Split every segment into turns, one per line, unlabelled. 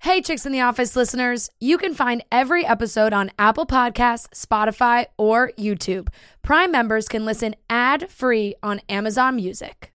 Hey, Chicks in the Office listeners, you can find every episode on Apple Podcasts, Spotify, or YouTube. Prime members can listen ad free on Amazon Music.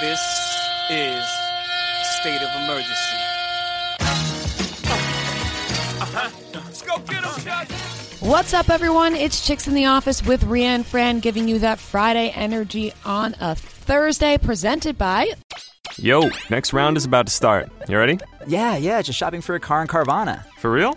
This is state of emergency. Let's go get him, Chuck.
What's up, everyone? It's Chicks in the Office with Rianne Fran giving you that Friday energy on a Thursday, presented by.
Yo, next round is about to start. You ready?
Yeah, yeah, just shopping for a car in Carvana.
For real?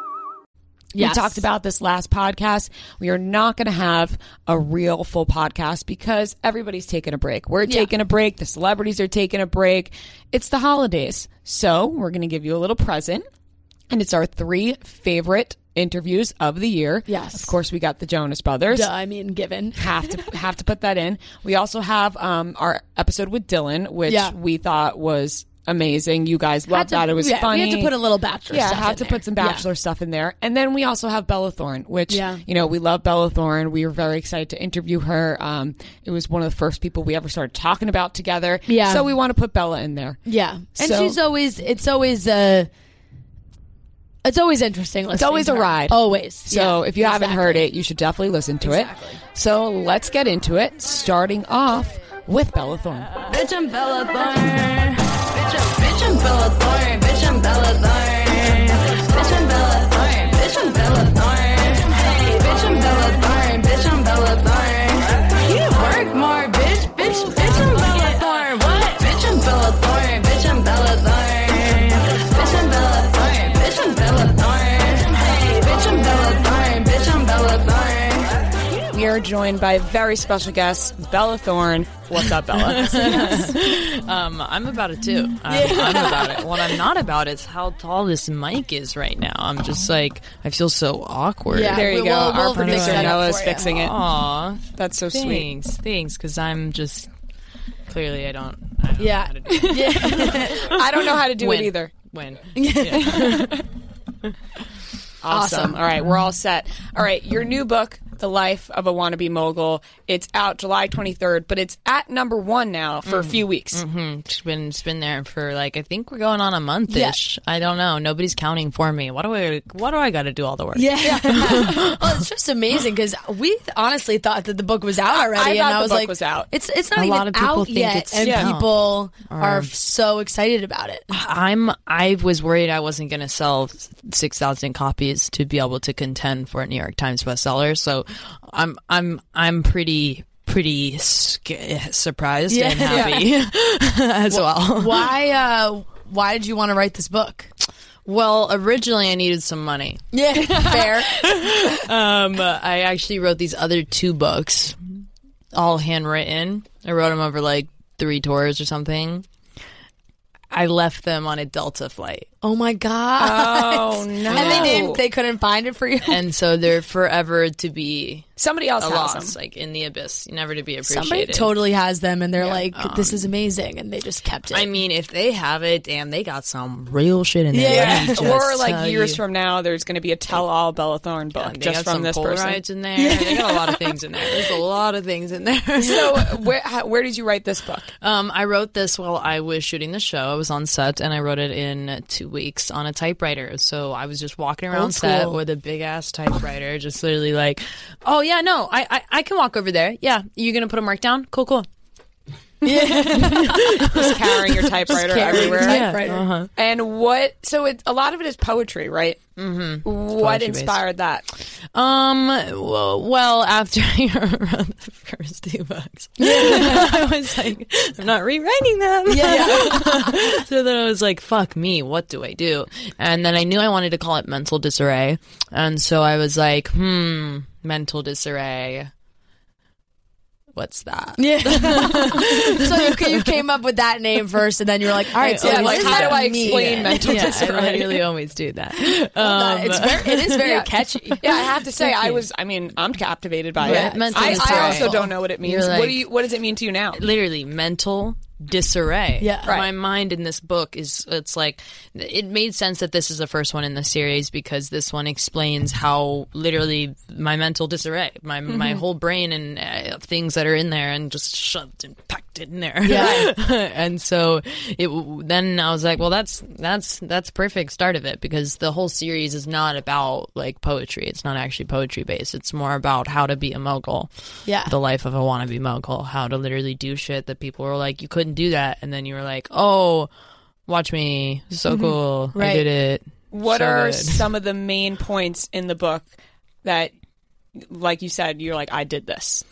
Yes.
We talked about this last podcast. We are not going to have a real full podcast because everybody's taking a break. We're taking a break. The celebrities are taking a break. It's the holidays. So we're going to give you a little present. And it's our three favorite interviews of the year.
Yes.
Of course, we got the Jonas Brothers.
I mean, given.
have to have to put that in. We also have um, our episode with Dylan, which
Yeah.
we thought was amazing. You guys loved
to-
that; it was
yeah, we
funny.
had to put a little Bachelor
Yeah,
stuff
have
in
to
there.
put some
Yeah.
bachelor stuff in there, and then we also have Bella Thorne, which
Yeah.
you know we love Bella Thorne. We were very excited to interview her. Um, it was one of the first people we ever started talking about together.
Yeah.
so we want to put Bella in there.
Yeah. And
So-
she's always, it's always, uh, it's always interesting. It's
always a ride.
Always.
So
Yeah,
if you haven't heard
exactly.
it, you should definitely listen to
Exactly.
it. So let's get into it, starting off with Bella Thorne.
Bitch, I'm Bella Thorne. Bitch, I'm, bitch, I'm Bella Thorne. Bitch, I'm Bella Thorne. Bitch, I'm Bella Thorne. Bitch, I'm Bella Thorne. Hey, bitch, I'm Bella Thorne. Bitch, I'm Bella Thorne. You need to work more, bitch. Bitch, bitch, I'm Bella Thorne. What? Bitch, I'm Bella Thorne. Bitch, I'm Bella Thorne. Bitch, I'm Bella Thorne. Bitch, I'm Bella Thorne. Hey, bitch, I'm Bella Thorne. Bitch, I'm Bella Thorne.
We are joined by a very special guest, Bella Thorne. What's up, Bella?
Um, I'm about it too. I'm, I'm about it. What I'm not about is how tall this mic is right now. I'm just like, I feel so awkward.
Yeah.
there you
We-
go.
we'll-
Our
we'll fix
producer
that up
Noah
for
is
you.
fixing it.
Aw,
That's so sweet.
thanks, thanks, because I'm just clearly I don't. I don't
Yeah.
Know how to do it.
I don't know how to do
When?
it either.
When?
Awesome. All right, we're all set. All right, your new book, The Life of a Wannabe Mogul, it's out July 23rd, but it's at number one now for a few weeks.
Mm-hmm. It's been it's been there for like I think we're going on a month ish. I don't know. Nobody's counting for me. What do I? What do I got to do all the work?
Yeah. well, it's just amazing because we honestly thought that the book was out already, and
thought
I
the
was
book
like,
was out.
It's it's not
A
even
lot of people
out
think
yet,
it's-
and
Yeah.
people are so excited about it.
I'm I was worried I wasn't going to sell 6,000 copies to be able to contend for a New York Times bestseller. So I'm I'm I'm pretty pretty sc- surprised and
Yeah.
happy as well.
why uh, why did you want to write this book?
Well, originally I needed some money.
Yeah, fair.
Um I actually wrote these other two books all handwritten. I wrote them over like 3 tours or something. I left them on a Delta flight.
Oh my god!
Oh, no.
And they didn't. They couldn't find it for you.
And so they're forever to be
Somebody else
a
has
loss,
them.
like in the abyss, never to be appreciated.
Somebody totally has them, and they're like, "This is amazing," and they just kept it.
Oh, I mean, if they have it, damn, they got some real shit in there.
Yeah.
Let me just
Or like
tell
years
you.
from now, there's going to be a tell-all Bella Thorne book
They
just
got
from
some
this
Polaroids
person.
in there. They got a lot of things in there. There's a lot of things in there.
So where, how, where did you write this book?
Um, I wrote this while I was shooting the show. I was on set, and I wrote it in two weeks on a typewriter. So I was just walking around set with a big ass typewriter, just literally like, "Oh yeah, no, I I, I can walk over there. Yeah, you gonna put a mark down? Cool, cool."
just carrying your typewriter
carrying your
everywhere.
typewriter. Yeah.
uh-huh.
And what? So it, a lot of it is poetry, right? Mm-hmm. What
poetry-based.
inspired that?
Um. Well, well, after I read the first two books, I was like, I'm not rewriting them. Yeah. so then I was like, fuck me. What do I do? And then I knew I wanted to call it mental disarray, and so I was like, hmm, mental disarray. What's that?
so you, ca- you came up with that name first, and then you were like, all right, so
Yeah,
what
like,
does
how
that
do I
mean?
explain
Yeah.
mental
yeah,
disarray?
I really always do that.
Uh,
Um,
it's very, it is very
Yeah.
catchy.
Yeah, I have to say, I was. I mean, I'm captivated by
Yeah,
it.
mental
I, I
disarray.
also don't know what it means.
You're
what
like-
do you? What does it mean to you now?
literally mental disarray.
Yeah.
My mind in this book is it's like it made sense that this is the first one in the series because this one explains how literally my mental disarray, my
Mm-hmm.
my whole brain and uh, things that are in there and just shoved and packed in there.
Yeah.
and so it w- then I was like, well that's that's that's perfect start of it because the whole series is not about like poetry. It's not actually poetry based. It's more about how to be a mogul
Yeah.
the life of a wannabe mogul, how to literally do shit that people were like, you couldn't do that. And then you were like, oh, watch me. So cool. I
Right.
did it.
What
So
are
good.
some of the main points in the book that, like you said, you're like, I did this.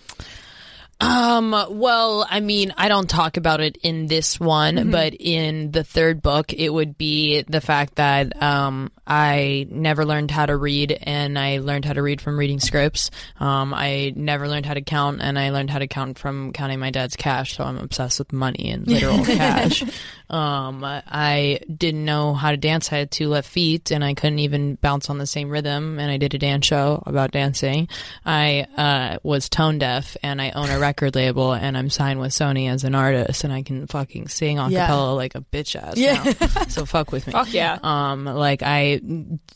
Um, well, I mean, I don't talk about it in this one, but in the third book, it would be the fact that, um, I never learned how to read and I learned how to read from reading scripts. Um, I never learned how to count and I learned how to count from counting my dad's cash. So I'm obsessed with money and literal cash. Um, I didn't know how to dance. I had two left feet and I couldn't even bounce on the same rhythm. And I did a dance show about dancing. I uh, was tone deaf and I own a record label and I'm signed with Sony as an artist and I can fucking sing a
Yeah.
cappella like a bitch ass.
Yeah.
now. so fuck with me.
Fuck yeah.
Um, like I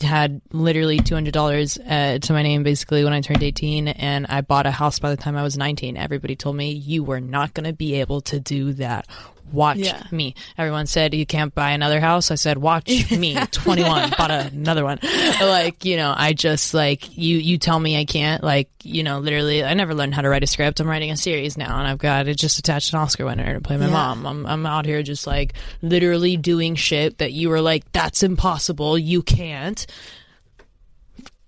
had literally two hundred dollars uh, to my name basically when I turned eighteen, and I bought a house by the time I was nineteen. Everybody told me you were not going to be able to do that. Watch
Yeah.
me. Everyone said you can't buy another house. I said, watch me. Twenty one, bought another one. Like you know, I just like you. You tell me I can't. Like you know, literally, I never learned how to write a script. I'm writing a series now, and I've got to just attach an Oscar winner to play my
Yeah.
mom. I'm, I'm out here just like literally doing shit that you were like, that's impossible. You can't.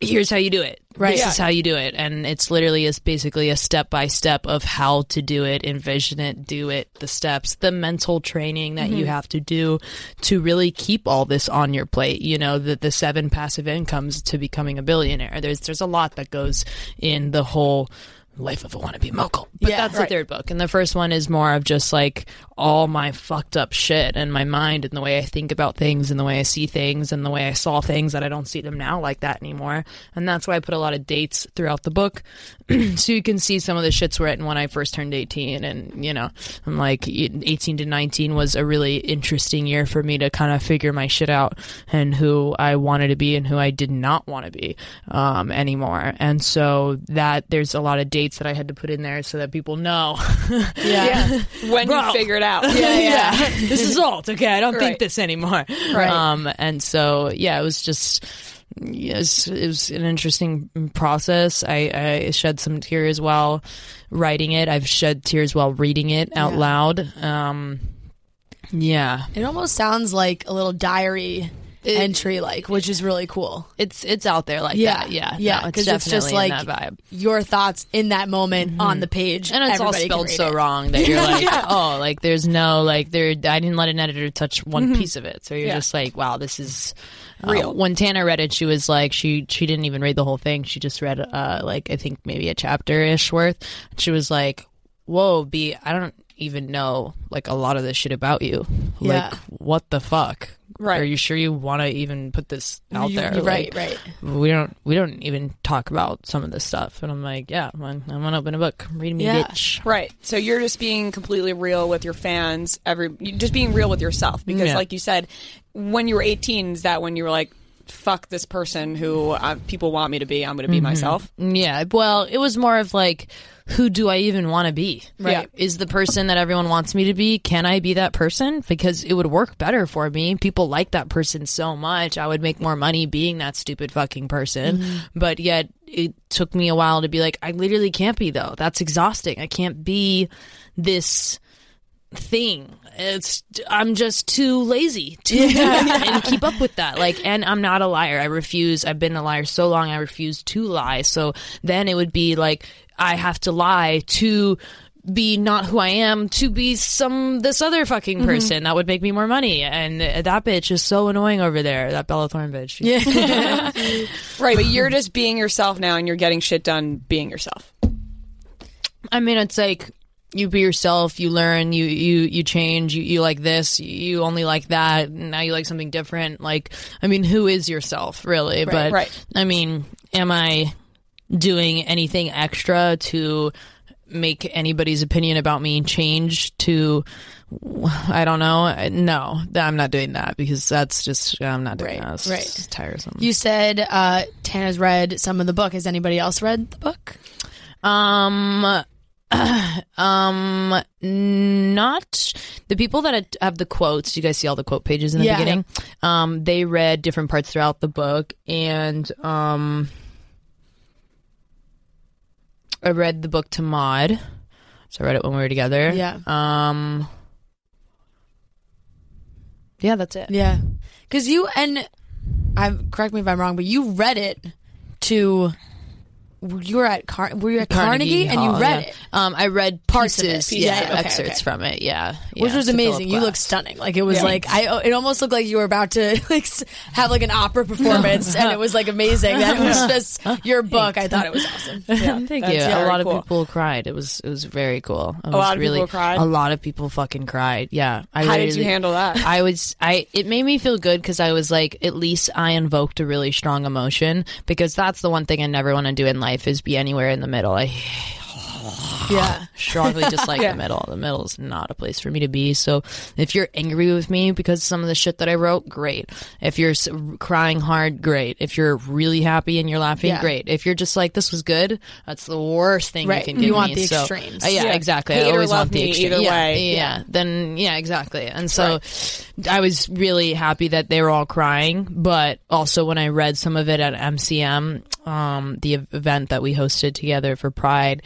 Here's how you do it.
Right.
This
Yeah.
is how you do it. And it's literally is basically a step by step of how to do it, envision it, do it, the steps, the mental training that you have to do to really keep all this on your plate. You know, the, the seven passive incomes to becoming a billionaire. There's there's a lot that goes in the whole life of a wannabe mogul. But
Yeah.
that's the
Right.
third book. And the first one is more of just like all my fucked up shit and my mind and the way I think about things and the way I see things and the way I saw things that I don't see them now like that anymore. And that's why I put a lot of dates throughout the book. so you can see some of the shits written when I first turned 18. And, you know, I'm like 18 to 19 was a really interesting year for me to kind of figure my shit out and who I wanted to be and who I did not want to be um, anymore. And so that there's a lot of dates that I had to put in there so that people know.
Yeah.
When
Bro.
you figure it out.
yeah. this is old. Okay, I don't
Right.
think this anymore.
Right.
Um, and so yeah, it was just yes, it was an interesting process. I, I shed some tears while writing it. I've shed tears while reading it out
Yeah.
loud. Um, yeah,
It almost sounds like a little diary
It-
entry, like, which is really cool.
it's it's out there like
Yeah,
that. Yeah,
yeah,
No, it's
'cause it's
definitely
just like-
in that vibe. Mm-hmm.
Your thoughts in that moment on the page,
and it's all
Everybody can
spelled
read
so
it.
wrong that you're like, oh, like there's no like there. I didn't let an editor touch one
Mm-hmm.
piece of it, so you're
Yeah.
just like, wow, this is uh,
Real.
When Tana read it, she was like, she she didn't even read the whole thing. She just read uh like I think maybe a chapter ish worth. She was like, whoa, B, I don't even know like a lot of this shit about you.
Yeah.
Like what the fuck.
Right.
Are you sure you want to even put this out
You-
there?
you-
Like,
right, right.
we don't we don't even talk about some of this stuff and i'm like yeah i'm gonna, I'm gonna open a book read me
Yeah.
bitch
Right. So you're just being completely real with your fans. Every you're just being real with yourself because,
Yeah.
like you said, when you were 18, is that when you were like, "Fuck this person who uh, people want me to be. I'm going to be myself."
Mm-hmm. yeah well it was more of like who do i even want to be
Right.
Yeah. is the person that everyone wants me to be can i be that person because it would work better for me people like that person so much i would make more money being that stupid fucking person
Mm-hmm.
but yet it took me a while to be like i literally can't be though that's exhausting i can't be this thing. It's I'm just too lazy to and keep up with that. Like, and I'm not a liar. I refuse. I've been a liar so long. I refuse to lie. So then it would be like I have to lie to be not who I am to be some this other fucking person that would make me more money. And uh, that bitch is so annoying over there. That Bella Thorne bitch. Yeah.
Right, but you're just being yourself now and you're getting shit done being yourself.
I mean, it's like you be yourself, you learn, you you you change, you, you like this, you only like that, and now you like something different. Like, I mean, who is yourself really? but
right.
I mean, am I doing anything extra to make anybody's opinion about me change to I don't know. No, I'm not doing that because that's just I'm not doing that. It's
right.
just tiresome.
You said uh, Tana's read some of the book. Has anybody else read the book?
Um, um, not the people that have the quotes. You guys see all the quote pages in the
Yeah.
beginning. Um, they read different parts throughout the book, and um, I read the book to Maud. So I read it when we were together.
Yeah.
Um. Yeah, that's it.
Yeah, because you and I correct me if I'm wrong, but you read it to you were at Car- were you at Carnegie, and
Hall,
you read
yeah.
it,
Um, I read
Parts
parts,
of it, pieces.
yeah,
Okay,
excerpts
okay.
from it, yeah,
which
yeah,
was
to Philip
amazing. You
Glass.
looked stunning. Like it was like I oh, it almost looked like you were about to like s- have like an opera performance, and it was like amazing. That it was just your book. I thought it was awesome.
Thank
That's
you.
very
a lot
cool.
of people cried. It was it was very cool. It was
lot of
really,
people cried?
A lot of people fucking cried. Yeah. I
How did
literally-
you handle that?
I was I. It made me feel good because I was like, at least I invoked a really strong emotion because that's the one thing I never want to do in life is be anywhere in the middle. I
Yeah,
strongly dislike the middle. The middle is not a place for me to be. So if you're angry with me because of some of the shit that I wrote, great. If you're s- crying hard, great. If you're really happy and you're laughing,
Yeah.
great. If you're just like this was good, that's the worst thing
Right.
you can
You
give
want
me.
the
So-
extremes.
Uh, yeah,
Yeah.
exactly.
Hate
I
or
always
love
want the
me,
extreme.
either
yeah,
way.
yeah. Then yeah, exactly. And so I was really happy that they were all crying, but also when I read some of it at MCM, um, the ev- event that we hosted together for Pride,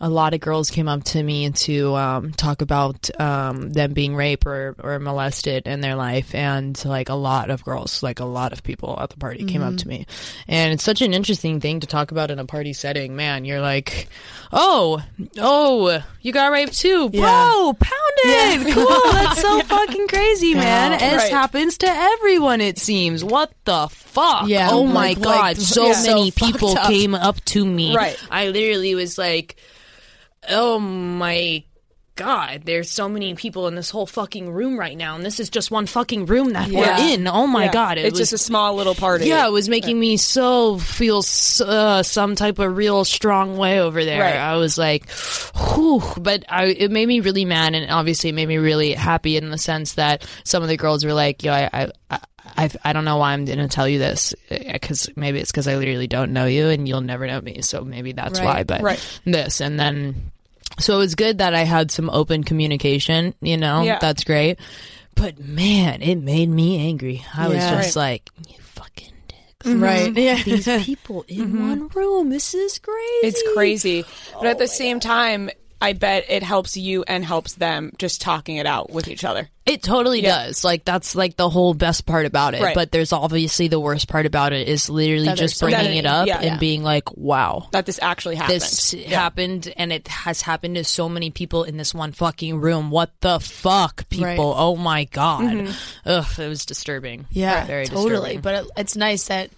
a lot of girls came up to me to um, talk about um, them being raped or, or molested in their life. And like a lot of girls, like a lot of people at the party came up to me. And it's such an interesting thing to talk about in a party setting. Man, you're like, oh, oh, you got raped too. Bro, pound it. Cool. That's so fucking crazy, man. And This
Right.
happens to everyone, it seems. What the fuck?
Yeah.
Oh my
Like,
God.
like,
so
yeah.
many
So fucked
people
up.
came up to me.
Right.
I literally was like, oh my god there's so many people in this whole fucking room right now and this is just one fucking room that
Yeah.
we're in oh my
Yeah.
god it
it's
was
just a small little party.
yeah it was making me so feel s- uh, some type of real strong way over there
Right.
i was like whew but I, it made me really mad and obviously it made me really happy in the sense that some of the girls were like yo i, I I- I, I don't know why I'm going to tell you this because maybe it's because I literally don't know you and you'll never know me. So maybe that's why.
Right.
But
Right.
this and then so it was good that I had some open communication, you know,
Yeah.
that's great. But man, it made me angry. I was
Yeah.
just like, you fucking dicks.
Mm-hmm. right. Yeah,
Mm-hmm. These people in one room. This is crazy. Oh
It's crazy. But at the same time, I bet it helps you and helps them just talking it out with each other.
It totally does. Like that's like the whole best part about it.
Right.
But there's obviously the worst part about it is literally
there's
just
so
bringing
many.
it up
Yeah.
and
Yeah.
being like, wow.
That this actually happened.
this happened and it has happened to so many people in this one fucking room. What the fuck, people?
Right.
Oh my god. Ugh, it was disturbing.
yeah,
very
totally.
disturbing.
But it, it's nice that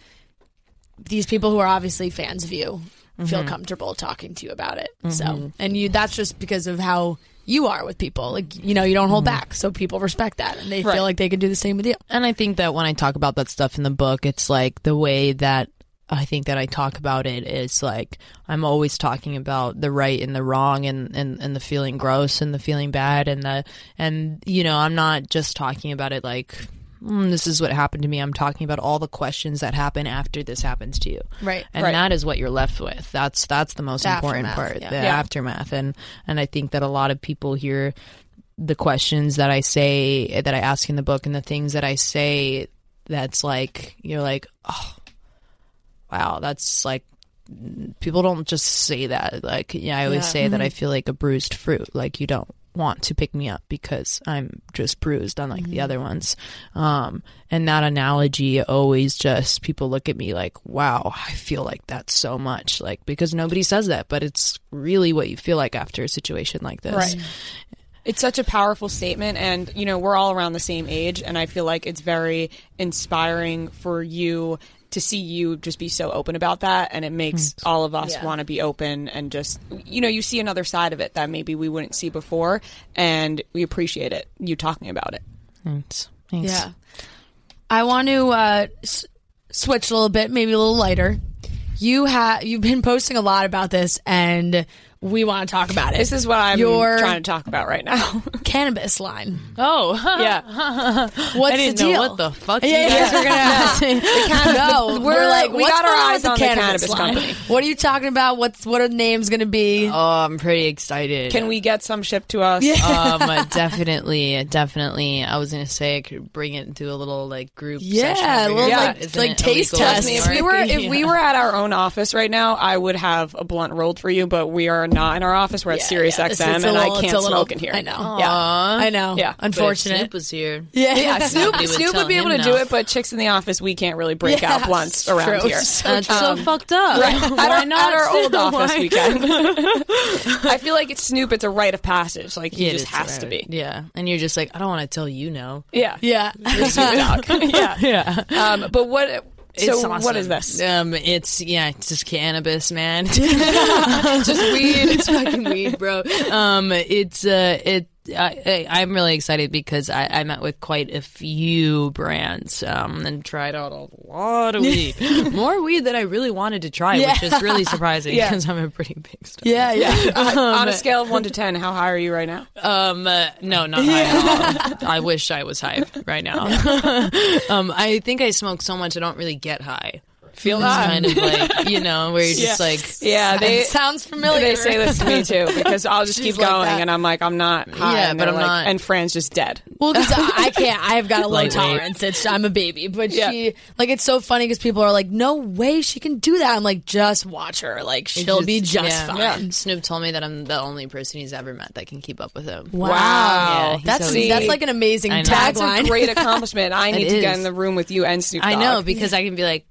these people who are obviously fans of you feel
Mm-hmm.
comfortable talking to you about it. So, and you that's just because of how you are with people. Like, you know, you don't
Mm-hmm.
hold back, so people respect that and they
Right.
feel like they can do the same with you.
And I think that when I talk about that stuff in the book, it's like the way that I think that I talk about it is like I'm always talking about the right and the wrong and, and, and the feeling gross and the feeling bad and the and you know, I'm not just talking about it like mm, this is what happened to me. I'm talking about all the questions that happen after this happens to you.
Right.
And
Right.
that is what you're left with. That's that's the most
The
important
aftermath,
part.
yeah.
The
Yeah.
aftermath. And and I think that a lot of people hear the questions that I say that I ask in the book and the things that I say that's like you're like oh wow that's like people don't just say that like yeah I always
Yeah. Mm-hmm.
say that I feel like a bruised fruit like you don't want to pick me up because I'm just bruised, unlike the other ones. Um, and that analogy always just people look at me like, wow, I feel like that so much, like because nobody says that, but it's really what you feel like after a situation like this.
Right. It's such a powerful statement, and you know we're all around the same age, and I feel like it's very inspiring for you to see you just be so open about that, and it makes all of us want to be open and just you know you see another side of it that maybe we wouldn't see before, and we appreciate it you talking about it.
Thanks. Thanks.
Yeah. I want to uh, s- switch a little bit, maybe a little lighter. You have you've been posting a lot about this, and we want to talk about it.
This is what I'm
Your
trying to talk about right now.
cannabis line.
Oh,
yeah,
What's
I didn't
the
know
deal?
what the fuck
Yeah,
you
yeah.
guys were gonna ask.
no, we're, like,
we
what's
got our
going on
eyes
with the
on the
cannabis,
cannabis
line?
company.
What are you talking about? What's what are the names going to be?
Oh, I'm pretty excited.
can we get some shipped to us?
um, uh, definitely, definitely. I was gonna say I could bring it into a little like group.
Yeah,
session over
a little,
here,
like-
but isn't
like
it
taste
illegal in
test.
New
If we
York?
were if we
Yeah.
were at our own office right now, I would have a blunt rolled for you. But we are not in our office. We're at
Yeah,
Sirius
yeah, this-
XM,
it's a
and
little-
I
it's
can't
a little-
smoke in here.
I know.
Yeah.
I know.
Yeah.
But if
Unfortunate.
Snoop was here.
yeah.
Yeah, Snoop,
Nobody would
Snoop
tell
would be able to
him
do
no.
it, but chicks in the office, we can't really break
Yeah,
out blunts
true.
around here.
So
That's so fucked up.
At our,
Why not
at our old
Snoop?
office
Why-
weekend. I feel like it's Snoop. It's a rite of passage. Like he
Yeah, it
just
is
has to
weird.
be.
Yeah, and you're just like, I don't want to tell you no.
Yeah,
yeah.
yeah.
Yeah.
Um, but what? So
It's awesome.
what is this?
Um, it's yeah, it's just cannabis, man. just weed. It's fucking weed, bro. Um, it's uh, it. I, I, I'm really excited because I, I met with quite a few brands um, and tried out a lot of weed, more weed than I really wanted to try, which is really surprising
Yeah.
because I'm a pretty big star.
Yeah, Um, yeah.
On a scale of one to ten, how high are you right now?
Um, uh, no, not high at all. I wish I was high right now. um, I think I smoke so much I don't really get high. Feel it's
high.
kind of like you know where you're just like
Yeah, they
Sounds familiar.
They say this to me too because I'll just keep
like
going
that.
and I'm like, I'm not high.
Yeah,
and
but
they're
I'm
like,
not-
And Fran's just dead.
Well, because I, I can't. I've got a low
Lightweight.
tolerance. It's I'm a baby, but
Yeah.
she like it's so funny because people are like, "No way, she can do that." I'm like, "Just watch her. Like she'll
just-
be just
yeah.
fine."
Snoop told me that I'm the only person he's ever met that can keep up with him.
Wow,
Yeah, he's
that's
always-
that's like an amazing
I know.
tagline.
That's a great accomplishment. I need to get
is.
in the room with you and Snoop.
I know
Dogg.
because I can be like,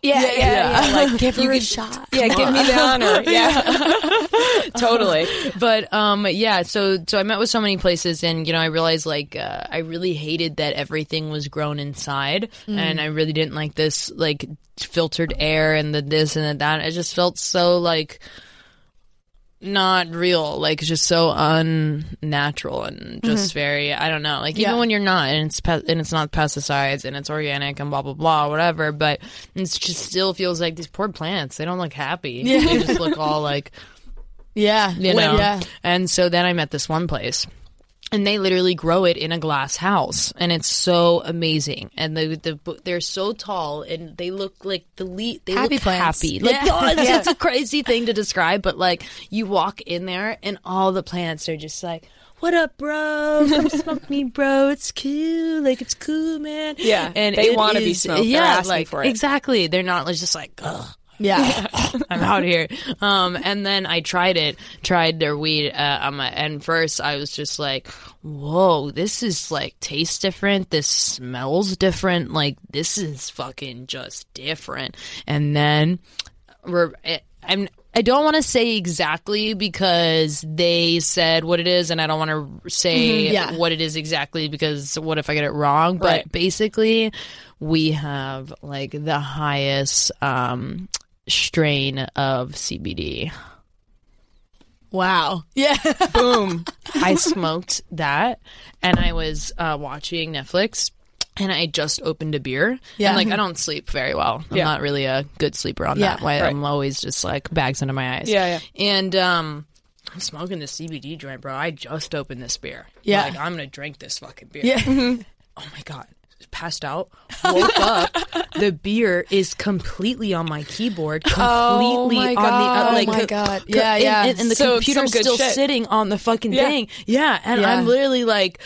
Yeah, yeah, yeah. Like,
Give her a
could-
shot.
yeah, give me the honor. Yeah, totally.
but um, yeah. So so I met with so many places, and you know, I realized like uh, I really hated that everything was grown inside, and I really didn't like this like filtered air and the this and the that. It just felt so like not real like it's just so unnatural and just very i don't know like even
Yeah.
when you're not and it's pe- and it's not pesticides and it's organic and blah blah blah whatever but it's just still feels like these poor plants they don't look happy they just look all like
yeah,
you know.
yeah.
And so then I met this one place. And they literally grow it in a glass house, and it's so amazing. And the, the they're so tall, and they look like the le- they
Happy
look
plants.
happy. Like
Yeah.
oh, it's, it's a crazy thing to describe, but like you walk in there, and all the plants are just like, "What up, bro? Come smoke me, bro. It's cool. Like it's cool, man.
Yeah.
and
They
it
wanna be
is-
smoked. They're
Yeah,
asking
like
for it.
exactly. They're not like, just like, ugh.
yeah.
I'm out here. Um, and then I tried it, tried their weed. Uh, um, and first I was just like, whoa, this is like tastes different. This smells different. Like this is fucking just different. And then we're, I- I'm, I don't want to say exactly because they said what it is, and I don't want to say
yeah.
what it is exactly because what if I get it wrong? But
Right.
basically, we have like the highest um, strain of CBD.
Wow. Yeah.
Boom. I smoked that and I was uh, watching Netflix and I just opened a beer.
Yeah.
And like I don't sleep very well. I'm
Yeah.
not really a good sleeper on that.
Yeah.
Why
Right.
I'm always just like bags under my eyes.
Yeah,
And um I'm smoking this CBD joint, bro. I just opened this beer.
Yeah.
Like I'm gonna drink this fucking beer.
Yeah.
Oh my god. Passed out, woke up. The beer is completely on my keyboard, completely
my
on the uh,
God.
like
Oh my
co-
God.
co-
Yeah,
and-
yeah.
And, and the
So it's
computer's
some good
still
shit.
sitting on the fucking
Yeah.
thing. Yeah, and
Yeah.
I'm literally like,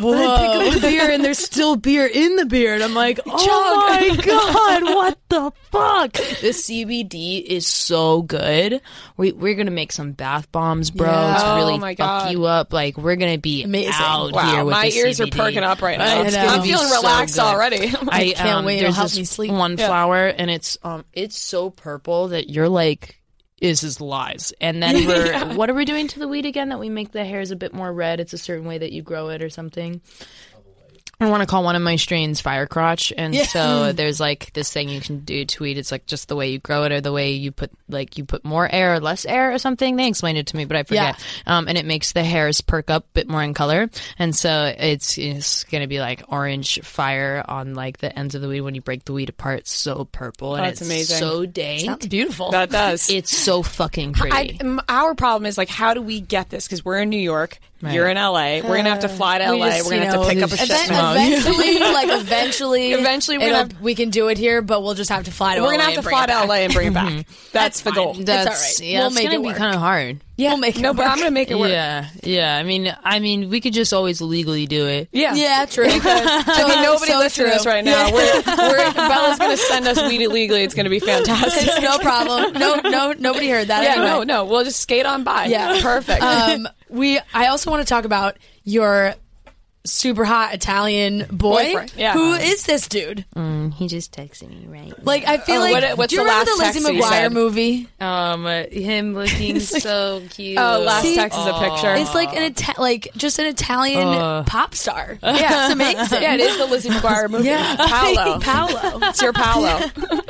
I pick up the beer and there's still beer in the beer, and I'm like, oh my god, what the fuck? The CBD is so good. We we're gonna make some bath bombs, bro.
Yeah.
To
Oh
really
my
fuck
God.
you up. Like we're gonna be
Amazing.
out
Wow,
here. With
my
the
ears are
CBD.
perking up right now.
I
It's
know.
gonna
I'm
be
feeling
so
relaxed
good.
already. I
can't
um,
wait. It'll
There's
help
this
me sleep.
one flower, and it's um, it's so purple that you're like, is his lies? And then we're what are we doing to the weed again? That we make the hairs a bit more red. It's a certain way that you grow it or something. I want to call one of my strains fire crotch, and so there's like this thing you can do to weed. It's like just the way you grow it, or the way you put like you put more air or less air or something. They explained it to me, but I forget. Um, and it makes the hairs perk up a bit more in color, and so it's it's gonna be like orange fire on like the ends of the weed when you break the weed apart. It's so purple, and
Oh, that's
it's
amazing.
so dank.
Sounds beautiful.
That does.
it's so fucking
I,
pretty.
m- our problem is like, how do we get this? Because we're in New York, you're in LA. We're gonna have to fly to LA.
We just,
we're gonna
you
have to
know,
pick up a
event-
shit ton.
Eventually, like eventually,
Eventually we're gonna
it'll- we can do it here, but we'll just have to fly to.
We're gonna
LA
have to
and bring
fly
it
to
back. Mm-hmm.
LA and bring it back. That's the goal.
That's all
That's-
right.
Yeah,
We'll
it's
make
gonna
it
be
work.
kind of hard.
Yeah, we'll make it
no, but
work.
I'm gonna make it work.
Yeah, yeah. I mean, I mean, we could just always legally do it.
Yeah.
Yeah, true. I
I mean, nobody listening to this right now. We're, we're, Bella's going to send us weed illegally. It's going to be fantastic.
It's no problem. No, no, nobody heard that.
Yeah,
anyway.
no, no. We'll just skate on by.
Yeah.
Perfect.
Um, we. I also want to talk about your super hot Italian boy.
Boyfriend, yeah.
Who is this dude?
Mm, He just texted me, right?
Like, I feel
Oh,
like.
what- what's
do you
the
remember
last
the Lizzie
text that you
McGuire
said?
movie?
Um, uh, him looking so cute.
oh, last
See,
text is a picture.
It's like an Ita- like just an Italian pop star.
yeah,
it's amazing.
Yeah, it is the Lizzie McGuire movie.
Yeah.
Paolo.
Paolo.
It's your Paolo.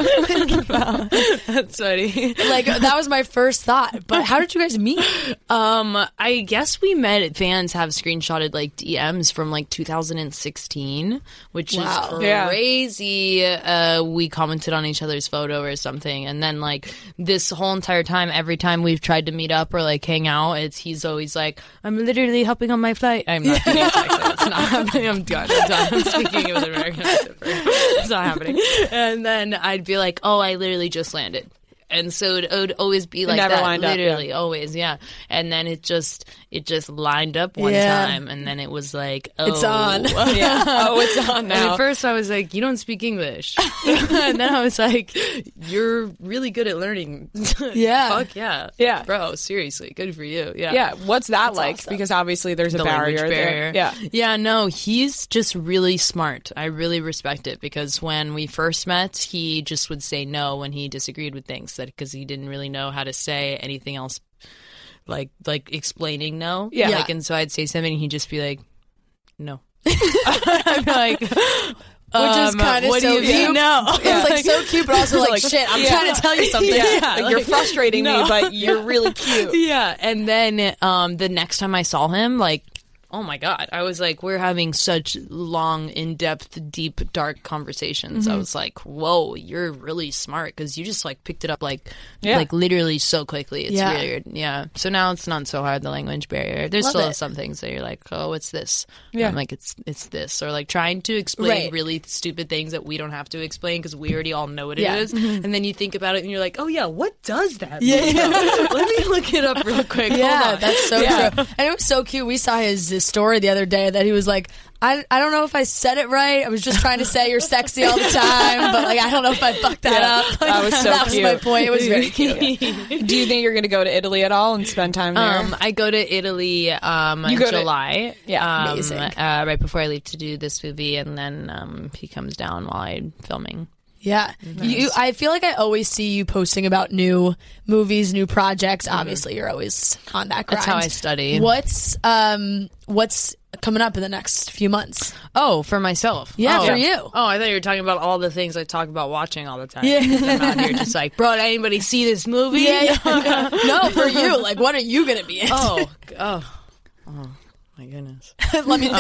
That's funny.
Like that was my first thought. But how did you guys meet?
Um, I guess we met. Fans have screenshotted like DMs from like 2016, which
Wow.
is
Yeah.
crazy. Uh, we commented on each other's photo or something, and then like this whole entire time, every time we've tried to meet up or like hang out, it's he's always like, "I'm literally hopping on my flight." I'm not. Doing that, actually. it's not happening. I'm done. I'm done. I'm speaking of an American accent. for- It's not happening. And then I'd be like, "Oh, I literally just landed." And so it would always be like
never
that,
lined up, yeah.
literally always yeah and then it just it just lined up one
Yeah.
time and then it was like oh
It's on.
yeah. Oh, it's on
And
now.
at first I was like, you don't speak English. and then I was like, you're really good at learning.
Yeah.
Fuck yeah.
Yeah.
Bro, seriously. Good for you. Yeah.
yeah. What's that like? Because obviously there's a
The
barrier,
language
there.
barrier.
Yeah.
Yeah, no, he's just really smart. I really respect it because when we first met, he just would say no when he disagreed with things that because he didn't really know how to say anything else like like explaining no.
Yeah.
Like and so I'd say something and he'd just be like, No. I'd be like
Which is
um,
kind of
what
so
do you mean
cute.
no?
It's like so cute, but also like,
Like,
shit. I'm
yeah.
trying to tell you something.
Yeah. Like, you're
like-
frustrating
No.
me, but you're really cute.
yeah and then um the next time i saw him like oh my god i was like we're having such long in-depth deep dark conversations
Mm-hmm.
i was like whoa you're really smart because you just like picked it up like
Yeah.
like literally so quickly it's
Yeah.
weird yeah so now it's not so hard the language barrier there's
Love
still
it.
some things that you're like oh it's this
Yeah.
yeah i'm like it's it's this or like trying to explain
Right.
really stupid things that we don't have to explain because we already all know what it is.
Yeah. Mm-hmm.
and then you think about it and you're like oh yeah what does that mean let me look it up real quick.
Yeah,
Hold on.
that's so true. And it was so cute. We saw his, his story the other day that he was like, I, I don't know if I said it right. I was just trying to say you're sexy all the time, but like I don't know if I fucked that
Yeah,
up.
that was so
that
cute.
was my point. It was very cute.
Do you think you're going to go to Italy at all and spend time there?
Um, I go to Italy um,
You
in
go to-
July.
Yeah,
um,
amazing.
Uh, right before I leave to do this movie, and then um, he comes down while I'm filming.
Yeah, you. I feel like I always see you posting about new movies, new projects. Obviously, you're always on that. Grind.
Mm-hmm. That's how I study.
What's um What's coming up in the next few months?
Oh, for myself.
Yeah,
oh.
for you.
Oh, I thought you were talking about all the things I talk about watching all the time. Yeah, I'm out here just like, bro, did anybody see this movie?
yeah. no, for you. Like, what are you gonna be in?
Oh, oh, oh, my goodness.
Let me think.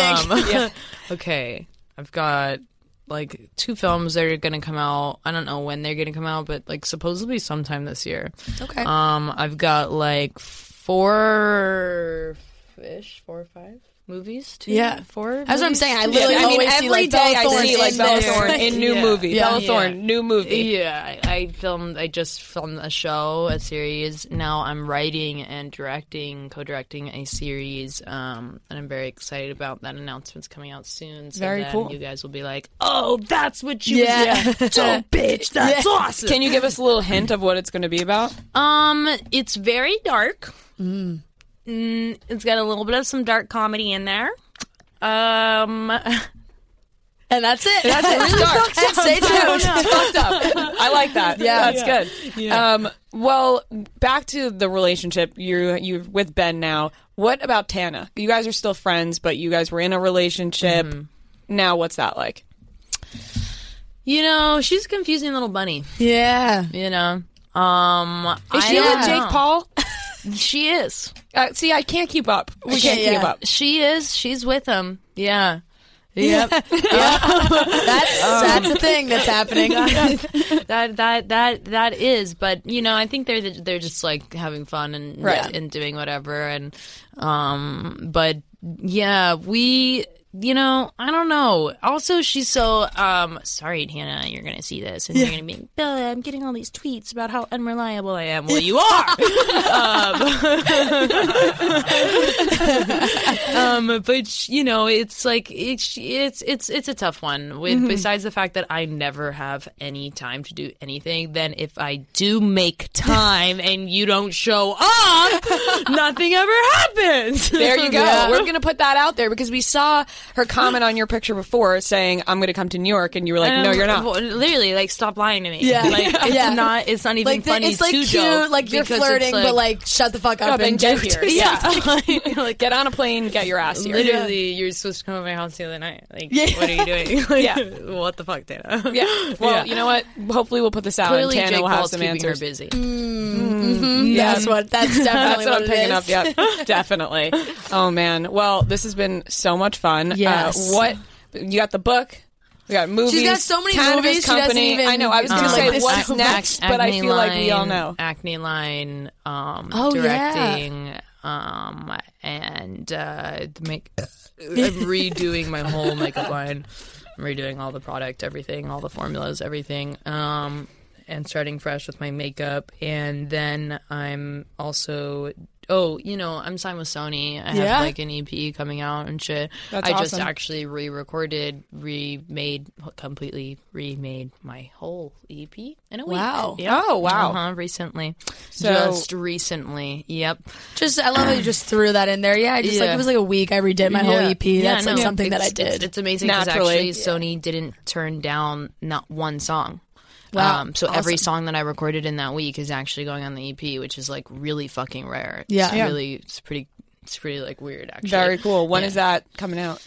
Um, okay, I've got like two films that are gonna come out. I don't know when they're gonna come out, but like supposedly sometime this year.
okay.
Um, I've got like four fish, four or five. movies? Two,
Yeah.
four.
That's what I'm
movies?
saying. I
Two?
literally
Yeah,
always see, like, Bella Thorne
see like
in
Bella
this.
Thorne in new
Yeah.
movie.
Yeah.
Bella
Yeah.
Thorne, new movie.
Yeah, I, I filmed. I just filmed a show, a series. Now I'm writing and directing, co-directing a series, um, and I'm very excited about that announcement's coming out soon. So
Very
then
cool.
You guys will be like, "Oh, that's what you
Yeah.
yeah. did, oh, bitch! That's awesome."
Can you give us a little hint of what it's going to be about?
Um, it's very dark. Mm, it's got a little bit of some dark comedy in there. Um,
And that's it. That's it. Really fucked up. Stay tuned.
It's fucked up. I like that.
Yeah.
that's good. Um, well, back to the relationship you you with Ben now. What about Tana? You guys are still friends, but you guys were in a relationship.
Mm-hmm.
Now, what's that like?
you know, she's a confusing little bunny.
Yeah.
You know, um,
Is she with Jake Paul?
She is.
Uh, see, I can't keep up. We can't
yeah.
keep up.
She is. She's with him. Yeah. Yep.
That's that's the thing that's happening.
that that that that is. But you know, I think they're they're just like having fun and
Right.
and doing whatever. And um, but yeah, we. You know, I don't know. Also, she's so um sorry, Hannah, you're gonna see this and you're gonna be like, Bella, I'm getting all these tweets about how unreliable I am. Well you are um, but you know, it's like it's it's it's it's a tough one.
Mm-hmm.
With besides the fact that I never have any time to do anything, then if I do make time and you don't show up, nothing ever happens.
There you go. We're going to put that out there because we saw her comment on your picture before saying, I'm going to come to New York. And you were like,
And
no,
I'm-
you're not.
Um, well, Literally, like, stop lying to me.
Yeah.
like it's
Yeah.
not. It's not even
Like the,
funny.
it's like
to
cute,
joke
like you're
because it's
flirting, but like shut the fuck up,
Up and get
do
here.
it.
Yeah. like, get on a plane, get your ass here.
Literally, you're supposed to come to my house the other night. Like, what are you doing? Like,
Yeah.
what the fuck, Dana?
Yeah. Well, you know what? Hopefully, we'll put this out
Clearly,
and Tana
Jake
will have
Paul's
some
keeping her
answers.
busy.
Mm-hmm. That's what. That's
That's
definitely
what I'm
it
picking
is.
up. Yep, definitely. Oh man. Well, this has been so much fun.
Yes.
Uh, what you got the book? We got movies.
got so many
Cannabis
movies, she doesn't
Company.
even-
I know. I was going
Um,
to say
like, this
what's
is-
next, but I
Acne
feel like we all
Line-
know.
Acne Line um,
Oh, yeah.
directing um, and uh, the make. I'm redoing my whole makeup line. I'm redoing all the product, everything, all the formulas, everything, um, and starting fresh with my makeup. And then I'm also. Oh, you know, I'm signed with Sony. I have
Yeah.
like an EP coming out and shit.
That's
I just
awesome.
actually re-recorded, remade, completely remade my whole EP in a week.
Wow.
Yeah.
Oh, wow.
Uh-huh, recently.
So-
just recently. Yep.
Just I love how you just threw that in there. Yeah, I just like
Yeah.
it was like a week. I redid my whole EP. That's like
no,
something that I
it's-
did.
It's, it's amazing because
Naturally.
actually Sony didn't turn down not one song.
Wow.
Um, so every song that I recorded in that week is actually going on the EP, which is like really fucking rare. It's
Yeah. Yeah.
really, it's pretty, it's pretty like weird actually.
Very cool. When is that coming out?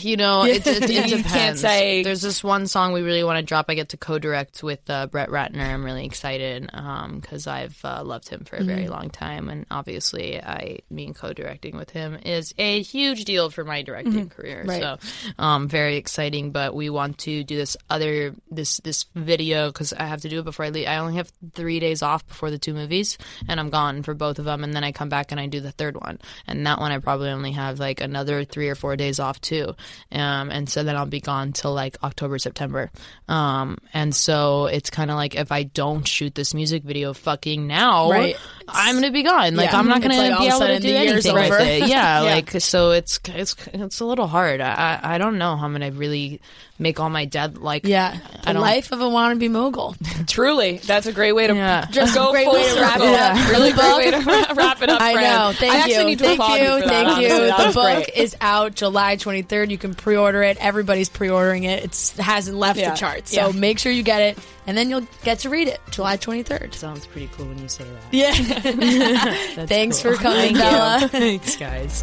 You know, it, it, it depends.
You can't say-
There's this one song we really want to drop. I get to co-direct with uh, Brett Ratner. I'm really excited because I've uh, loved him for a
Mm-hmm.
very long time, and obviously, I mean, co-directing with him is a huge deal for my
Mm-hmm.
directing career. So, um, very exciting. But we want to do this other this this video because I have to do it before I leave. I only have three days off before the two movies, and I'm gone for both of them, and then I come back and I do the third one, and that one I probably only have like another three or four days off too, um, and so then I'll be gone till like October September, um, and so it's kind of like if I don't shoot this music video fucking now,
Right.
I'm gonna be gone. Like
Yeah. Mm-hmm.
I'm not
It's
gonna
like all
be
of a
able to
sudden
do
the year's
anything with
over.
it. Yeah, like so it's it's it's a little hard. I I I don't know how I'm gonna really make all my dead like
yeah,
I
the
don't
life of a wannabe mogul.
Truly, that's a great way to
Yeah.
just go
great
full
way to
circle.
wrap it up.
Really
The
great
book-
way to wrap wrap it up.
I
Fran.
know. Thank
I
you.
actually need to
thank
applaud
you.
you. for that,
thank
honestly.
you.
That
The
was
book
great.
is out July 23rd. You can pre-order it. Everybody's pre-ordering it. It hasn't left
Yeah.
the charts, so
Yeah.
make sure you get it, and then you'll get to read it July 23rd.
Sounds pretty cool when you say that.
Yeah. Thanks for coming, Bella.
Thanks, guys.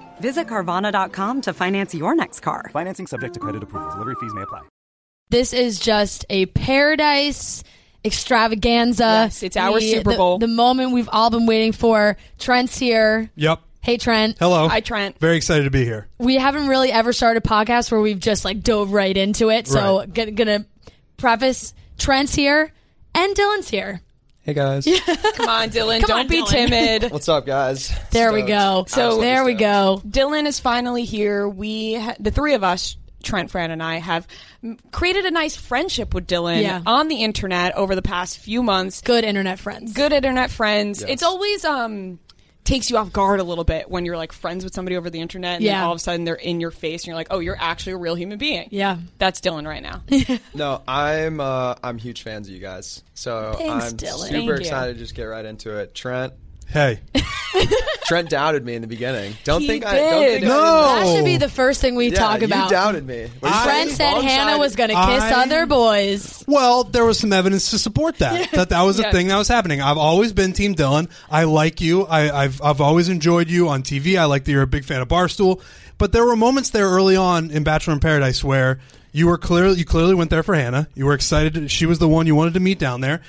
Visit Carvana.com to finance your next car.
Financing subject to credit approval. Delivery fees may apply.
This is just a paradise extravaganza.
Yes, it's our
the,
Super
the-
Bowl.
The, moment we've all been waiting for. Trent's here.
Yep.
Hey, Trent.
Hello.
Hi, Trent.
Very excited to be here.
We haven't really ever started a podcast where we've just like dove right into it. So,
Right.
g- gonna preface Trent's here and Dylan's here.
Hey guys.
Come on, Dylan.
Come
don't
on,
be
Dylan.
timid.
What's up, guys?
There we go. So there we go.
Dylan is finally here. We, ha- the three of us, Trent, Fran, and I, have m- created a nice friendship with Dylan
Yeah.
on the internet over the past few months.
Good internet friends.
Good internet friends. It's always um takes you off guard a little bit when you're like friends with somebody over the internet, and then
Yeah.
all of a sudden they're in your face, and you're like, oh, you're actually a real human being.
Yeah.
That's Dylan right now.
No, I'm uh, I'm huge fans of you guys. So
Thanks,
I'm
Dylan.
super
Thank you.
excited to just get right into it. Trent
Hey.
Trent doubted me in the beginning. Don't
He
think I don't think
did.
I
No.
That should be the first thing we
yeah,
talk about.
You doubted me. Were you
Trent
fucking
said Hannah
blindsided?
was going to kiss
I-
other boys.
Well, there was some evidence to support that. That that was a
Yeah.
thing that was happening. I've always been Team Dylan. I like you. I, I've I've always enjoyed you on TV. I like that you're a big fan of Barstool. But there were moments there early on in Bachelor in Paradise where you were clearly you clearly went there for Hannah. You were excited. She was the one you wanted to meet down there.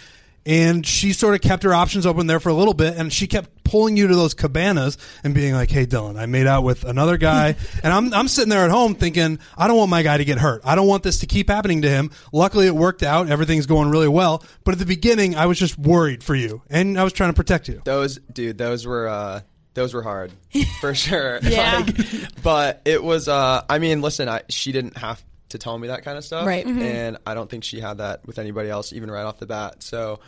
And she sort of kept her options open there for a little bit, and she kept pulling you to those cabanas and being like, "Hey, Dylan, I made out with another guy," and I'm I'm sitting there at home thinking, "I don't want my guy to get hurt. I don't want this to keep happening to him." Luckily, it worked out. Everything's going really well. But at the beginning, I was just worried for you, and I was trying to protect you.
Those dude, those were uh those were hard for sure.
Yeah.
Like, but it was uh I mean, listen, I she didn't have to tell me that kind of stuff.
Right. Mhm.
And I don't think she had that with anybody else even right off the bat. So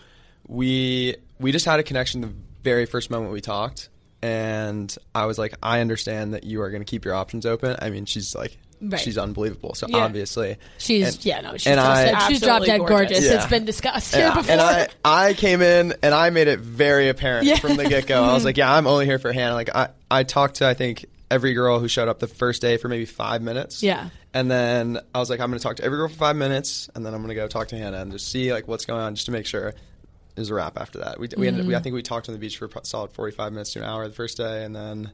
we we just had a connection the very first moment we talked and I was like, I understand that you are gonna keep your options open. I mean, she's like
Right.
she's unbelievable. So
Yeah.
obviously
She's
And-
yeah no she's
and
drop
I-
dead, she's drop
Absolutely
dead gorgeous.
gorgeous.
Yeah.
It's been discussed
Yeah.
here before.
And I, I came in and I made it very apparent
Yeah.
from the get go. I was like, yeah, I'm only here for Hannah. Like, I, I talked to, I think, every girl who showed up the first day for maybe five minutes.
Yeah.
And then I was like, I'm going to talk to every girl for five minutes and then I'm going to go talk to Hannah and just see, like, what's going on just to make sure. It was a wrap after that. We, we, ended, we I
Mm.
think we talked on the beach for a solid 45 minutes to an hour the first day and then.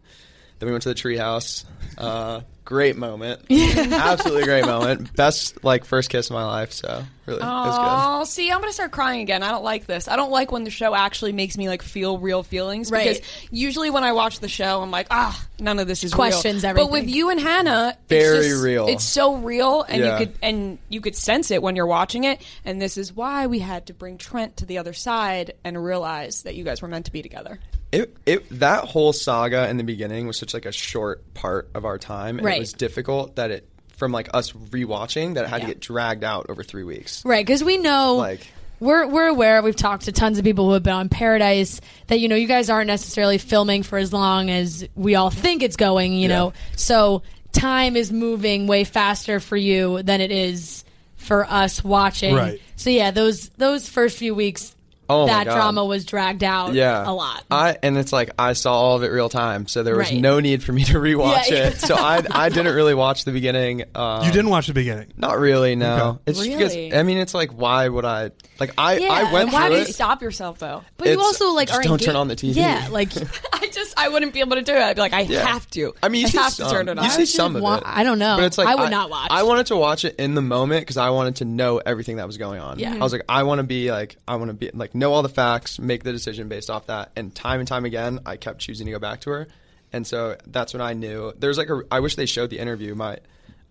Then we went to the treehouse. Uh, great moment, absolutely great moment. Best like first kiss of my life. So really, it was good.
Oh, see, I'm gonna start crying again. I don't like this. I don't like when the show actually makes me like feel real feelings
Right.
because usually when I watch the show, I'm like, ah, none of this is
Questions
real.
everything.
But with you and Hannah,
Very
it's just-
real.
It's so real, and
Yeah.
you could and you could sense it when you're watching it. And this is why we had to bring Trent to the other side and realize that you guys were meant to be together.
it, it that whole saga in the beginning was such like a short part of our time and
Right.
it was difficult that it from like us rewatching that it had to get dragged out over three weeks
Right, because we know
Like-
we're we're aware. We've talked to tons of people who have been on Paradise that you know you guys aren't necessarily filming for as long as we all think it's going. You know, so time is moving way faster for you than it is for us watching.
Right.
So yeah, those those first few weeks,
Oh my
that
God.
drama was dragged out.
yeah
a lot.
i and it's like i saw all of it real time so there was
Right.
no need for me to rewatch
Yeah, yeah.
it so i i didn't really watch the beginning um,
you didn't watch the beginning.
not really no
Okay.
it's just
Really?
because i mean it's like why would i like i i
Yeah.
went
And why
Why
through
do
it
you stop yourself though?
but you
it's-
also like
just
are
don't
engaged-
turn on the TV.
Yeah, like
I just I wouldn't be able to do it. I'd be like, I
Yeah.
have to.
I mean, you
I
see
have
some,
to turn it on.
You see some of
wa-
it.
I don't know.
But it's like
I would not watch.
I wanted to watch it in the moment because I wanted to know everything that was going on.
Yeah.
I was like, I want to be like, I want to be like, know all the facts, make the decision based off that. And time and time again, I kept choosing to go back to her. And so that's when I knew there's like a. I wish they showed the interview. My,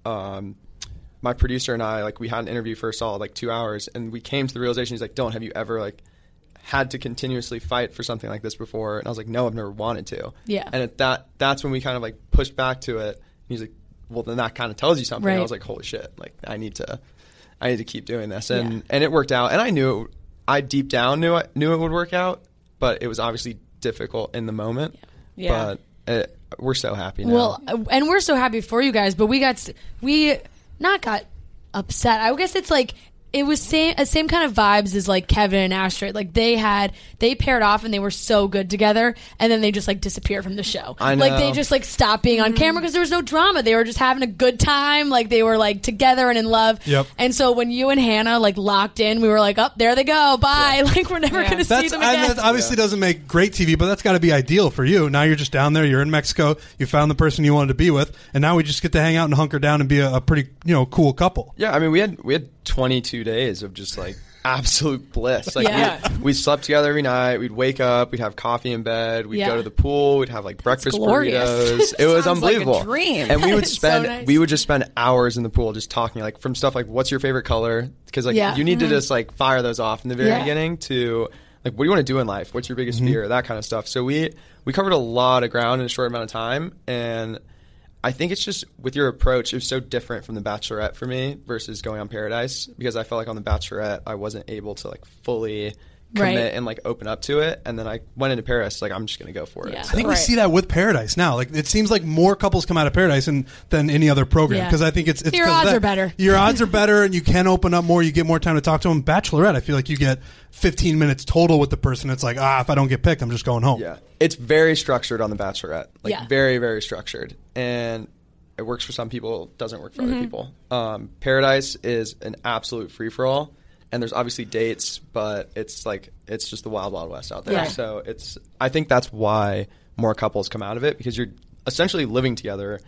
um, my producer and I like we had an interview for a solid like two hours, and we came to the realization he's like, "Don't have you ever like." had to continuously fight for something like this before and I was like no I've never wanted to
Yeah.
and at that that's when we kind of like pushed back to it and he's like well then that kind of tells you something
Right.
I was like holy shit like I need to I need to keep doing this and and it worked out and I knew it, I deep down knew I knew it would work out but it was obviously difficult in the moment
Yeah.
but it, we're so happy now
Well, uh, and we're so happy for you guys, but we got s- we not got upset. I guess it's like it was same uh, same kind of vibes as like Kevin and Astrid. Like they had they paired off and they were so good together, and then they just like disappeared from the show.
I
Like they
know.
just like stopped being on camera because there was no drama. They were just having a good time. Like they were like together and in love.
Yep.
And so when you and Hannah like locked in, we were like, up there they go. Bye. Like we're never gonna see
That's
them
I mean,
again.
that obviously doesn't make great TV, but that's got to be ideal for you. Now you're just down there. You're in Mexico. You found the person you wanted to be with, and now we just get to hang out and hunker down and be a, a pretty you know cool couple.
Yeah, I mean, we had we had 22 days of just like absolute bliss. Like
Yeah.
we, we slept together every night. We'd wake up, we'd have coffee in bed, we'd
Yeah.
go to the pool, we'd have like breakfast
glorious.
burritos. It was
Sounds like a
unbelievable.
dream.
And we would
So
spend
nice.
we would just spend hours in the pool just talking like from stuff like what's your favorite color because like
Yeah.
you need
Mhm.
to just like fire those off in the very
Yeah.
beginning to like what do you want to do in life? What's your biggest fear? That kind of stuff. So we we covered a lot of ground in a short amount of time and I think it's just with your approach, it was so different from The Bachelorette for me versus going on Paradise because I felt like on The Bachelorette, I wasn't able to like fully commit
Right.
and like open up to it. And then I went into Paris, like, I'm just going to go for it.
I
So-
think we see that with Paradise now. Like it seems like more couples come out of Paradise and, than any other program
Yeah.
because I think it's, it's
Your
'cause of
odds
that.
are better.
Your odds are better, and you can open up more. You get more time to talk to them. Bachelorette, I feel like you get 15 minutes total with the person. It's like ah, if I don't get picked, I'm just going home.
Yeah. It's very structured on The Bachelorette. Like
Yeah.
very, very structured. And it works for some people, doesn't work for
Mhm.
Mm-hmm.
other people. Um, Paradise is an absolute free for all. And there's obviously dates, but it's like it's just the wild, wild west out there.
Yeah.
So it's I think that's why more couples come out of it because you're essentially living together.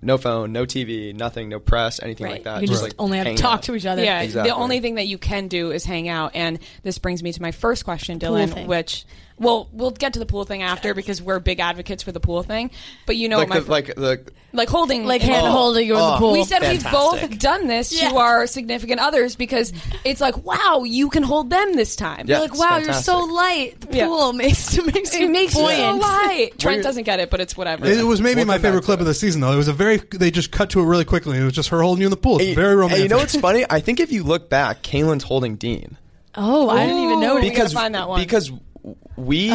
No phone, no TV, nothing, no press, anything like that.
You just
like
only have to
hanging
talk
out.
to each other.
Yeah,
exactly.
the only thing that you can do is hang out. And this brings me to my first question,
Pool
Dylan,
thing.
which well, we'll get to the pool thing after because we're big advocates for the pool thing. But you know,
like,
what my
the, like the
like holding,
Like
in the
hand
pool.
holding, you're in the Oh, pool.
We said we've both
fantastic.
done this to our significant others because it's like, wow, you can hold them this time.
Yeah, You're like, it's wow, you're so fantastic. light. The pool makes makes
it
you
makes
buoyant.
you so light.
What
Trent
you're-
doesn't get it, but it's whatever.
It was maybe my favorite clip of the season, though. It was a very they just cut to it really quickly. It was just her holding you in the pool. It's
Hey,
very romantic.
Hey, you know what's funny? I think if you look back, Kaylin's holding Dean.
Oh, I didn't even know
because
we were gonna find that one.
because we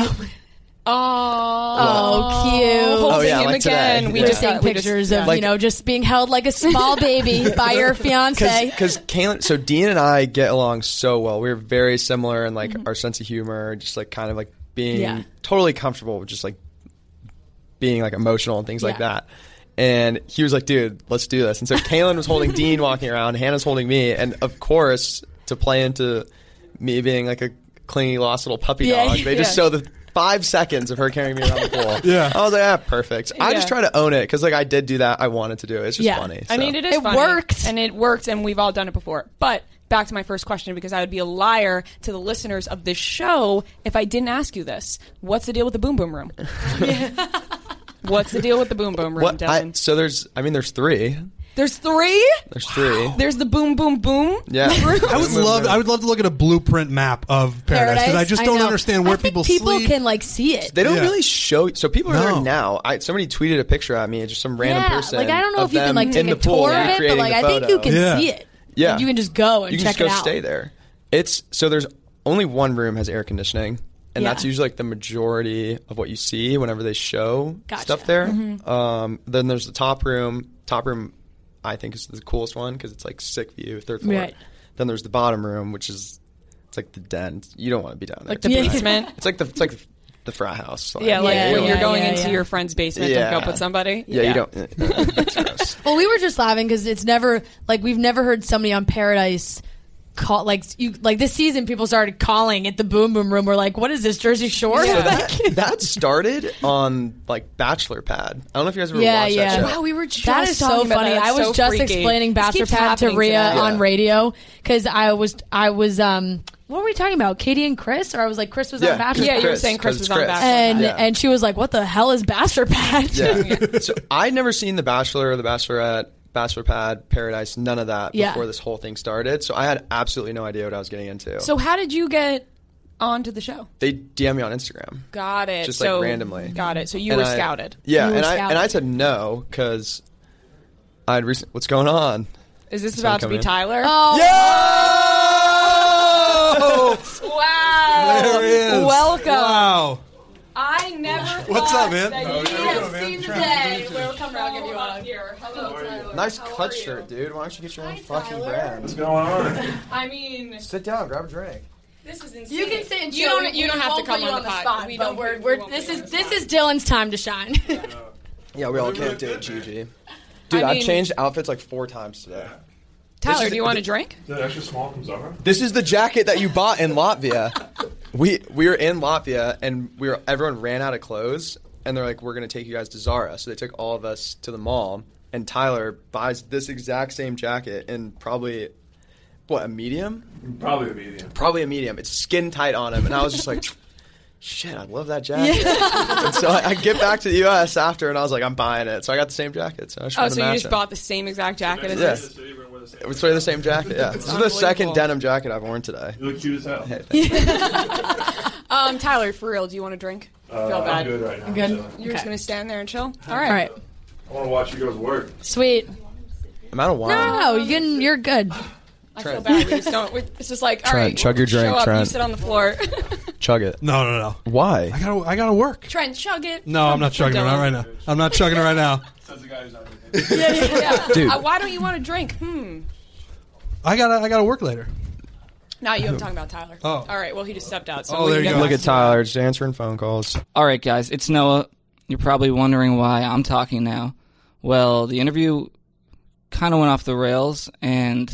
Oh, cute.
Oh, yeah, like today.
We
Yeah.
just
Yeah.
seeing
We just-
pictures of,
Like-
you know, just being held like a small baby by your fiance.
because Kaylin. So Dean and I get along so well. We're very similar in like our sense of humor, just like kind of like being
Yeah.
totally comfortable with just like being like emotional and things like
Yeah.
that. And he was like, "Dude, let's do this." And so Kaylin was holding Dean walking around. Hannah's holding me, and of course, to play into me being like a clingy, lost little puppy
Yeah,
dog, they just
yeah.
show the. Five seconds of her carrying me around the pool.
Yeah.
I was like, ah, perfect. I just
Yeah.
try to own it because, like, I did do that. I wanted to do it. It's just
yeah.
funny.
I
so.
mean, it is.
It
funny,
worked.
and it worked, and we've all done it before. But back to my first question, because I would be a liar to the listeners of this show if I didn't ask you this: What's the deal with the boom boom room? What's the deal with the boom boom room,
What? I,
Dylan?
so there's, I mean, there's three.
There's three.
There's three.
There's the boom boom boom.
Yeah.
I would love. I would love to look at a blueprint map of Paradise because I just don't
know.
understand where
I think
people sleep.
can like see it.
They don't
Yeah.
really show. So people are
No.
there now. I, somebody tweeted a picture at me. It's just some random
yeah,
person.
like I don't know
of
if you can
them
like
in
take a
the pool
tour of it, but
recreating
like
the
I think you
photo.
can see it.
Yeah.
Like, you can just go and
you can
check
just go
it out.
stay there. It's so there's only one room has air conditioning, and
Yeah.
that's usually like the majority of what you see whenever they show
Gotcha.
stuff there.
Mhm.
Um, then there's the top room. Top room, I think is the coolest one because it's like sick view, third floor.
Right.
Then there's the bottom room, which is it's like the den. You don't want to be down there.
Like the
It's pretty-
basement?
It's like the it's like the frat house.
Yeah, like
you
when
don't-
you're going
yeah,
into
yeah.
your friend's basement
yeah.
to hook up with somebody.
Yeah, you don't.
Well, we were just laughing because it's never like we've never heard somebody on Paradise call like you like this season. People started calling at the Boom Boom Room. We're like, what is this Jersey Shore?
So that, that started on like Bachelor Pad. I don't know if you guys ever
Yeah,
watched
yeah.
that show.
Wow,
we were just
that is so
talking about
funny.
that. It's
I was
so
just
freaky.
explaining
This
Bachelor
keeps
Pad to
happening to
Rhea
us.
on
Yeah.
radio because I was I was um what were we talking about? Katie and Chris, or I was like Chris was
Yeah,
on Bachelor.
yeah,
Pad.
you were
Chris,
saying Chris
'cause
was
it's
on
Chris.
Bachelor.
and
Yeah.
and she was like, "What the hell is Bachelor Pad?"
Yeah. so I'd never seen the Bachelor, the Bachelorette, Bachelor Pad, Paradise, none of that
Yeah.
before this whole thing started. So I had absolutely no idea what I was getting into.
So how did you get onto the show?
they DM me on Instagram.
Got it.
Just
so,
like randomly.
Got it. So you
And
were
I-
scouted.
Yeah,
You were
and I and I
scouted.
said no because I'd recent. What's going on?
Is this
Someone
about to
come
be
in?
Tyler?
Oh.
Oh.
Yeah!
Oh. wow.
There he is.
Welcome.
Wow.
I never.
What's
thought
up, man?
that
Oh,
you
yeah,
would
yeah,
have
man.
seen the
Try
day where we'll come around and give you a hug. Here. Hello, Tyler.
Nice cut shirt, dude. Why don't you get your own fucking brand?
What's going on?
I mean, sit down, grab a drink.
This is
You can sit and
You
chill.
don't.
We-
You
we
don't have to
won't
come
put you
on
on
the
the
pot.
spot.
We
But
don't.
we-
We're,
we
we're
won't
this
put you
is
on
this
is Dylan's time to shine.
Yeah, we all can't date Gigi. Dude,
I
I
mean-
have changed outfits like four times today.
Tyler,
is-
do you want a drink?
That extra small from Zara?
This is the jacket that you bought in Latvia. We we were in Latvia and we were everyone ran out of clothes and they're like, We're gonna take you guys to Zara. So they took all of us to the mall and Tyler buys this exact same jacket and probably what, a medium?
Probably a medium.
Probably a medium. It's skin tight on him and I was just like Shit, I love that jacket. And so I, I get back to the US after and I was like, I'm buying it. So I got the same jacket. So I just
Oh,
tried to
so you
match
just
it.
bought the same exact jacket as
Yeah.
this?
It was wearing the same jacket. Yeah, this is the
Unbelievable.
second denim jacket I've worn today.
You look cute as hell.
Um, Tyler, for real, do you want a drink?
Uh,
Feel
I'm
bad.
good right now. I'm
You're
chilling.
just gonna stand there and chill. All
All right.
I want to watch you guys work.
Sweet.
I'm out of wine.
No, no, you can, you're good.
I feel bad. We just don't. We, it's just like, all
Trent,
right,
chug your
show
drink,
up, You
Trent.
sit on the floor.
Chug it.
No, no, no.
Why?
I gotta, I gotta work.
Trent, chug it.
No, I'm not
For
chugging it
Dylan.
out right now. I'm not chugging it right now.
Yeah, yeah, yeah.
Dude.
Uh, why don't you want a drink? Hmm.
I gotta, I gotta work later.
Now you. I'm talking about Tyler.
Oh.
All right. Well, he just stepped out. So
Oh,
we
there
can
you
get
go.
back
Look at
to-
Tyler just answering phone calls.
All right, guys, it's Noah. You're probably wondering why I'm talking now. Well, the interview kind of went off the rails, and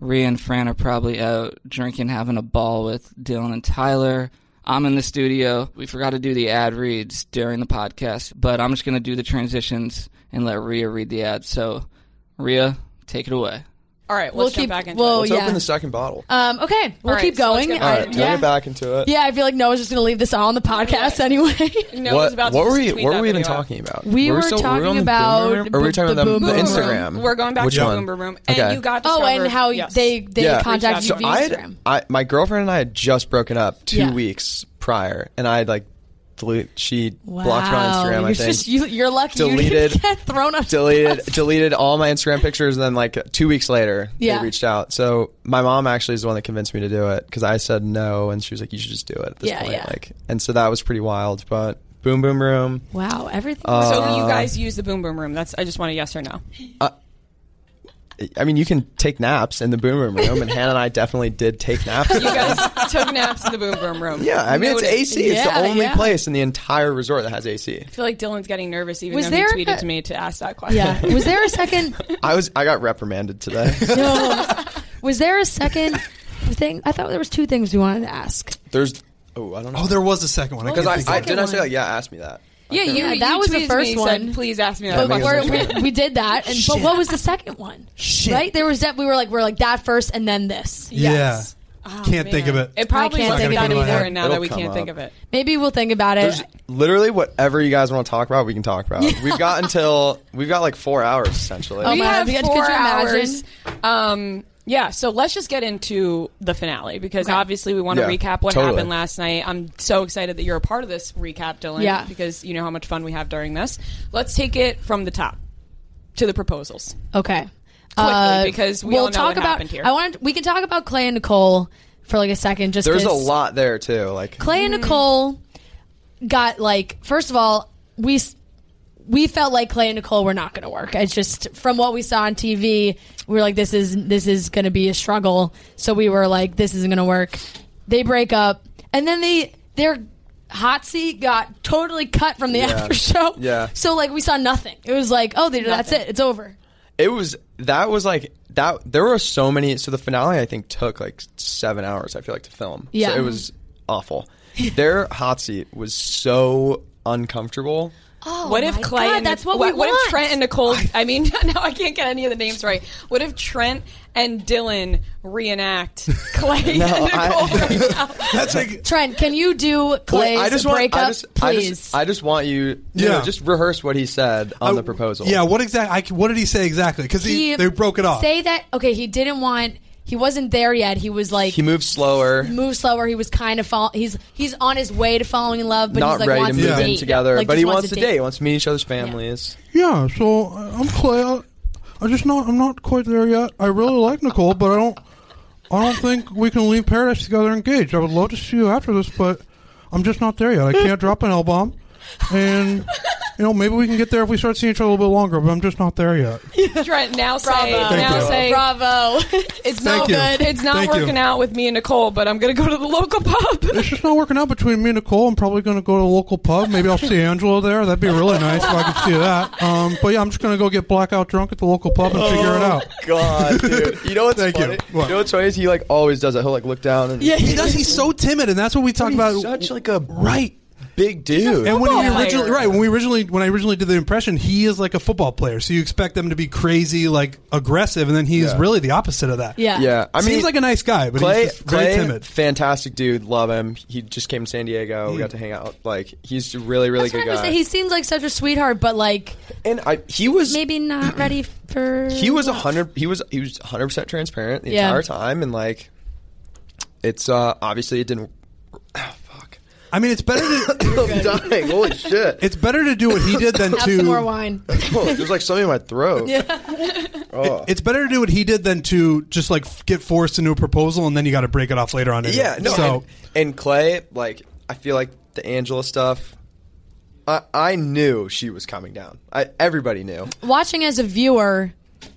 Rhea and Fran are probably out drinking, having a ball with Dylan and Tyler. I'm in the studio. We forgot to do the ad reads during the podcast, but I'm just going to do the transitions and let Rhea read the ad. So, Rhea, take it away.
All right. Let's
We'll
jump
keep-
back into
well,
it.
Let's
yeah.
open the second bottle.
Um, okay, we'll
right,
keep
so let's
going.
get
All
I-
right,
yeah.
bring it back into it.
Yeah, I feel like Noah's just going to leave this
Oh,
on the podcast anyway.
what what were we what were we even talking about?
We were
still-
talking
on the
about
Boomer Room? or were we
the
talking about
Boomer
the
Room.
Instagram?
We're going back
Um, Which
to the
one?
Boomer Room, and
Okay.
you got
Oh,
discovered.
and how
yes.
they they
yeah.
contacted
so
you
I
via Instagram.
had, I, my girlfriend and I had just broken up two
Yeah.
weeks prior, and I had like delete. She blocked her
Wow,
on Instagram.
You're,
I think
just- you, you're lucky you
Deleted.
didn't get thrown up.
deleted deleted all my Instagram pictures, and then like two weeks later,
Yeah.
they reached out. So my mom actually is the one that convinced me to do it because I said no, and she was like, "You should just do it." At this
Yeah,
point.
yeah.
Like, and so that was pretty wild. But boom, boom, room.
Wow, everything.
so
Uh,
you guys use the boom boom room? That's I just want a yes or no.
I mean, you can take naps in the boom room room, and Hannah and I definitely did take naps.
You guys took naps in the boom boom room.
yeah, I mean, it's
Noted.
AC. it's the
Yeah,
only
yeah.
place in the entire resort that has AC.
I feel like Dylan's getting nervous, even
Was
though
there
he tweeted
a-
to me to ask that question.
Yeah. Was there a second?
I was I got reprimanded today.
No. Was there a second thing? I thought there was two things we wanted to ask.
There's oh I don't know.
Oh, there was a second one. I
because
couldn't
I,
think
I
of it.
didn't I say like yeah, ask me that.
Yeah, you.
Yeah,
you
that was the
tweeted me,
first
said,
one.
Please ask me
Yeah,
that.
I think
question.
it's
we, we did that, and but what was the second one? Right? There was that we were like we're like that first, and then this.
Yes.
Yeah.
Oh,
can't think of
man.
it.
It probably
I can't
wasn't
think of
that
it either.
important now
It'll
that we
come
can't think
up.
of it.
Maybe we'll think about it.
Literally whatever you guys want to talk about, we can talk about. We've got until we've got like four hours essentially.
"Oh we
my
have
God, could
four
you imagine?
hours. Um, yeah, so let's just get into the finale because obviously we want to
Yeah,
recap what
totally.
happened last night. I'm so excited that you're a part of this recap, Dylan,
Yeah.
because you know how much fun we have during this. Let's take it from the top to the proposals.
Okay. Uh,
Quickly, because we all know what
about.
happened here.
I want. We can talk about Clay and Nicole for like a second. Just
There's a
'cause-
lot there too. Like
Clay and Nicole got like first of all we s- we felt like Clay and Nicole were not going to work. It's just from what we saw on TV, we were like this is this is going to be a struggle. So we were like this isn't going to work. They break up and then they their hot seat got totally cut from the
Yeah.
after show.
Yeah.
So like we saw nothing. It was like oh they, that's it. It's over.
It was that was like that. There were so many. So the finale, I think, took like seven hours. I feel like to film.
Yeah.
so it was awful. Their hot seat was so uncomfortable.
Oh,
what if
my
Clay?
God,
and
that's
Nic-
what we
What if
want.
Trent and Nicole? I mean, now I can't get any of the names right. What if Trent and Dylan reenact Clay
No,
and Nicole?
I,
that's like
Trent, can you do Clay's
Wait, I just want.
breakup,
I just, I
please?
just, I just want you. Yeah,
Yeah.
just rehearse what he said on the proposal.
Yeah, what exactly? What did he say exactly? Because he,
He-
they broke it off.
Say that. Okay, he didn't want. He wasn't there yet. He was like
he moved slower.
move slower. He was kind of fall. He's he's on his way to falling in love, but
not
he's like
ready
wants
to
to
move
date.
in together,
Like,
but
just
he
wants
wants
to
to date. He wants to meet each other's families.
Yeah, so uh, I'm Clay. I, I just not. I'm not quite there yet. I really like Nicole, but I don't. I don't think we can leave paradise together engaged. I would love to see you after this, but I'm just not there yet. I can't drop an L bomb, and You know, maybe we can get there if we start seeing each other a little bit longer, but I'm just not there yet.
Try it now say
Bravo.
now
Thank you.
say
bravo.
It's
Thank
not
you.
good. It's not
Thank you.
working out with me and Nicole, but I'm gonna go to the local pub.
It's just not working out between me and Nicole. I'm probably going to go to a local pub. Maybe I'll see Angela there. That'd be really nice if I could see that. Um, but yeah, I'm just going to go get blackout drunk at the local pub and figure it
Oh.
out.
God, dude. You know what's funny? You. know what's funny is he like always does that. He'll like look down and
Yeah, he does. He's so timid, and that's what we talk about.
Such like a
right
big dude.
And when he
football
originally
player.
right when we originally when I originally did the impression, he is like a football player. So you expect them to be crazy, like aggressive, and then he is
Yeah.
really the opposite of that.
Yeah. Yeah, I
seems
mean,
like a nice guy, but
Clay,
he's just very
Clay,
timid. Hmm.
fantastic dude. Love him. He just came to San Diego. We got to hang out. Like he's a really, really
That's what
good
I was
guy.
saying. He seems like such a sweetheart, but like,
and I, he was
maybe not ready for.
he was a hundred. He was he was hundred percent transparent the
Yeah.
entire time, and like, it's uh obviously it didn't.
I mean, it's better to.
I'm dying. Holy shit!
It's better to do what he did than
Have
to.
some more wine.
Oh, there's like something in my throat. Oh.
It's better to do what he did than to just like f- get forced into a proposal and then you got to break it off later on. anyway.
Yeah, no.
So
and, and Clay, like, I feel like the Angela stuff. I, I knew she was coming down. I everybody knew.
watching as a viewer,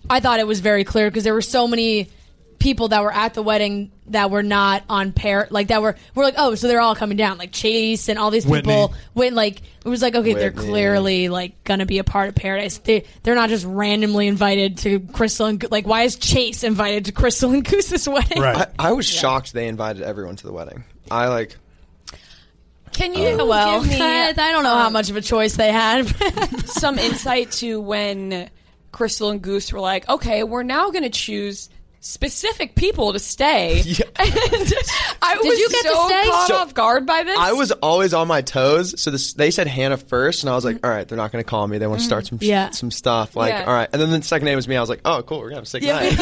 I thought it was very clear because there were so many people that were at the wedding that were not on pair, like that were we're like, oh, so they're all coming down, like Chase and all these people. When like it was like, okay, they're
Whitney.
clearly like gonna be a part of Paradise. They they're not just randomly invited to Crystal and Go- like why is Chase invited to Crystal and Goose's wedding?
I, I was shocked they invited everyone to the wedding. I like.
Can
Yeah, well,
give me-
I, I don't know how much of a choice they had.
some insight to when Crystal and Goose were like, okay, we're now going to choose specific people to stay. And I
Did
was
you get to
so
stay?
caught
So-
off guard by this.
I was always on my toes. So this, they said Hannah first, and I was like, "All right, they're not going to call me. They want to
Mhm.
start some
Mm-hmm. Yeah.
some stuff." Like,
Yeah.
"All right," and then the second name was me. I was like, "Oh, cool, we're gonna have a sick
Yeah.
night."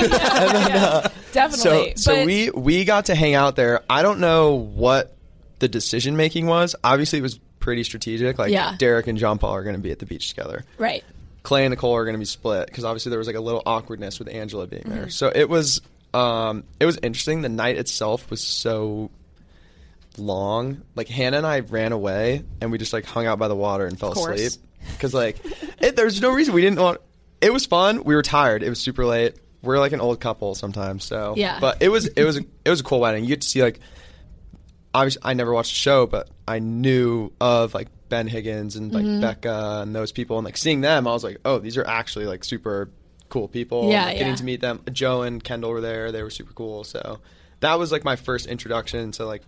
definitely.
So, so
But-
we we got to hang out there. I don't know what the decision making was. Obviously, it was pretty strategic. Like
Yeah.
Derek and John Paul are going to be at the beach together.
right.
Clay and Nicole are going to be split because obviously there was like a little awkwardness with Angela being there.
Mm-hmm.
Mhm.
So it was um, it was interesting. The night itself was so long. Like Hannah and I ran away and we just like hung out by the water and fell
Of course.
asleep because like it, there's no reason we didn't want. It was fun. We were tired. It was super late. We're like an old couple sometimes, so
Yeah.
But it was it was it was a cool wedding. You get to see like obviously I never watched the show, but I knew of like Ben Higgins and like
Mhm.
Becca and those people, and like seeing them, I was like, oh, these are actually like super cool people.
Yeah,
Like, getting
yeah.
to meet them. Joe and Kendall were there; they were super cool. So that was like my first introduction to like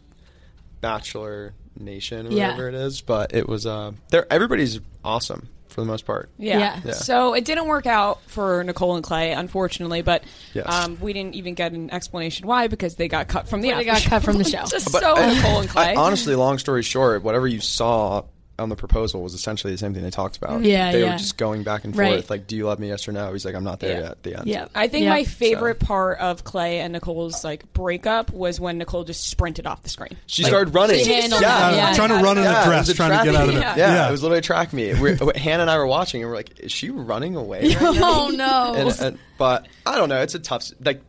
Bachelor Nation or
Yeah.
whatever it is. But it was uh, there. Everybody's awesome for the most part.
Yeah. So it didn't work out for Nicole and Clay, unfortunately, but
Yes.
um, we didn't even get an explanation why because they got cut from the
They
after
got cut from the show.
Just
But
so
I-
Nicole and Clay.
I- honestly, long story short, whatever you saw on the proposal was essentially the same thing they talked about.
Yeah,
they
yeah.
were just going back and forth,
Right.
like, "Do you love me? Yes or no?" He's like, "I'm not there yet." At the end.
I think
Yeah.
my favorite part of Clay and Nicole's like breakup was when Nicole just sprinted off the screen.
She
Like,
started running.
She handled it. Yeah.
Yeah, it was a track meet.
Yeah.
Yeah.
Yeah.
it was literally a track meet. We're, Hannah and I were watching, and we're like, "Is she running away?" right now?"
oh no.
And, and- but I don't know. It's a tough s- like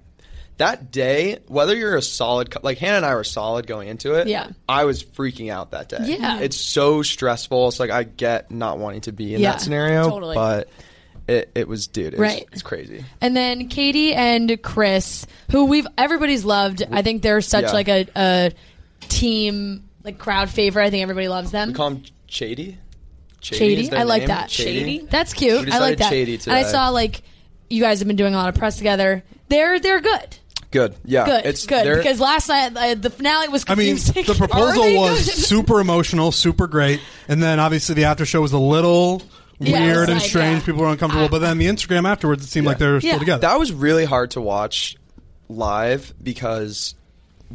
that day. Whether you're a solid cou- like Hannah and I were solid going into it.
Yeah.
I was freaking out that day.
Yeah.
it's so stressful. It's like I get not wanting to be in
Yeah,
that scenario,
totally.
but it, it was dude. It was,
Right.
it's crazy.
And then Katie and Chris, who we've everybody's loved. I think they're such
Yeah.
like a, a team like crowd favorite. I think everybody loves them.
We call him Chady.
Shady, Um, I like that. that's
We
cute. I
decided
like that.
Shady
And I
today.
saw like you guys have been doing a lot of press together. They're they're good.
Good. Yeah.
good.
It's
good
they're-
because last night uh, the finale was
I mean,
confusing.
the proposal was super emotional, super great, and then obviously the after show was a little
Yeah, it was
weird and
like,
strange. People were uncomfortable, but then the Instagram afterwards, it seemed like they were still together.
That was really hard to watch live because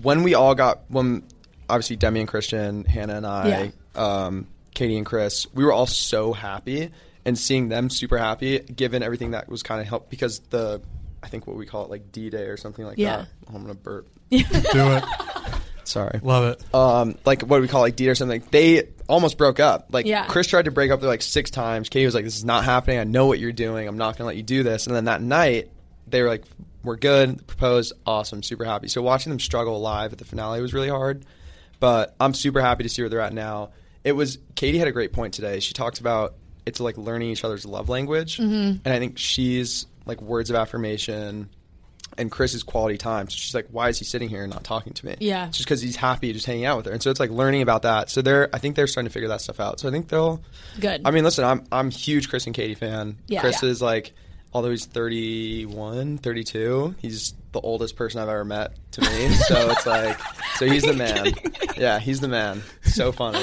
when we all got when obviously Demi and Christian, Hannah and I, um, Katie and Chris, we were all so happy and seeing them super happy given everything that was kind of helped because the I think what we call it like D Day or something like
Yeah.
that. Oh, I'm gonna burp.
Do it.
Sorry.
Love it.
Um, like what do we call like D Day or something? They almost broke up. Like
Yeah.
Chris tried to break up like six times. Katie was like, "This is not happening. I know what you're doing. I'm not gonna let you do this." And then that night, they were like, "We're good. Proposed. Awesome. Super happy." So watching them struggle live at the finale was really hard, but I'm super happy to see where they're at now. It was Katie had a great point today. She talked about it's like learning each other's love language.
Mhm.
And I think she's like words of affirmation, and Chris is quality time. So she's like, why is he sitting here and not talking to me?
Yeah.
It's just because he's happy just hanging out with her. And so it's like learning about that. So they're, I think they're starting to figure that stuff out. So I think they'll,
Good.
I mean, listen, I'm I'm a huge Chris and Katie fan.
Yeah.
Chris
Yeah.
is like, although he's 31, 32, he's the oldest person I've ever met to me. so it's like, so he's the man. Yeah, he's the man. So funny.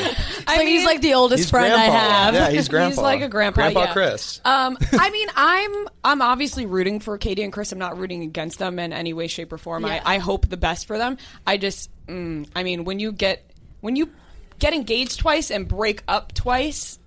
I mean, he's like the oldest
He's
friend
grandpa.
I have.
Yeah, he's grandpa.
like a grandpa,
Grandpa
yeah.
Chris.
Um, I mean, I'm I'm obviously rooting for Katie and Chris. I'm not rooting against them in any way, shape, or form.
Yeah.
I, I hope the best for them. I just, mm, I mean, when you get when you get engaged twice and break up twice,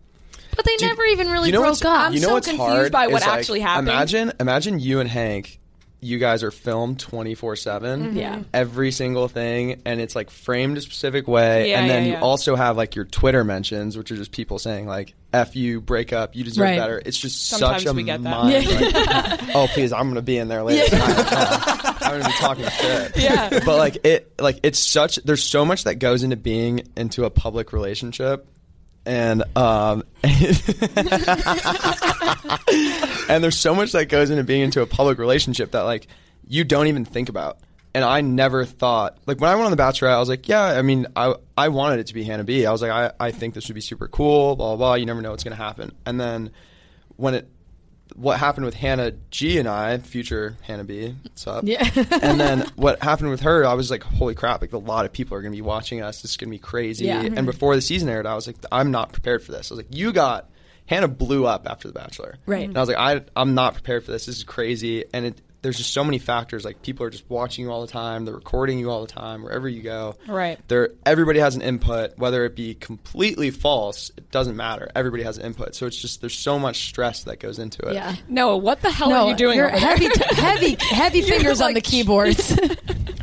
but they never even really
you know
broke
what's,
up.
You know
so
what's
confused
hard
by what
is, like,
actually happened.
Imagine, imagine you and Hank. You guys are filmed twenty four seven.
Mhm. Yeah.
Every single thing, and it's like framed a specific way,
Yeah,
and then
yeah,
you
yeah.
also have like your Twitter mentions, which are just people saying like "f you," "break up," "you deserve
Right.
better." It's just
Sometimes
such a
we get that.
mind.
Yeah.
like, oh, please, I'm gonna be in there later. tonight. I'm gonna be talking shit.
Yeah.
but like it, like it's such. There's so much that goes into being into a public relationship, and um, and there's so much that goes into being into a public relationship that like you don't even think about. And I never thought like when I went on the Bachelorette, I was like, yeah, I mean, I I wanted it to be Hannah B. I was like, I, I think this would be super cool, blah blah. blah. You never know what's gonna happen. And then when it what happened with Hannah G and I, future Hannah B, what's up?
Yeah.
and then what happened with her, I was like, holy crap, like a lot of people are gonna be watching us. This is gonna be crazy.
Yeah.
And before the season aired, I was like, I'm not prepared for this. I was like, you got Hannah blew up after The Bachelor.
Right.
And I was like, I I'm not prepared for this. This is crazy. And it there's just so many factors. Like people are just watching you all the time, they're recording you all the time, wherever you go.
Right.
There everybody has an input, whether it be completely false, it doesn't matter. Everybody has an input. So it's just there's so much stress that goes into it.
Yeah.
Noah, what the hell
No,
are you doing?
You're
over there?
heavy, heavy, heavy fingers on the keyboards.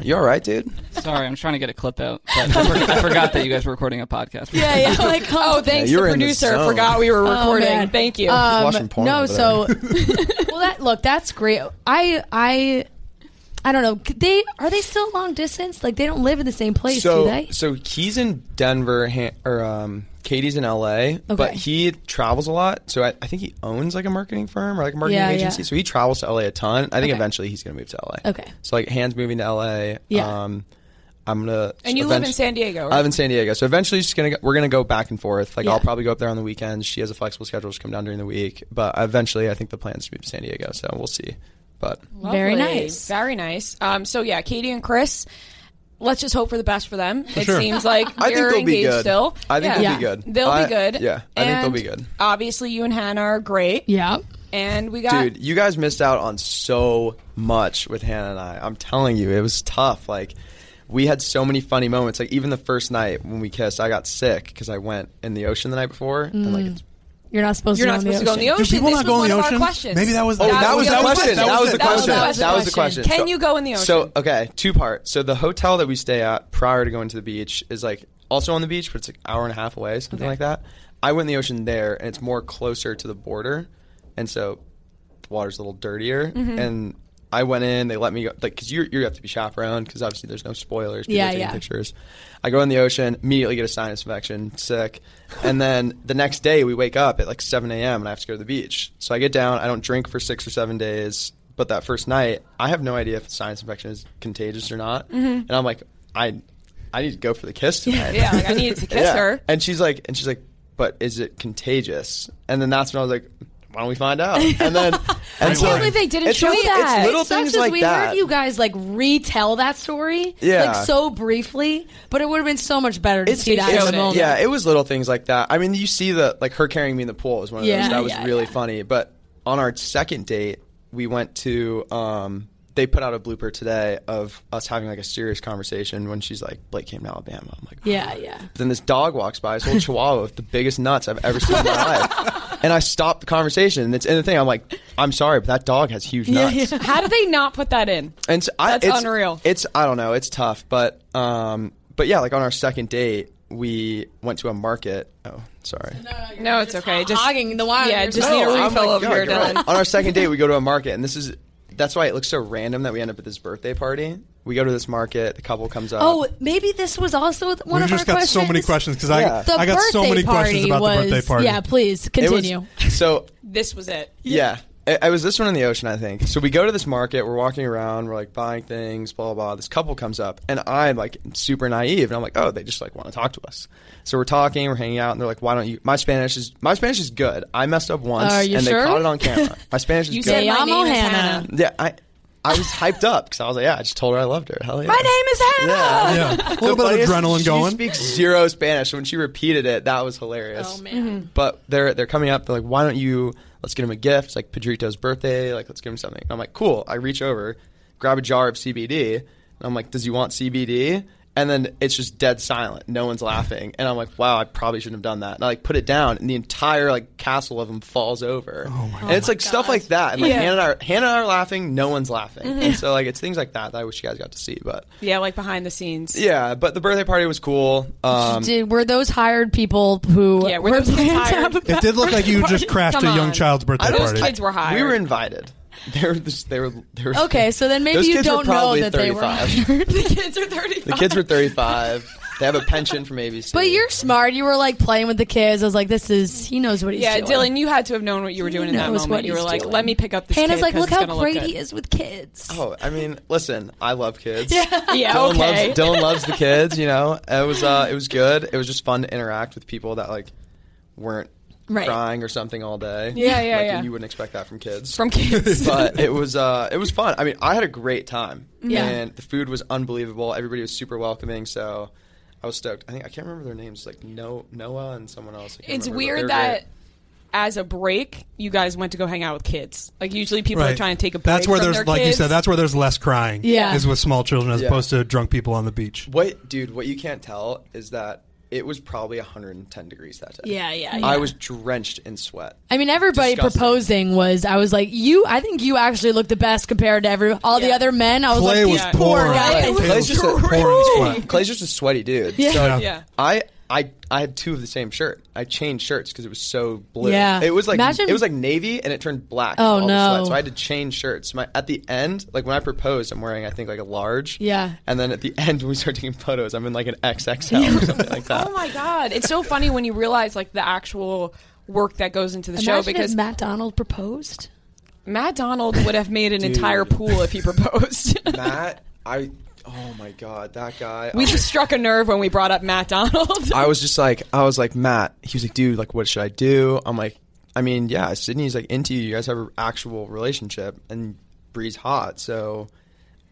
You all right, dude?
Sorry, I'm trying to get a clip out. But I, for- I forgot that you guys were recording a podcast.
Yeah, yeah. Like,
oh, thanks,
Yeah, you
the
were in the
producer.
zone.
forgot we were
Oh,
recording.
man.
Thank you.
Um, no, so well that look that's great. I I I don't know. Could They are they still long distance? Like they don't live in the same place,
so,
do they?
So he's in Denver, Han- or um, Katie's in LA, but
Okay.
he travels a lot. So I, I think he owns like a marketing firm or like a marketing
Yeah, yeah.
agency. So he travels to LA a ton. I think
Okay.
eventually he's going to move to LA.
Okay.
So like Han's moving to LA.
Yeah.
Um, I'm gonna.
And you live
eventu-
in San Diego, right?
I live in San Diego, so eventually she's gonna. Go, we're gonna go back and forth. Like
Yeah.
I'll probably go up there on the weekends. She has a flexible schedule. She'll come down during the week, but eventually I think the plan is to move to San Diego. So we'll see. But
Very
Lovely.
nice.
Very nice. Um, so yeah, Katie and Chris. Let's just hope for the best for them.
For
it
sure.
seems like
I think
they're
they'll be
engaged
good.
still.
I think
Yeah.
they'll be good.
They'll
I-
be good.
yeah, I think they'll
And
be good.
Obviously, you and Hannah are great.
Yeah.
And we got
Dude, you guys missed out on so much with Hannah and I. I'm telling you, it was tough. Like, we had so many funny moments. Like, even the first night when we kissed, I got sick because I went in the ocean the night before. And, like,
Mm. you're not supposed
You're
to
not
go
supposed to go in the
ocean.
ocean. this was one of our questions.
Oh, that was the question. That was the question. That was the question.
Can
So-
you go in the ocean?
So, okay, two part. So, the hotel that we stay at prior to going to the beach is like also on the beach, but it's like an hour and a half away, something
Okay.
like that. I went in the ocean there, and it's more closer to the border, and so the water's a little dirtier.
Mhm.
And I went in. They let me go, like, because you you have to be chaperoned, because obviously there's no spoilers. People
Yeah,
are taking
yeah.
pictures. I go in the ocean, immediately get a sinus infection, sick, and then the next day we wake up at like 7 a.m. and I have to go to the beach. So I get down. I don't drink for six or seven days. But that first night, I have no idea if the sinus infection is contagious or not,
Mm-hmm.
Mhm.
and I'm like, I, I need to go for the kiss tonight.
Yeah, like, I needed to kiss her.
And she's like, and she's like, but is it contagious? And then that's when I was like, why don't we find out? And then, and so-
I can't believe they didn't
it's
show
just-
that.
It's little
it sucks
things
that
like
we
that.
heard you guys like retell that story,
Yeah.
like so briefly, but it would have been so much better to see that. in the moment.
yeah, it was little things like that. I mean, you see the like her carrying me in the pool is one of
Yeah,
those that was
yeah,
really funny. But on our second date, we went to um, they put out a blooper today of us having like a serious conversation when she's like, Blake came to Alabama. I'm like,
yeah, yeah.
then this dog walks by, this little chihuahua with the biggest nuts I've ever seen in my life. And I stopped the conversation. And it's in the thing. I'm like, I'm sorry, but that dog has huge nuts.
How did they not put that in?
And so I,
That's
it's,
unreal.
It's I don't know. It's tough, but um, but yeah, like on our second date, we went to a market. Oh, sorry.
No, it's okay. Just
hogging the wine.
Yeah,
You're
just
so-
need a
Oh
No, I'm
refill
like,
over
yeah,
here,
you're
Dylan.
right.
on our second date, we go to a market, and this is that's why it looks so random that we end up at this birthday party. We go to this market, the couple comes up.
Oh, maybe this was also th- one
We've
of
just
our
got so many questions 'cause I- Yeah.
The
I got so
birthday
many questions
party
about the birthday
was-
party.
Yeah, please
It was-
continue.
so
this was it.
Yeah. It, it was this one in the ocean, I think. So we go to this market, we're walking around, we're like buying things, blah, blah, blah. This couple comes up, and I'm like super naive, and I'm like, oh, they just like want to talk to us. So we're talking, we're hanging out, and they're like, why don't you? My Spanish is my Spanish is good. I messed up once,
Are you
and
sure?
they caught it on camera. My Spanish is
You
good.
said my name is Hannah.
Yeah, I, I was hyped up because I was like, yeah, I just told her I loved her. Hell yeah.
My name is Hannah.
Yeah,
A little bit of adrenaline
She
going.
speaks zero Spanish. so When she repeated it, that was hilarious. Oh
man!
But they're they're coming up. They're like, "Why don't you? Let's get him a gift. It's like Pedrito's birthday. Like, let's give him something." And I'm like, "Cool." I reach over, grab a jar of CBD, and I'm like, "Does he want CBD?" And then it's just dead silent. No one's laughing, and I'm like, "Wow, I probably shouldn't have done that." And I like put it down, and the entire like castle of them falls over. Oh my and it's like stuff like that. And like
Yeah.
Hannah and I, are, Hannah and I are laughing. No one's laughing.
Mhm.
And so like it's things like that that I wish you guys got to see, but.
Yeah, like behind the scenes.
Yeah, but the birthday party was cool. Um,
Did, were those hired people who yeah, were, planned to have a
It did look like you just crashed a young
child's birthday
I don't-
party.
I-
kids were
We
hired.
were invited. They were. Just, they were. They were
Okay, so then maybe
Those
you
kids were
don't know
probably
that they were
35.
the kids are 35.
The kids were thirty-five. They have a pension from ABC.
But you're smart. You were like playing with the kids. I was like, this is, he knows what he's
Yeah,
doing.
Dylan, you had to have known what you were doing in that
knows what
moment. You were
he's
like,
doing.
"Let me pick up this."
Hannah's
kid
like,
'cause
look
it's
how
gonna look
great
good."
he is with kids.
Oh, I mean, listen. I love kids.
Yeah,
Dylan
okay.
loves Dylan loves the kids. You know, it was uh, it was good. It was just fun to interact with people that like weren't
Right.
crying or something all day.
Yeah, yeah,
like,
yeah.
You wouldn't expect that from kids.
From kids.
but it was uh, it was fun. I mean, I had a great time.
Yeah.
and the food was unbelievable. Everybody was super welcoming. So. I was stoked. I think I can't remember their names. Like no Noah and someone else. I can't
It's
remember, but they were
weird
great.
that as a break, you guys went to go hang out with kids. Like usually, people are
Right.
trying to take a break.
That's where
from
there's,
their
like you
kids.
said, that's where there's less crying.
Yeah.
is with small children as
Yeah.
opposed to drunk people on the beach.
What, dude? What you can't tell is that it was probably 110 degrees that day.
Yeah, yeah, yeah.
I was drenched in sweat.
I mean, everybody
Disgusting.
proposing was. I was like, you. I think you actually look the best compared to every all the other men. I was
Clay
like, these
was
poor
pouring.
guys.
Clay was just a-
pouring
Clay's just a sweaty dude.
Yeah.
So
Yeah. Yeah.
I, I, I had two of the same shirt. I changed shirts because it was so blue.
Yeah.
It was like
Imagine-
it was like navy and it turned black.
Oh,
with all the sweat.
no.
So I had to change shirts. My at the end, like when I proposed, I'm wearing I think like a large.
Yeah.
And then at the end, when we start taking photos, I'm in like an XXL or something like that.
Oh my god, it's so funny when you realize like the actual work that goes into the show
Imagine if
because
Matt Donald proposed.
Matt Donald would have made an
Dude.
entire pool if he proposed.
Matt, I. Oh my god, that guy.
Oh.
we just struck a nerve when we brought up Matt Donald.
I was just like, I was like, Matt. He was like, dude, like, what should I do? I'm like, I mean, yeah, Sydney's like into you. You guys have an actual relationship, and Bree's hot, so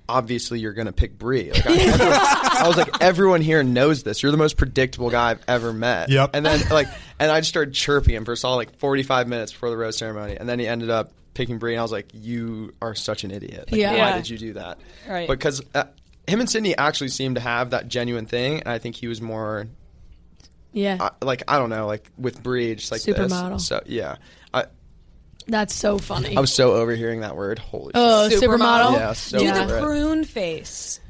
obviously you're gonna pick Bree. Like, I, everyone- I was like, everyone here knows this. You're the most predictable guy I've ever met.
Yep.
And then like, and I just started chirping him for solid like 45 minutes before the rose ceremony, and then he ended up picking Bree, and I was like, you are such an idiot. Like,
Yeah.
Why
Yeah.
did you do that?
Right.
Because. Uh, him and Sydney actually seemed to have that genuine thing, and I think he was more
Yeah,
I, like I don't know, like with Bree, just like this.
Supermodel.
So yeah, I,
that's so funny.
I was so overhearing that word. Holy.
Oh,
shit.
supermodel?
Yeah, so
Do
over
the
it.
prune face.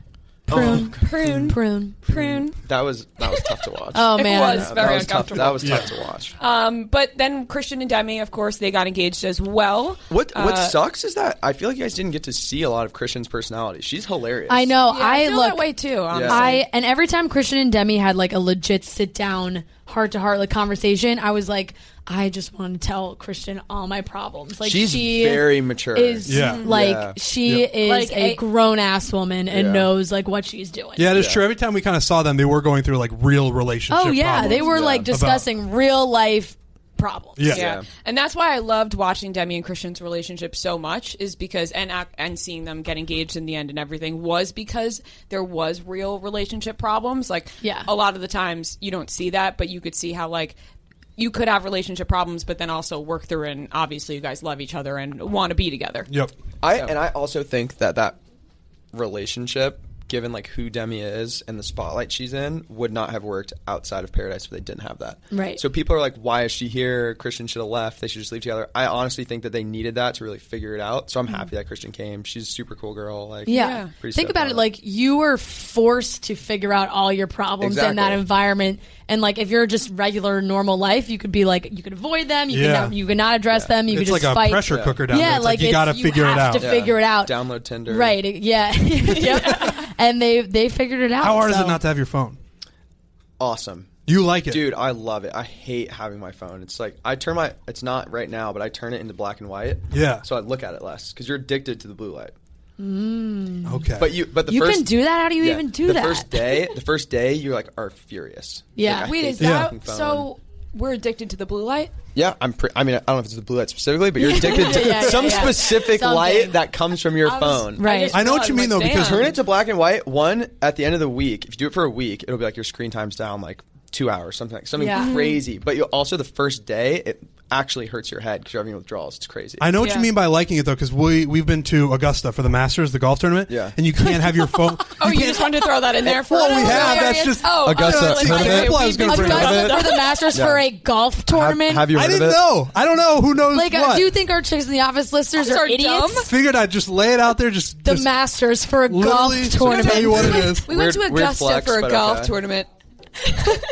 Oh,
Prune.
Prune.
Prune.
Prune.
That was that was tough to watch.
Oh, It man. was
Yeah,
very
that was tough,
uncomfortable.
that was tough
Yeah.
to watch.
Um, but then Christian and Demi, of course, they got engaged as well.
What what
Uh,
sucks is that I feel like you guys didn't get to see a lot of Christian's personality. She's hilarious.
I know.
Yeah, I
I,
feel
look
that way too, honestly.
I and every time Christian and Demi had like a legit sit down, heart to heart like conversation, I was like, I just want to tell Christian all my problems. Like
She's
she
very mature.
Is
Yeah.
like
Yeah.
she
Yeah.
is
Like
a,
a-
grown ass woman and
Yeah.
knows like what she's doing.
Yeah, it is true. Every time we kind of saw them, they were going through like real relationship.
Oh yeah,
problems.
they were like
About-
discussing real life problems.
Yeah.
And that's why I loved watching Demi and Christian's relationship so much is because and ac- and seeing them get engaged in the end and everything was because there was real relationship problems. Like
Yeah.
a lot of the times you don't see that, but you could see how like you could have relationship problems but then also work through it, and obviously you guys love each other and want to be together.
Yep.
I and I also think that that relationship given like who Demi is and the spotlight she's in, would not have worked outside of Paradise if they didn't have that.
Right.
So people are like, why is she here? Christian should have left. They should just leave together. I honestly think that they needed that to really figure it out. So I'm happy that Christian came. She's a super cool girl. Like,
Hmm. yeah.
pretty
Think
stoked
about
on
it like you were forced to figure out all your problems in that
Exactly.
environment. And like if you're just regular normal life, you could be like you could avoid them, you
Yeah.
can you could not address them, you
It's
could
like
just
a
fight.
pressure cooker down
yeah,
there. It's like,
like
you
it's-
gotta figure it
have
out.
to
Yeah.
figure it out.
Download Tinder.
Right. it- Yeah. yep. And they they figured it out.
How hard is
so-
it not to have your phone?
Awesome.
You like it,
dude? I love it. I hate having my phone. It's like I turn my. It's not right now, but I turn it into black and white.
Yeah.
So I look at it less because you're addicted to the blue light.
Mm.
But you. But the
You
first,
can do that? How do you
Yeah.
even do
the
that?
First day. The first day, you like are furious.
Yeah.
Like, I
Wait,
hate
is
this
that
fucking phone.
so? We're addicted to the blue light.
Yeah, I'm. Pre- I mean, I don't know if it's the blue light specifically, but you're addicted to
Yeah, yeah,
some
yeah.
specific
Something.
light that comes from your
I was-
phone.
I just I know what thought, you mean, like, though, because- damn.
turn it to black and white. One at the end of the week, if you do it for a week, it'll be like your screen time's down like two hours, something like, something
Yeah. Mhm.
crazy. But you also the first day, it actually hurts your head because you're having withdrawals. It's crazy.
I know what you mean by liking it though, because we we've been to Augusta for the Masters, the golf tournament. Yeah, and you can't have your phone.
Oh, you, just wanted to throw that in there for
Well, we
us?
have, that's just-
oh,
Augusta,
I know, it's
heard of
like,
it? Well, I was
we've
gonna
been
bring it up.
together.
for the Masters
Yeah.
for a golf tournament.
have you I heard of didn't it? know. I don't know. Who knows
Like, uh,
what?
do you think our chicks in the office listeners are, idiots?
Figured I'd just lay it out there. Just
The Masters for a golf
Literally, so
tournament.
tell you what it is.
We went to Augusta for a golf tournament.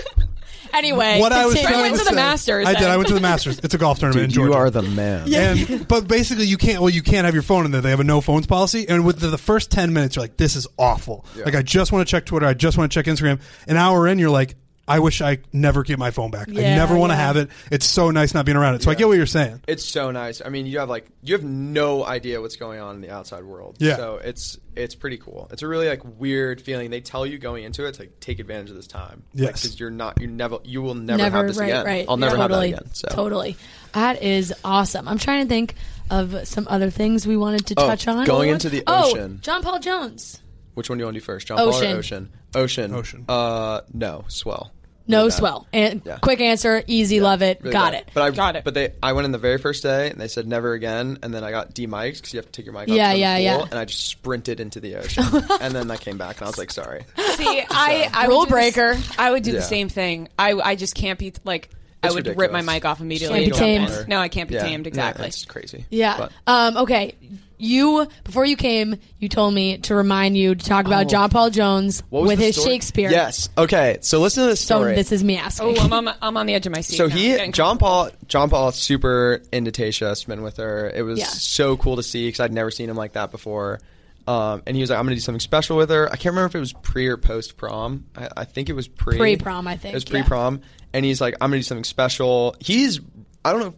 anyway,
what I was
I
trying
went to the
say-
Masters.
I did.
then.
I went to the Masters. It's a golf tournament in Georgia. You are
the man.
Yeah.
And, but basically, you can't. Well, you can't have your phone in there. They have a no phones policy. And with the, the first ten minutes, you're like, "This is awful."
Yeah.
Like, I just want to check Twitter. I just want to check Instagram. An hour in, you're like, "I wish I never get my phone back. I
Yeah,
never want to
yeah.
have it. It's so nice not being around it." So I get what you're saying.
It's so nice. I mean, you have like you have no idea what's going on in the outside world.
Yeah.
So it's it's pretty cool. It's a really like weird feeling. They tell you going into it to like take advantage of this time.
Yes.
Because you're not you never you will never, have this again. I'll never
totally,
have that again. So
Totally. That is awesome. I'm trying to think of some other things we wanted to
Oh,
touch on.
going into the
Oh,
ocean.
John Paul Jones.
Which one do you want to do first? John Paul or
Ocean.
Ocean? Ocean. Ocean. Uh no, swell.
No
Really bad.
swell. And
Yeah.
quick answer, easy, love it,
Really
got
bad.
it.
But I got it. But they I went in the very first day and they said never again and then I got D mics because you have to take your mic off.
Yeah,
from the
yeah,
pool,
yeah.
And I just sprinted into the ocean. and then I came back and I was like, sorry.
See, I, I
Rule
would do the s-
breaker.
I would do
Yeah.
the same thing. I, I just can't be like. I
It's
would rip
ridiculous.
my mic off immediately.
Can't be
and jump
tamed.
in. No, I can't be
Yeah.
tamed.
Yeah,
Exactly.
it's crazy.
Yeah.
But-
Um, okay. You before you came, you told me to remind you to talk about
Oh.
John Paul Jones
What was
with
the
his
story?
Shakespeare.
Yes. Okay. So listen to this
So
story.
this is me asking.
Oh, I'm on, my, I'm on the edge of my seat.
so
now.
he
Getting-
John Paul John Paul is super into Tasha. has been with her. It was
Yeah.
so cool to see because I'd never seen him like that before. Um, and he was like, "I'm going to do something special with her." I can't remember if it was pre or post prom. I, I think it was pre
Pre-prom, I
It was
think,
pre prom, and he's like, "I'm going to do something special." He's I don't know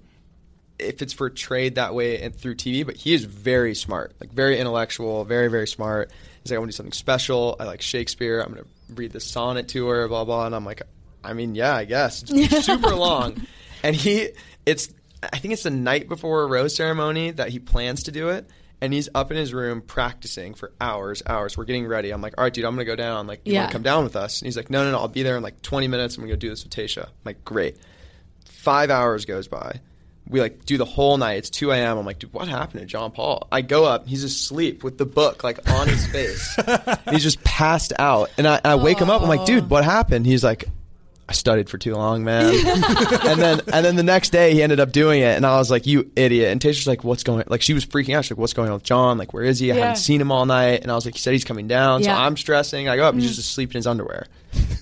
if it's portrayed that way and through TV, but he is very smart, like very intellectual, very very smart. He's like, "I want to do something special. I like Shakespeare. I'm going to read the sonnet to her, blah blah." And I'm like, "I mean, yeah, I guess." It's super long, and he it's I think it's the night before a rose ceremony that he plans to do it. And he's up in his room practicing for hours, hours. We're getting ready. I'm like, all right, dude, I'm gonna go down. like, you
Yeah.
wanna come down with us? And he's like, no, no, no, I'll be there in like 20 minutes. I'm gonna go do this with Tasha. I'm like, great. Five hours goes by. We like do the whole night. It's 2 a.m. I'm like, dude, what happened to John Paul? I go up. He's asleep with the book like on his face. And he's just passed out. And I, I wake him up. I'm like, dude, what happened? He's like, I studied for too long, man. and then and then the next day he ended up doing it, and I was like, "You idiot!" And Tasha's like, "What's going?" Like she was freaking out. She's like, "What's going on with John? Like, where is he? I
Yeah.
haven't seen him all night." And I was like, "He said he's coming down." So
Yeah.
I'm stressing. I go up. He's just asleep in his underwear.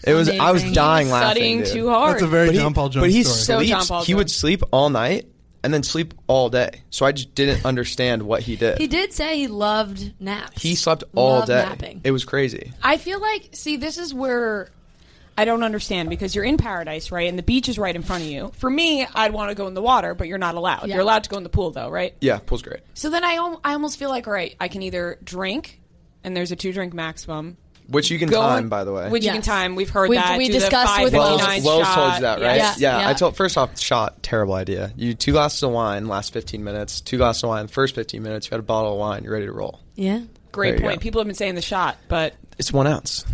It was I was
Mm. Amazing.
dying laughing.
Studying
dude.
too hard. That's a very
But he-
John Paul Jones
But he
story. So
sleeps.
John Paul
he would sleep all night and then sleep all day. So I just didn't understand what he did.
He did say he loved naps.
He slept all
Love
day.
napping.
It was crazy.
I feel like, see, this is where I don't understand because you're in paradise, right? And the beach is right in front of you. For me, I'd want to go in the water, but you're not allowed.
Yeah.
You're allowed to go in the pool, though, right?
Yeah, pool's great.
So then I, al- I almost feel like, all right, I can either drink, and there's a two drink maximum.
Which you can
Go
time,
on-
by the way.
Which you can
Yes.
time. We've heard
We've-
that.
we
Do the
discussed with
559
Wells, Wells
shot.
told you that, right?
Yeah.
Yeah.
yeah.
I told first off, shot terrible idea. You two glasses of wine last fifteen minutes. Two glasses of wine first fifteen minutes. You got a bottle of wine. You're ready to roll.
Yeah.
There
Great
you
point.
go.
People have been saying the shot, but
It's one ounce.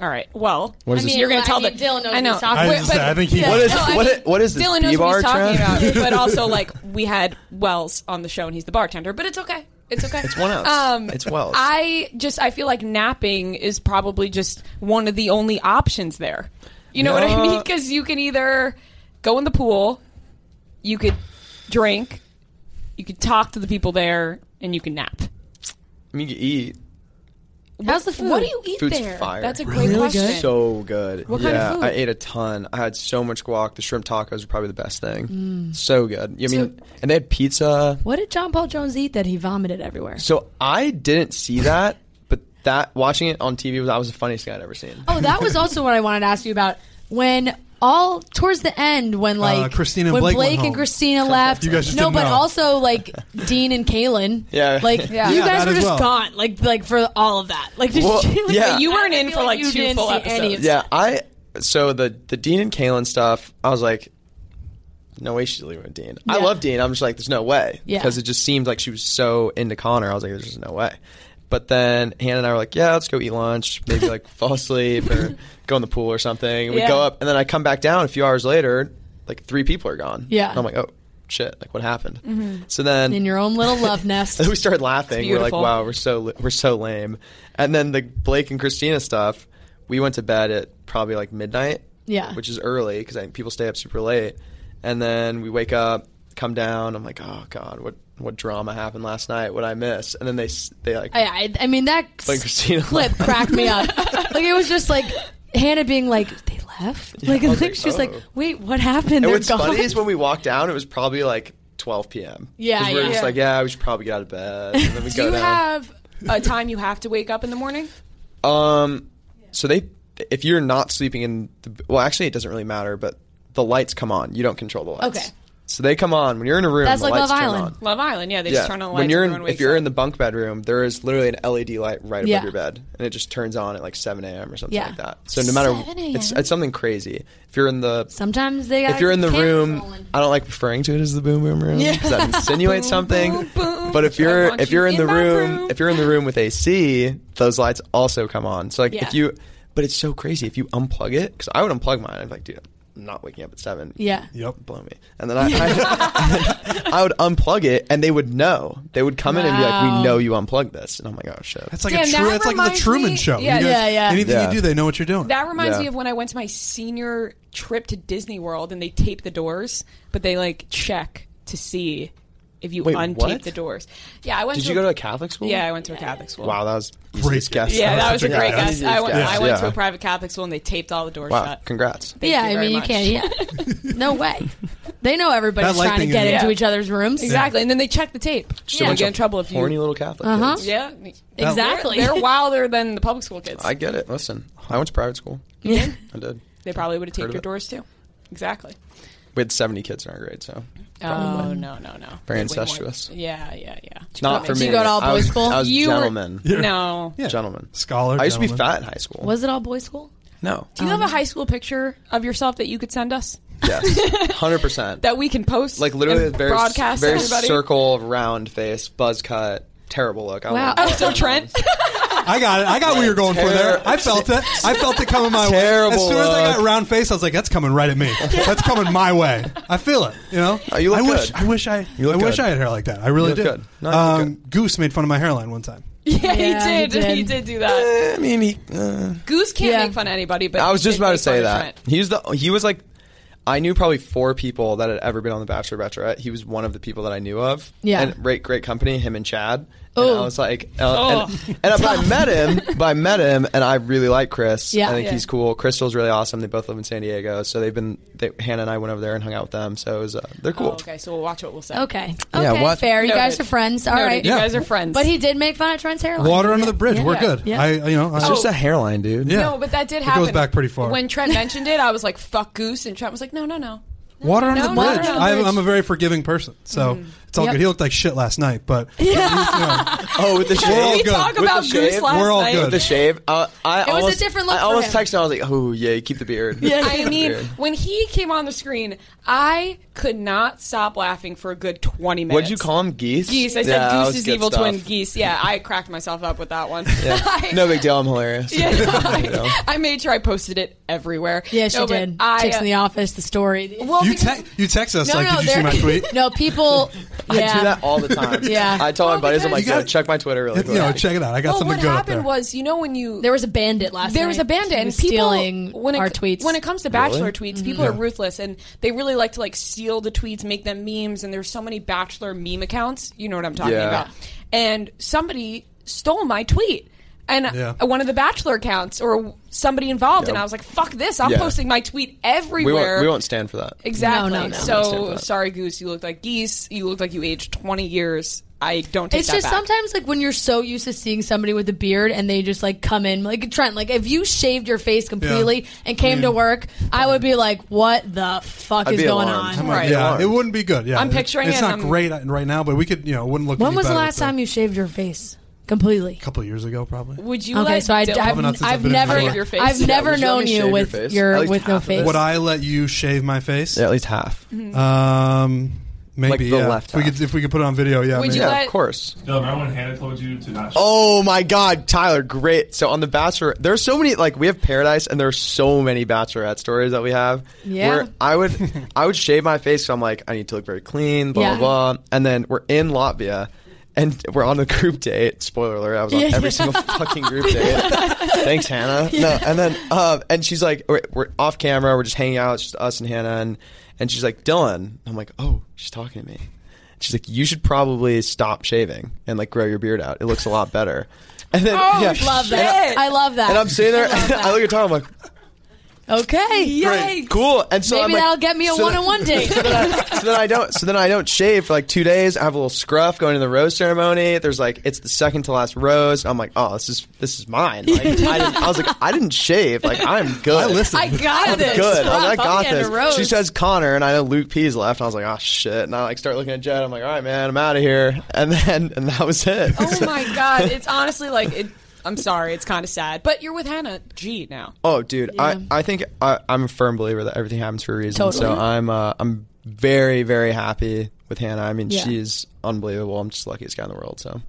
all right. Mm. Well,
What is I this? mean,
you're going
I
to tell
mean,
the
Dylan knows
I
what
know.
he's talking I was about. gonna say, I think he-
What is
No, I
what,
mean,
i- what is this?
Dylan knows
B-bar
what he's talking
trend?
about, but also like we had Wells on the show and he's the bartender, but it's okay. It's okay. Um,
It's one ounce.
Um,
It's Wells.
I just I feel like napping is probably just one of the only options there. You know what I
No.
mean? Because you can either go in the pool, you could drink, you could talk to the people there, and you can nap.
I mean, you can eat.
How's the food? What do you eat
Food's
there?
fire.
That's a great question.
So good.
What
yeah,
kind of food?
I ate a ton. I had so much guac. The shrimp tacos were probably the best thing.
Mm.
So good. I mean,
So-
and they had pizza.
What did John Paul Jones eat that he vomited everywhere?
So I didn't see that, but that watching it on TV was that was the funniest thing I'd ever seen.
Oh, that was also what I wanted to ask you about. When all towards the end, when like
Uh, Christina and
when
Blake went
and
home.
Christina left,
You guys just
no,
didn't
but
know.
also like Dean and Kaylin,
Yeah.
like
Yeah.
you
Yeah,
guys
that
were
as
just
well.
gone, like like for all of that, like, did
Well,
you, like,
yeah.
You weren't
I
in
feel
for like
you
two
didn't
full
see any
episodes.
of
Yeah, I so the the Dean and Kalen stuff. I was like, no way she's leaving with Dean. I
Yeah.
love Dean. I'm just like, there's no way
Yeah.
because it just seemed like she was so into Connor. I was like, there's just no way. But then Hannah and I were like, yeah, let's go eat lunch, maybe like fall asleep or go in the pool or something. And we
Yeah.
go up, and then I come back down a few hours later, like three people are gone.
Yeah.
And I'm like, oh shit, like what happened?
Mhm.
So then
in your own little love nest.
we started laughing.
It's
We're like,
beautiful.
"Wow, we're so li- we're so lame." And then the Blake and Christina stuff, we went to bed at probably like midnight.
Yeah.
which is early because I think people stay up super late. And then we wake up, come down. I'm like, "Oh God, what what drama happened last night? What I miss?" And then they s- they like
I, I, I mean that
Blake and Christina
clip cracked me up. like it was just like Hannah being like, they left. like,
I was
like
like,
she's like,
oh.
wait, what happened?
And
They're
what's
gone.
funny is when we walked down, it was probably like 12 p.m. 'Cause
Yeah,
we were
yeah.
just like, "Yeah, we should probably get out of bed." And then we
Do
go
you
down.
have a time you have to wake up in the morning?
Um, so they, if you're not sleeping in, the, well, actually, it doesn't really matter, but the lights come on. You don't control the lights.
Okay.
So they come on when you're in a room.
That's
the
like
lights
Love
turn
Island.
on.
Love Island, yeah, they just turn on the
when
lights
you're
and
in,
everyone
if
wakes
you're
up.
in the bunk bedroom, there is literally an LED light right above
Yeah.
your bed, and it just turns on at like 7 a.m. or something
Yeah.
like that. So no matter,
7 a.m.?
it's it's something crazy. If you're in the
Sometimes they.
if
got
you're in the
cameras
room,
rolling.
I don't like referring to it as the boom boom room.
Yeah.
Does that insinuate
Boom,
something?
boom, boom.
But if
I
you're
want
if
you
you're in,
in
the
my
room, if you're in the room with AC, those lights also come on. So like
Yeah.
if you, but it's so crazy if you unplug it because I would unplug mine. I'm like, dude, I'm not waking up at seven.
Yeah.
Yep. Blow me. And then I, I, I would unplug it, and they would know. They would come in and be like,
Wow.
"We know you unplugged this," and I'm like, "Oh shit."
That's like a Damn, true- that that's like the reminds Truman me- Show. You
yeah, guys- yeah, yeah.
anything you do, they know what you're doing.
That reminds me of when I went to my senior trip to Disney World and they tape the doors, but they like check to see if you
Wait,
untape
what?
the doors. Yeah, I went.
Did
to
you go to a Catholic school?
Yeah, I went to a Catholic school.
Wow, that was great guess.
Yeah, that was a
such
great
good
guess. I went,
guess.
I went to
Yeah.
a private Catholic school and they taped all the doors
Wow,
shut.
congrats.
Thank
yeah,
you
I
very
mean
much.
you can't. Yeah, no way. They know everybody's
That light
trying to
thing
get
is-
into
Yeah.
each other's rooms.
Exactly, and then they check the tape.
Just a
yeah, you
bunch
get in
of
trouble if you
horny little Catholic
Uh-huh.
kids.
Yeah,
That-
exactly. They're, they're wilder than the public school kids.
I get it. Listen, I went to private school.
Yeah.
I did.
they probably would have
Heard
taped
of
your
it.
doors too. Exactly.
We had 70 kids in our grade, so.
Oh no no no!
Very
Way more-
incestuous.
Yeah yeah yeah.
It's not for me.
you go to all
I was,
boys' school?
I was
You were-
gentleman.
Yeah. No.
Yeah.
Gentleman.
Scholar,
I used to be
gentleman.
fat in high school.
Was it all boys' school? Um,
No.
Do you have a high school picture of yourself that you could send us
Yes. 100%.
that we can post?
like literally a
and
very,
broadcast to
very
everybody.
circle, round face, buzz cut, terrible look. I
Wow.
don't know.
Oh, so Trent.
I got it. I got where you're going for there. I felt it. I felt it coming my
Terrible
way. As soon as I got
look.
round face, I was like, "That's coming right at me. That's coming my way." I feel it. You know.
Oh, you look
I wish.
good.
I wish I.
You look
I wish
good.
I had hair like that. I really
You
did.
look good. No, you look
um, Goose made fun of my hairline one time.
yeah,
Yeah,
he
he
did. He did,
did.
do that.
I mean, he. Uh,
Goose can't make fun of anybody, but
Eh, I was just
he did
about to
make fun
say
of
that
Trent.
he was the he was like I knew probably four people that had ever been on the Bachelor Bachelorette. He was one of the people that I knew of.
Yeah.
and great great company. Him and Chad. And
Oh.
I was like, uh,
Oh.
and, and but I met him, but I met him, and I really like Chris.
Yeah.
I think
Yeah.
he's cool. Crystal's really awesome. They both live in San Diego, so they've been. They, Hannah and I went over there and hung out with them. So it was, uh, they're cool.
Oh, okay, so we'll watch what we'll say.
Okay.
Yeah,
okay.
what-
Fair. You
Noted.
guys are friends. All right.
Noted. You guys are friends.
But he did make fun of Trent's hairline.
Water under the bridge.
Yeah.
We're good.
Yeah. Oh.
I. You know.
It's
I-
just a hairline, dude.
Yeah.
No, but that did
It
happen.
goes back pretty far.
When Trent mentioned it, I was like, "Fuck Goose," and Trent was like, "No, no, no."
Water under
No,
the
no,
bridge.
no, no.
I, I'm a very forgiving person, so it's all
Mm. Yep.
good. He looked like shit last night, but
Oh, with the
Can
shave.
we talk
With
about
the
Goose
shave?
last We're all night? good.
With the shave. Uh, I
It was a
almost,
different look
I
for
almost
him.
texted. I was like, "Oh yeah, keep the beard."
I mean,
Beard.
when he came on the screen, I could not stop laughing for a good 20 minutes.
What'd you call him? Geese.
Geese. I said
Yeah, that was
Goose's
good
evil
stuff.
twin, Geese. Yeah, I cracked myself up with that one.
Yeah.
I,
no big deal. I'm hilarious.
Yeah,
You know?
I made sure I posted it everywhere.
Yeah, she
No, but
did.
I,
Chicks
uh,
in the office. The story.
well,
you
because-
te- you text us like, "Did you
there-
see my tweet?"
No, people
I
Yeah.
do that all the time.
Yeah.
I tell my
Well,
buddies, I'm
because-
like,
You
yo,
gotta-
check my Twitter really quick.
You know, check it out. I got
well,
something
what
good up
happened
there.
was, you know, when you
there was a bandit last
there was
night.
a bandit,
He
and
was
people
stealing
when it,
our
co-
tweets.
When it comes to bachelor
Really?
tweets,
Mhm.
people are
Yeah.
ruthless, and they really like to like steal the tweets, make them memes, and there's so many bachelor meme accounts. You know what I'm talking
Yeah.
about? And somebody stole my tweet. And
Yeah.
uh, one of the Bachelor accounts, or somebody involved, and
Yeah.
I was like, "Fuck this! I'm
Yeah.
posting my tweet
We
everywhere."
won't, we won't stand for that.
Exactly.
No, no, no.
Stand for
So
that.
sorry, Goose. You look like geese. You look like you aged 20 years. I don't take
It's
that
just
back.
sometimes like when you're so used to seeing somebody with a beard and they just like come in like Trent, like if you shaved your face completely and came to
Clean.
work, I would be like, what the fuck
I'd
is
be
going
alarmed.
on?
I'm like, Yeah, it wouldn't be good. Yeah,
I'm
It-
picturing
It's
it,
not
I'm-
great right now, but we could. You know, it wouldn't look.
When
any
was the
better
last
with
time you shaved your face completely?
A couple years ago, probably.
Would you
okay,
let
so I,
Dylan-
have
Probably not since I've been in
never,
New York.
I've never known you with your, with no face.
Would I let you shave my face? Yeah,
at least half.
Mm-hmm.
Um, maybe
Like the
yeah.
left
If we could, if we could put it on video, yeah. maybe.
course.
No, remember when Hannah told you to not?
Oh my God, Tyler, great. So on The Bachelor, there are so many, like, we have Paradise and there are so many Bachelorette stories that we have.
Yeah.
Where I would, I would shave my face. So I'm like, I need to look very clean, blah,
Yeah.
blah, blah. And then we're in Latvia and we're on the group date. Spoiler alert, I was on
Yeah,
every
yeah.
single fucking group date. Thanks, Hannah. No, and then, um, and she's like, we're, we're off camera, we're just hanging out, it's just us and Hannah. And, and she's like, Dylan. I'm like, oh, she's talking to me. She's like, you should probably stop shaving and like grow your beard out. It looks a lot better. And then,
oh,
yeah.
love that. I love that.
And I'm sitting there, I, look at Tom, I'm like,
okay,
great, cool. And so
Maybe
I'm like,
that'll get me a
so then-
one-on-one date.
so, then I, so then I don't. So then I don't shave for like two days. I have a little scruff going to the rose ceremony. There's like it's the second to last rose. I'm like, oh, this is this is mine. Like, I, didn't, I was like, I didn't shave. Like I'm good. I
listened.
I got
am
this.
Good. I'm
Fuck,
like, I
I'm
got
getting a
this.
rose.
She says Connor, and I know Luke P's left. And I was like, oh shit. And I like start looking at Jed. I'm like, all right, man, I'm out of here. And then and that was it.
Oh my god! It's honestly like it, I'm sorry. It's kind of sad, but you're with Hannah G now.
Oh, dude,
Yeah.
I, I think I, I'm a firm believer that everything happens for a reason.
Totally.
So I'm uh, I'm very very happy with Hannah. I mean,
Yeah.
she's unbelievable. I'm just the luckiest guy in the world. So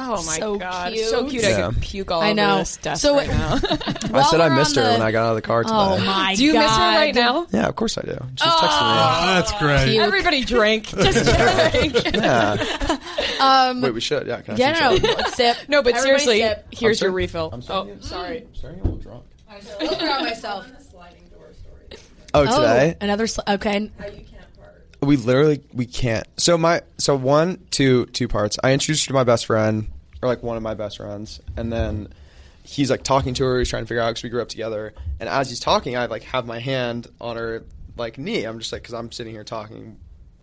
Oh my
So
god!
cute.
So cute! I
Yeah.
could puke all
I know.
over this desk
So
right
it-
now.
I said I
we're
missed
on
her
the-
when I got out of the car today.
Oh my
Do you miss her right now?
Yeah, of course I do. She's texting me.
that's great.
Everybody drink. Just drink.
Yeah.
Um,
Wait, we should. Yeah. Can I
yeah,
see
no,
some?
no, sip.
No, but
Everybody
seriously,
sip.
here's
I'm
your
sorry.
refill.
I'm
oh, sorry.
starting a little drunk.
I look around myself.
Oh, today?
another sl- okay.
We literally we can't. So my so one two two parts. I introduced her to my best friend or like one of my best friends, and then he's like talking to her. He's trying to figure out because we grew up together. And as he's talking, I like have my hand on her like knee. I'm just like because I'm sitting here talking.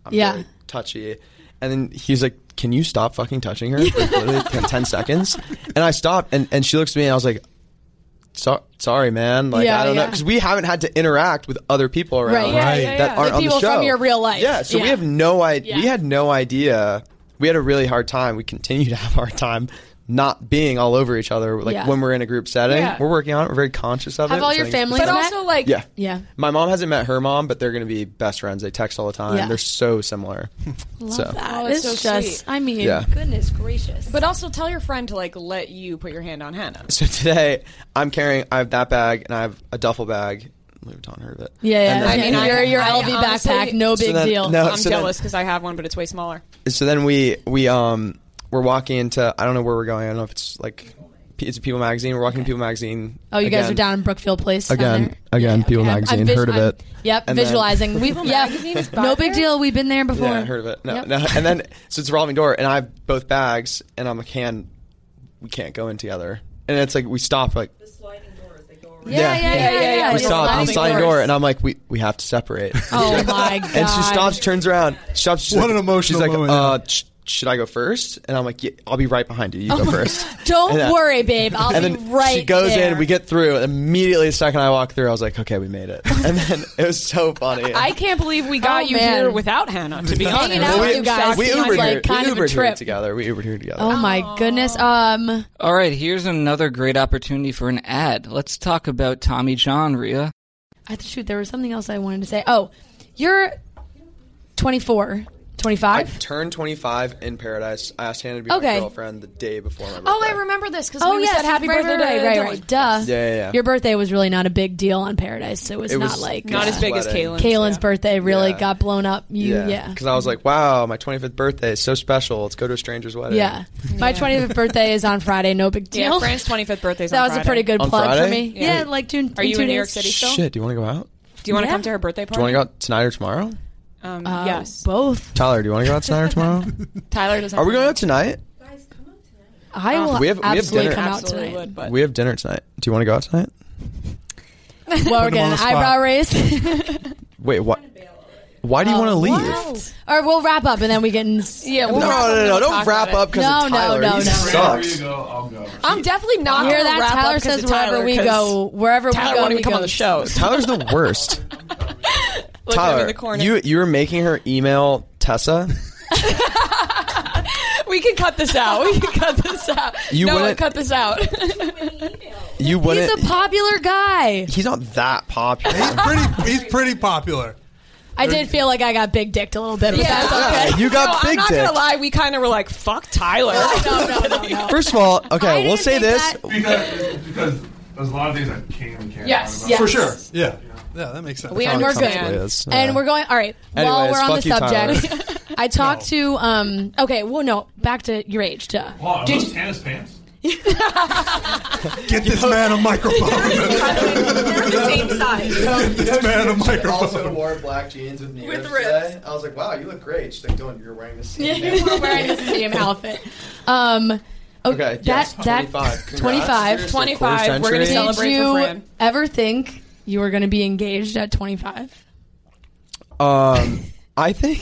I'm
Yeah.
very touchy. And then he's like, "Can you stop fucking touching her?" for literally ten, 10 seconds. And I stopped, and and she looks at me, and I was like. So, sorry, man. Like
Yeah,
I don't know
yeah.
because we haven't had to interact with other people around
Right, yeah, Right. yeah,
that
yeah.
aren't
Like
on
people
the show
from your real life.
Yeah, so we
Yeah.
have no idea.
Yeah.
We had no idea. We had a really hard time. We continue to have a hard time not being all over each other. Like
Yeah.
when we're in a group setting,
Yeah.
we're working on it. We're very conscious of it.
Have all
so I
your
think it's
families
good.
met?
yeah,
yeah.
My mom hasn't met her mom, but they're going to be best friends. They text all the time.
Yeah.
They're so similar.
Love
so
that.
Oh,
it's
it's so
just,
sweet.
I mean,
Yeah.
goodness gracious.
But also tell your friend to like let you put your hand on Hannah.
So today, I'm carrying. I have that bag and I have a duffel bag. Louis Vuitton heard of it.
Yeah, yeah.
And then-
I mean, your your LV
honestly-
backpack, no
So
big
then-
deal.
no,
I'm
so then-
jealous because I have one, but it's way smaller.
So then we we um we're walking into I don't know where we're going. I don't know if it's like P- it's a People magazine. We're walking to People magazine.
Oh, you guys
again.
are down in Brookfield Place down
again,
there?
again. People
I'm- I'm
magazine.
vis-
heard of
I'm-
it?
Yep,
And then-
visualizing. we yeah, no big deal. We've been there before.
Yeah, I heard of it. No,
Yep.
no. And then so it's a revolving door, and I have both bags, and I'm like, "Hand, we can't go in together." And it's like we stop, like
Yeah, yeah, yeah, yeah. yeah,
we
yeah.
stop on
Sliding
the sliding
doors.
door, and I'm like, "We we have to separate."
Oh my god!
And she stops, turns around, stops. She's
What
like,
an emotional
She's like,
moment,
uh, sh- should I go first? And I'm like, yeah, I'll be right behind you. You
Oh
go
my-
first.
Don't
And then-
worry, babe. I'll
and
be
then
right.
she goes
there.
in. We get through. Immediately, the second I walk through, I was like, "Okay, we made it." And then it was so funny.
I can't believe we got
Oh,
you
man.
here without Hannah. To be honest,
Hanging out with you guys
we
seems
Ubered
like
here.
kind
we
of a
Ubered here
trip.
together. We Ubered here together.
Oh my goodness. Um,
All right, here's another great opportunity for an ad. Let's talk about Tommy John, Rhea.
I th- shoot, there was something else I wanted to say. Oh, you're 24, 25.
I
25?
turned 25 in paradise. I asked Hannah to be
Okay.
my girlfriend the day before my birthday.
Oh, I remember this because
Oh,
we
yes.
said happy
right,
birthday,
right,
to-
right,
to-
right, right. Duh.
Yeah, yeah, yeah.
Your birthday was really not a big deal on Paradise. It was,
It
not
was
like
Not as big as Kalen's,
Kalen's birthday really
Yeah.
got blown up. You, yeah.
Because I was like, wow, my 25th birthday is so special. Let's go to a stranger's wedding.
Yeah. My 25th birthday is on Friday. No big deal.
Yeah, Fran's 25th birthday.
That was a pretty good
On
plug for
Friday?
me. Yeah,
Yeah.
like two.
Are you
two
in New
days.
York City still?
Shit, do you want to go out?
Do you want to
Yeah.
come to her birthday
Do you
party?
want to go out tonight or tomorrow?
Um,
Uh,
yes.
Both.
Tyler, do you want to go out tonight or tomorrow?
Tyler doesn't.
Are we going out tonight?
I will
We have- we have
absolutely
dinner.
come out
Absolutely
tonight.
would, but
We have dinner tonight. Do you want to go out tonight?
well, we're
Put him on
getting
the
an
spot.
eyebrow raised.
Wait, what? Why do you
Oh,
want to leave?
or we'll wrap up and then we can. Yeah,
No, no, no, don't wrap up because
No,
of
no,
Tyler.
no,
he
no.
sucks.
I'm definitely not
Hear
gonna
that?
wrap up
Tyler
'cause
says
of
wherever we
'cause
go- wherever we
Tyler
go,
won't even
he
come on the
goes.
show.
Tyler's the worst.
Look at him in
Tyler,
the corner.
you you were making her email Tessa.
we can cut this out. We can cut this out.
You
no,
wouldn't-
cut this out.
You
He's
wouldn't.
a popular guy.
He's not that popular.
He's pretty. He's pretty popular.
I did feel like I got big dicked a little bit. But
Yeah.
that's okay.
Yeah, you
No,
got
I'm
big
not
dick.
gonna lie. We kind of were like, "Fuck Tyler."
First of all, okay, we'll
didn't
say
think
this.
Because, because there's a lot of things I can and can't.
Yes,
talk about.
yes.
For sure. Yeah. Yeah, that makes sense.
We and we're good.
Oh, Yes, yeah.
And we're going. All right. while
Anyways,
we're on the
fuck you, Tyler.
subject, I talked to. um Okay. Well, no. Back to your age. Duh.
Wow, are those tennis pants?
Get this man a microphone.
same size.
this man a
She also
microphone.
wore black jeans with knee
With
rips
rips.
today. I was like, wow, you look great. She's like, Dylan, you're wearing the same.
Yeah,
outfit."
we're wearing the same outfit. Um,
Okay, yes,
that-
25. Congrats.
25.
Seriously,
25,
quarter
we're gonna
century.
celebrate.
Did
for
you
Fran.
ever think you were going to be engaged at 25?
Um, I think.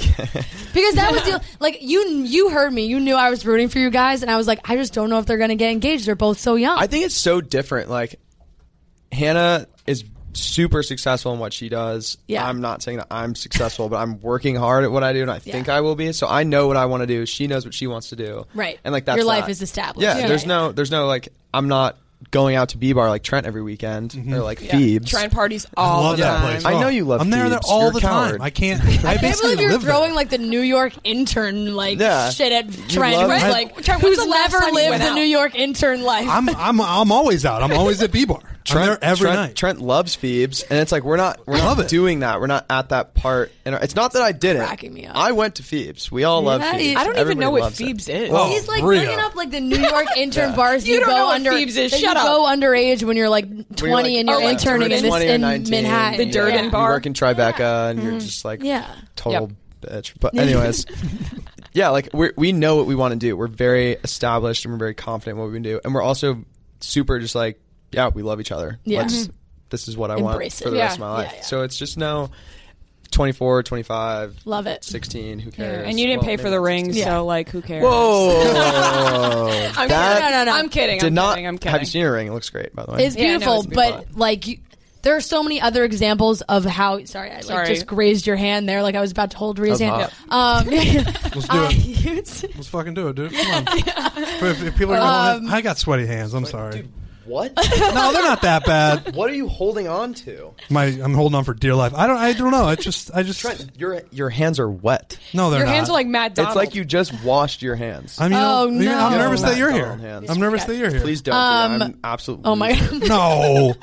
Because that was the, like you you heard me. You knew I was rooting for you guys, and I was like, I just don't know if they're going to get engaged. They're both so young.
I think it's so different. Like Hannah is super successful in what she does.
Yeah.
I'm not saying that I'm successful, but I'm working hard at what I do and I think I will be. So I know what I want to do. She knows what she wants to do.
Right.
And like that's
Your life
that.
is established.
Yeah,
Yeah.
There's
Yeah.
no there's no like I'm not going out to B bar like Trent every weekend or like Phoebes.
Trying parties all
love
the
that
time.
place. Oh,
I know you love
I'm there, there
Phoebes.
all
You're
the
a
time.
coward.
I can't. I,
I can't
basically
believe you're
live there.
throwing like the New York intern like
Yeah.
shit at
You
Trent,
love-
who's,
Right?
like
Trent, when's
who's
the last
never
time you
lived
went
the
out?
New York intern life.
I'm I'm I'm always out. I'm always at B bar. I'm
Trent,
there every
Trent,
night.
Trent loves Phoebes, and it's like we're not we're
Love
not
it.
doing that. We're not at that part. And it's not that I didn't.
cracking me up.
I went to Phoebes. We all love
Yeah,
Phoebes.
I don't even
Everybody
know what
loves it.
Phoebes is.
Well,
He's like
Bria.
bringing up like the New York intern bars.
You don't
go
know what
under,
Thebes is.
that
Shut
you
up.
go under age when you're like 20
When
and you're
oh, like
interning in this
20 or
in
19,
Manhattan.
The Durden
yeah.
you
bar. Mm-hmm.
work in Tribeca, and you're just like
Yeah.
total bitch. But anyways, yeah, like we we know what we want to do. We're very established and we're very confident in what we can do, and we're also super just like yeah, we love each other.
Yeah. Mm-hmm.
Let's, this is what I
Embrace it.
want for the
Yeah.
rest of my life.
Yeah, yeah.
So it's just no 24, 25,
Love it.
16, who
Yeah,
cares?
And you didn't
Well,
pay
maybe
for the
not
ring,
16.
so like, who cares?
Whoa.
I'm
That
kidding. No, no, no. I'm kidding.
Did
I'm
not
kidding. I'm
have you
kidding.
seen your ring? It looks great, by the way.
It's
Yeah, I know,
beautiful,
it's
but
beautiful.
like you, there are so many other examples of how. Sorry, I like
Sorry.
just grazed your hand there, like I was about to hold Ria's
That
hand.
was
Um,
Let's do
I
it.
used-
Let's fucking do it, dude. Come on. if, if people are gonna
Um,
hold it- I got sweaty hands. I'm sorry.
what?
No, they're not that bad.
what are you holding on to?
My, I'm holding on for dear life. I don't. I don't know. I just. I just.
Trent, your your hands are wet.
No, they're
Your
not.
hands are like Matt Donald.
It's like you just washed your hands.
I mean,
Oh,
I'm- I'm
no.
nervous that
Matt
you're here.
Donald hands.
I'm nervous that you're here.
Please don't.
Um,
dude. I'm absolutely.
oh my god!
No,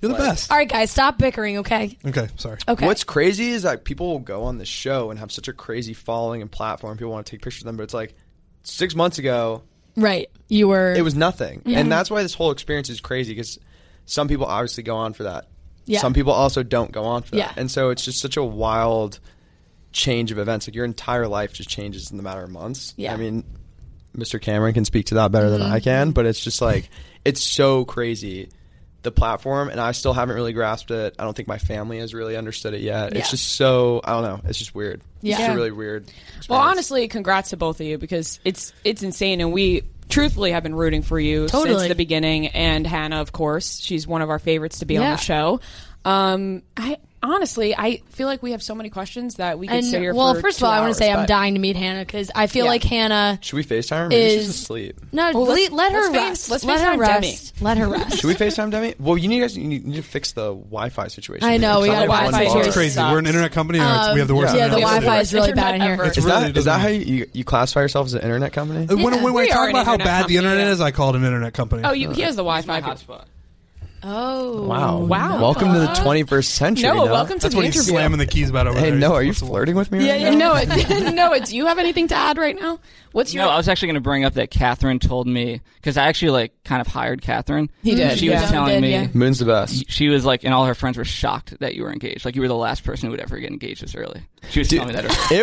you're the best.
All right, guys, stop bickering, okay?
Okay, sorry.
Okay.
What's crazy is that people will go on this show and have such a crazy following and platform. People want to take pictures of them, but it's like six months ago,
right? You were.
it was nothing, and that's why this whole experience is crazy because some people obviously go on for that.
Yeah.
Some people also don't go on for that,
Yeah.
and so it's just such a wild change of events. Like your entire life just changes in the matter of months.
Yeah. Mm-hmm.
I mean, Mr. Cameron can speak to that better than I can, but it's just like it's so crazy the platform and I still haven't really grasped it. I don't think my family has really understood it yet.
Yeah.
It's just so I don't know, it's just weird. It's just
Yeah.
a really weird.
Well,
experience.
honestly, congrats to both of you because it's it's insane, and we truthfully have been rooting for you
Totally.
since the beginning. And Hannah, of course, she's one of our favorites to be on
Yeah.
the show. Um, I honestly, I feel like we have so many questions that we could
And
sit here.
well,
for
first of
two
all, I want
hours,
to say I'm
but-
dying to meet Hannah because I feel
Yeah.
like Hannah.
Should we FaceTime her? Maybe she's
is-
asleep.
No,
Well,
le-
let's-
let her
let's face-
rest.
let's
let
face
her
on Demi.
rest. Let her rest.
Should we FaceTime Demi? Well, you need guys you need, you need to fix the Wi-Fi situation.
I know, we
It's
got
not
a
like one
Wi-Fi
bar.
here
It's crazy. We're an internet company and it's- we have the worst.
yeah, the
internet in
Wi-Fi is really bad in here.
It's
Is
really
that, is that
doesn't-
how you, you classify yourself as an internet company?
Uh, When, when, when
we
I
are
talk
an
about how
internet
bad the
company,
internet is, I call it an internet company.
Oh, you, he has the Wi-Fi hotspot.
Oh,
Wow.
Mm. Wow.
Welcome to the 21st century.
Noah,
Noah.
welcome to That's the when he's interview.
slamming the keys about over
hey,
there.
Noah, are you flirting with me right
Yeah, yeah.
now?
No, it, no. It, do you have anything to add right now? What's your?
No, I was actually going to bring up that Catherine told me because I actually like kind of hired Catherine.
He did,
She
yeah.
was
He
telling
did,
me
yeah.
Moon's the best.
She was like, and all her friends were shocked that you were engaged. Like you were the last person who would ever get engaged this early. She was telling me that. Early.
It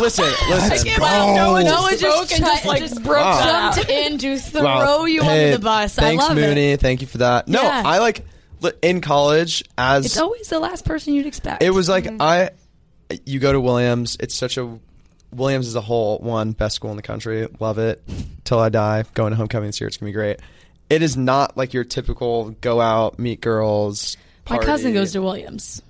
listen, listen.
I can't believe Noah Noah just,
spoke and
chi-
just, like,
just
broke
Wow.
jumped in to throw
Wow.
you
Hey,
under the bus.
Thanks,
I love it.
Mooney. Thank you for that. No,
Yeah.
I like li- in college as
It's always the last person you'd expect.
It was like
Mm-hmm.
I, you go to Williams. It's such a Williams is a whole one best school in the country. Love it till I die. Going to homecoming this year. It's gonna be great. It is not like your typical go out meet girls.
my
Party.
cousin goes to Williams.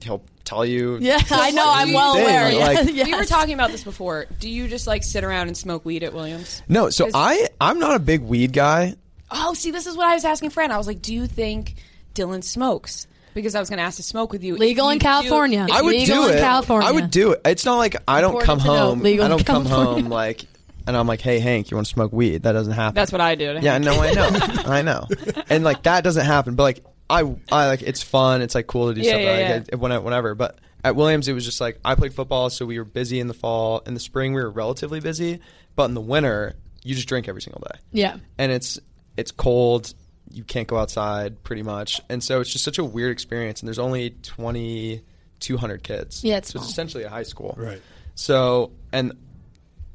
He'll tell you.
Yeah, I know. I'm
thing,
well aware. Yeah,
like-
yes.
We were talking about this before. Do you just like sit around and smoke weed at Williams?
No, so
'Cause-
I I'm not a big weed guy.
Oh, see, this is what I was asking Fran. I was like, do you think Dylan smokes? Because I was going to ask to smoke with you.
Legal
If
in
you do-
California.
if
I
you-
would
legal
do
in
it.
California.
I would do it. It's not like I don't
Important
come
to know,
home.
legal
I
in
don't come
California.
home like, and I'm like, hey Hank, you want to smoke weed? That doesn't happen.
That's what I do. to
Yeah,
him.
no, I know, I know, and like that doesn't happen. But like I, I like it's fun. It's like cool to do
Yeah,
stuff
yeah,
like
yeah.
it- when I- whenever. But at Williams, it was just like I played football, so we were busy in the fall. In the spring, we were relatively busy, but in the winter, you just drink every single day.
Yeah.
and it's it's cold. You can't go outside pretty much, and so it's just such a weird experience. And there's only twenty two hundred kids.
Yeah, it's
so it's
small.
essentially a high school.
Right.
So and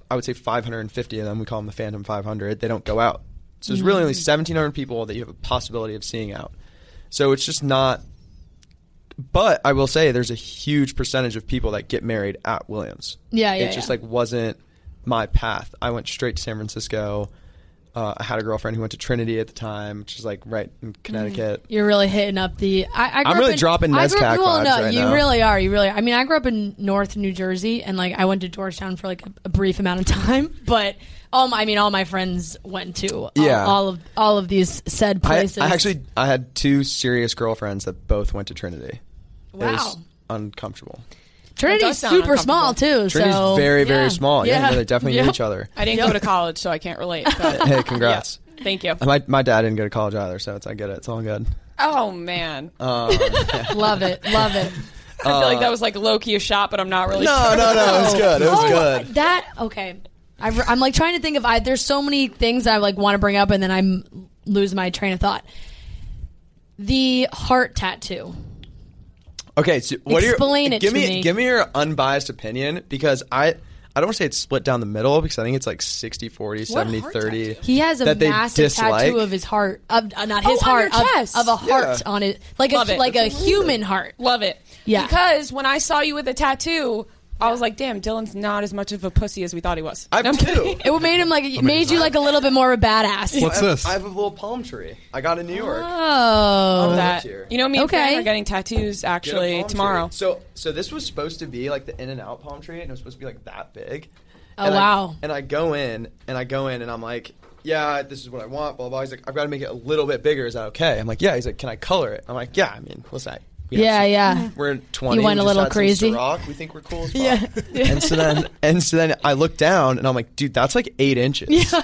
I would say 550 of them. We call them the Phantom 500. They don't go out. So there's really only
Mm.
1,700 people that you have a possibility of seeing out. So it's just not. But I will say there's a huge percentage of people that get married at Williams.
Yeah, yeah,
It just
yeah.
like wasn't my path. I went straight to San Francisco. Uh, I had a girlfriend who went to Trinity at the time, which is like right in
Mm.
Connecticut.
You're really hitting up the. I, I grew
I'm really
up in,
dropping
I grew up-
NESCAC
Well, no,
vibes right
you
now.
really are. You really. Are. I mean, I grew up in North New Jersey, and like I went to Georgetown for like a, a brief amount of time, but all my, I mean, all my friends went to all,
Yeah.
all of all of these said
I,
places.
I actually I had two serious girlfriends that both went to Trinity. It was
Wow.
uncomfortable.
Trinity's
That does sound
super small too.
Trinity's
so
very, very
yeah.
small. Yeah,
yeah
no, they definitely knew
Yep.
each other.
I didn't go to college, so I can't relate. But
Hey, congrats.
thank you.
My, my dad didn't go to college either, so it's I get it. It's all good.
Oh man,
Um, yeah.
Love it, love it.
I feel like that was like low key a shot, but I'm not really.
no,
sure.
no, no. It was good. It was
Oh,
good.
That okay. I, am like trying to think of. I there's so many things I like want to bring up, and then I m- lose my train of thought. The heart tattoo.
Okay, so what
Explain
are your,
it
give
to
me,
me.
Give me your unbiased opinion because I I don't want to say it's split down the middle because I think it's like 60, 40, 70, 30.
He has a
that they
massive
dislike.
tattoo of his heart, of uh, not his
Oh, on
heart,
your
of-
chest.
Of, a heart
Yeah.
on it, like
Love
a
it.
like a human heart.
Love it.
Yeah.
Because when I saw you with a tattoo, I was like, damn, Dylan's not as much of a pussy as we thought he was.
I have two.
It would made him like it made you like a little bit more of a badass.
What's this?
I have a little palm tree. I got in New York.
Oh,
Love
That-
Here.
You know, me and
Okay.
Fran are getting tattoos
Get a palm
actually
tree.
tomorrow.
So so this was supposed to be like the in and out palm tree, and it was supposed to be like that big.
Oh,
And I-
wow.
and I go in and I go in and I'm like, yeah, this is what I want. Blah blah. He's like, I've got to make it a little bit bigger. Is that okay? I'm like, yeah. He's like, can I color it? I'm like, yeah. I mean, what's that?
Yeah, yeah.
We're in 20.
You went a
we just
little
had some
crazy.
Ciroc. We think we're cool as fuck.
Yeah.
And so then, and so then I look down and I'm like, dude, that's like eight inches.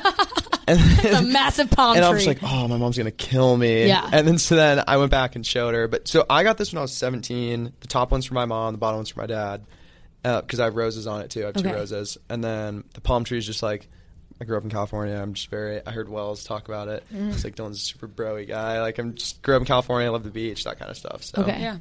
And then,
a massive palm
and
tree.
I was like, oh, my mom's gonna kill me.
Yeah.
And then so then I went back and showed her. But so I got this when I was 17. The top one's for my mom. The bottom one's for my dad. Because I have roses on it too. I have two
Okay.
roses. And then the palm tree is just like. I grew up in California. I'm just very. I heard Wells talk about it.
Mm.
It's like Dylan's a super broy guy. Like I'm just grew up in California. I love the beach, that kind of stuff. So
Okay.
Yeah.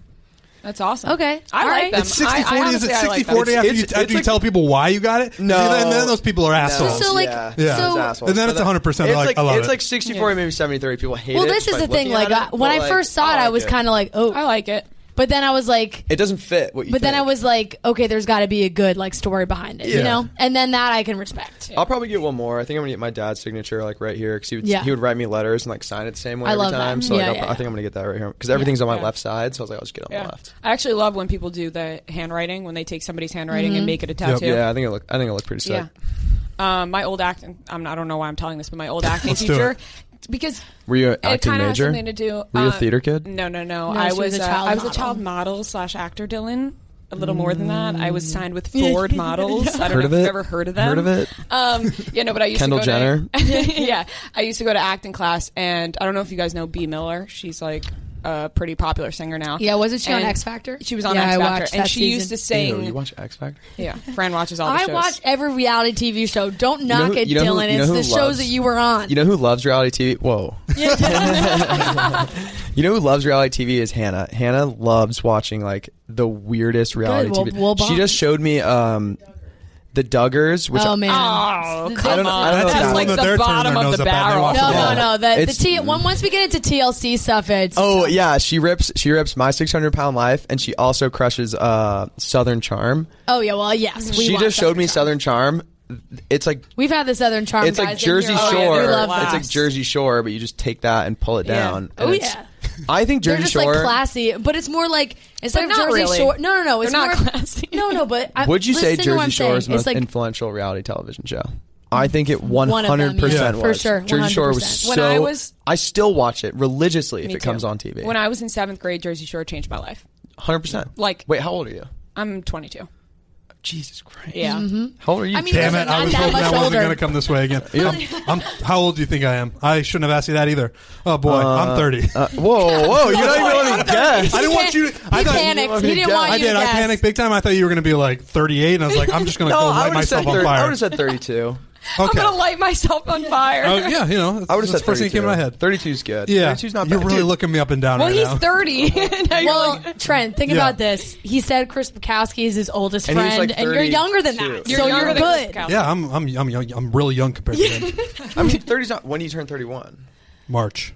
That's awesome.
Okay.
I
All
like
right.
them.
It's 60
I, I
40. Is
honestly,
it
I
60
like them.
40 after,
It's-
you,
it's-
after
it's
you
like-
tell people why you got it?
No.
See, then, then those people are assholes.
So, like-
yeah,
so-
Those assholes.
then
But
it's 100%
It's
like,
like
I love
it's
it.
like 60 40 maybe 70 30 people hate
well,
it.
this
just
is
by
the thing.
looking
Like
at
I,
it,
when
but,
I
like,
first saw it, I
like
was kind of like, oh,
I like it.
but then I was like,
It doesn't fit what you
but then I
think.
was like, okay, there's got to be a good like story behind it, you
Yeah.
know? And then that I can respect.
I'll probably get one more. I think I'm gonna get my dad's signature like right here because he would
Yeah.
he would write me letters and like sign it the same way
I
every
love that.
time. So like,
Yeah,
I'll-
yeah,
I think
yeah.
I'm gonna get that right here because everything's on my
Yeah.
left side. So I was like, I'll just get it on
Yeah.
the left.
I actually love when people do the handwriting, when they take somebody's handwriting
Mm-hmm.
Mm-hmm.
and make it a tattoo.
Yeah, I think it look I think it looked pretty sick.
Yeah. Um, my old acting, I'm, I don't know why I'm telling this, but my old acting
Let's do
teacher
it.
act because
Were you an
it
acting
kinda has
major?
something to do.
Were you a
um,
theater kid?
No, no, no.
No,
I
she was
was,
a
uh,
child
I was a
model.
child model slash actor, Dylan. A little more than that. I
Mm.
was signed with Ford
Yeah.
Models. I don't
Heard
know
of
if you've
it?
ever heard of them.
Heard of it?
Um, yeah, no, but I used
Kendall
to go
Jenner?
To, yeah, I used to go to acting class, and I don't know if you guys know B Miller. She's like a pretty popular singer now.
Yeah, wasn't she on
And
X Factor?
She was on
Yeah,
X
I
Factor,
watched
and
that
she
season.
used to sing.
Ew, you watch X Factor?
Yeah, Fran watches all the
I
shows.
watch every reality TV show. Don't
know
knock
who-
it,
you know who-
Dylan.
you know
it's
who
the
loves-
shows that you were on.
You know who loves reality TV? Whoa. you know who loves reality TV is Hannah. Hannah loves watching like the weirdest reality
we'll-
TV.
we'll
she
bond.
just showed me um the Duggars, which
oh man,
oh, come
don't- I don't know
on.
if
That's
that-
like
That's
the
their turn
bottom
their
of
nose
the
up at. They
barrel.
watch
No,
it
no,
all.
no. The, the
It's-
T, when- once we get into TLC stuff, it's
Oh yeah, she rips she rips my 600 pound life, and she also crushes uh Southern Charm.
oh yeah, well
Mm-hmm.
yes. We
she
watch
just
that.
showed me Southern Charm. It's like
We've had the Southern Charm.
it's like
guys in
Jersey
here. Oh, yeah,
Shore.
we love
it's
that.
like Jersey Shore, but you just take that and pull it
Yeah.
down.
Oh,
and it's-
yeah.
I think
They're
Jersey
just
Shore.
like classy, but it's more like it's
But
like
not
Jersey
really.
Shore. No, no, no. It's
They're not
more, No, no. But I,
Would you say
listen to what
Jersey
I'm
Shore is the
saying.
most
It's like Mm.
influential reality television show? I think it one
One of them, yeah.
hundred percent
Yeah.
was.
For sure,
Jersey Shore was
100%.
so.
When I was-
I still watch it religiously if
Me
it
too.
comes on TV.
When I was in seventh grade, Jersey Shore changed my life.
Hundred percent.
Like-
wait, how old are you?
I'm 22.
Jesus Christ. Mm-hmm.
Yeah.
How old are you?
I mean, Damn listen, it, I
I
I'm
was
that
hoping
much
that wasn't
older.
going to come this way again. I'm, how old do you think I am? I shouldn't have asked you that either. Oh boy, I'm
Uh,
30.
whoa, whoa! You're not even letting me guess.
I didn't want you. To, I
He
thought
panicked. He didn't want
I
you to
did. I
guess.
panicked big time. I thought you were going to be like 38, and I was like, I'm just going to
No,
go
I
light
would've
myself
said
on
thir- I
fire.
would have said 32.
I'm gonna light myself on fire.
Oh, yeah, you know,
I would have
that's
said
the first thing that
32.
came to my head.
32 is good.
Yeah,
32 is not
You're
bad.
really
Dude.
looking me up and down
Well,
right
he's
now.
30. Now you're
well,
like-
Trent, think
Yeah.
about this. He said Chris Bukowski is his oldest
And he was,
friend,
like,
and you're younger than
32.
that,
You're
so
younger
you're
than Chris
good.
Bukowski.
yeah, I'm I'm I'm young, I'm really young compared to him.
I mean, 30's not. When Oh. do you turn 31?
March.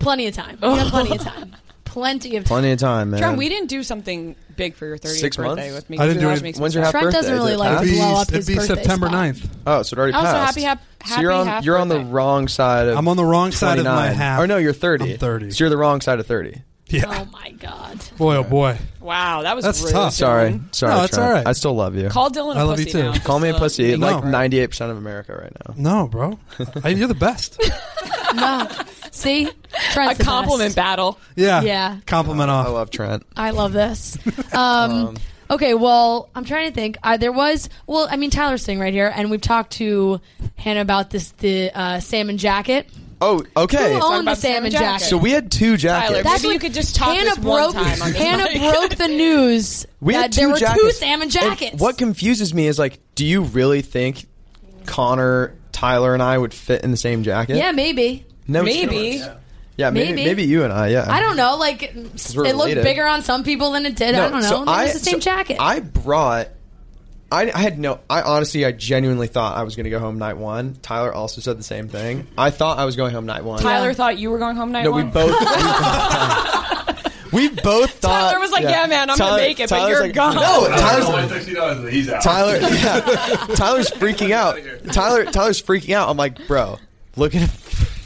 Plenty of time. We have plenty of time. Plenty of time.
Plenty of time, man.
Trent, we didn't do something big for your 30th
Six
birthday
months?
with me.
I didn't do
because it
it. When's your half
Trent
birthday?
doesn't really
Is it
like
past?
to blow up his birthday spot.
9th.
Oh, so it already
Also,
passed.
happy hap-
so you're
happy
on
half
you're on the wrong side of.
I'm on the wrong side of my
29.
half.
Or no, you're 30.
I'm 30.
So you're the wrong side of 30.
Yeah.
Oh my god.
Boy, oh boy.
Wow, that was
That's
rude.
tough.
Sorry, sorry.
No, it's
Trent.
all right.
I still love you.
Call Dylan a
I love
pussy
you too.
now.
Call me a
Just, uh,
pussy.
no.
Like 98 percent of America right now.
No, bro. I, you're the best.
No. See? Trent's
A compliment battle.
Yeah.
Yeah.
Compliment off.
I love Trent.
I love this. Um, okay, well, I'm trying to think. Uh, there was, well, I mean, Tyler's sitting right here, and we've talked to Hannah about this the uh, salmon jacket.
Oh, okay.
Who owned the salmon jacket?
So we had two jackets.
Tyler,
That's
maybe you
what
could just talk
Hannah
this
broke,
one time on this
Hannah
mic.
broke the news
we
that
had two
there were
jackets. Oh,
two salmon
And
jackets.
what confuses me is like, do you really think Connor, Tyler, and I would fit in the same jacket?
yeah, maybe.
No
Maybe.
chance. Yeah, maybe,
Maybe.
maybe you and I. Yeah.
I don't know. Like, it
we're
looked
related.
bigger on some people than it did. I don't know.
so
Maybe it was the same
so
jacket.
I brought. I, I had no. I honestly, I genuinely thought I was going to go home night one. Tyler also said the same thing. I thought I was going home night one.
Tyler thought you were going home night
No, we
one.
both. We both thought.
Tyler was like, "Yeah, man, I'm gonna make it, but you're gone."
No, Oh, Tyler's
Only thing she knows is that he's out.
Tyler, yeah. Tyler's freaking out. Tyler, Tyler's freaking out. I'm like, bro, look in,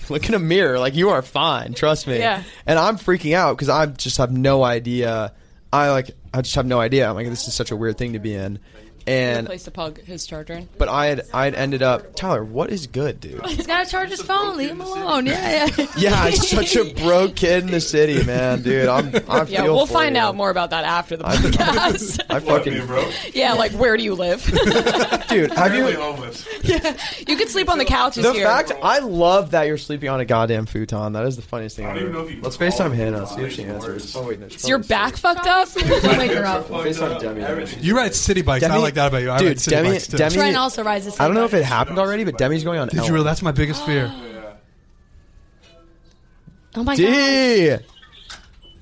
look in a mirror. Like you are fine. Trust me.
Yeah.
And I'm freaking out because I just have no idea. I like, I just have no idea. I'm like, this is such a weird thing to be in. And
Place to plug his charger in.
but I had I had ended up Tyler. What is good, dude?
He's got to charge his phone. Leave him alone. Yeah, yeah.
Yeah, I'm such a broke kid in the city, man, dude. I'm. I
Yeah,
feel
we'll
for
find
you.
out more about that after the podcast.
I fucking
yeah, like where do you live?
dude. Have you?
homeless.
you could sleep on the couches
The
here.
fact I love that you're sleeping on a goddamn futon. That is the funniest thing. I
don't even know if you can
Let's FaceTime
call
Hannah. See if she answers. Oh wait, no.
Is your back fucked up?
Wake her up.
FaceTime Demi.
You ride city bikes. I
Demi-
like that about you. I
dude,
ride city
Demi-
bikes too.
Demi-
Trent also rides a
I don't know if
skateboard.
it happened already, but Demi's going on.
Did you?
Ellen.
Really, that's my biggest fear.
Oh my god.
D,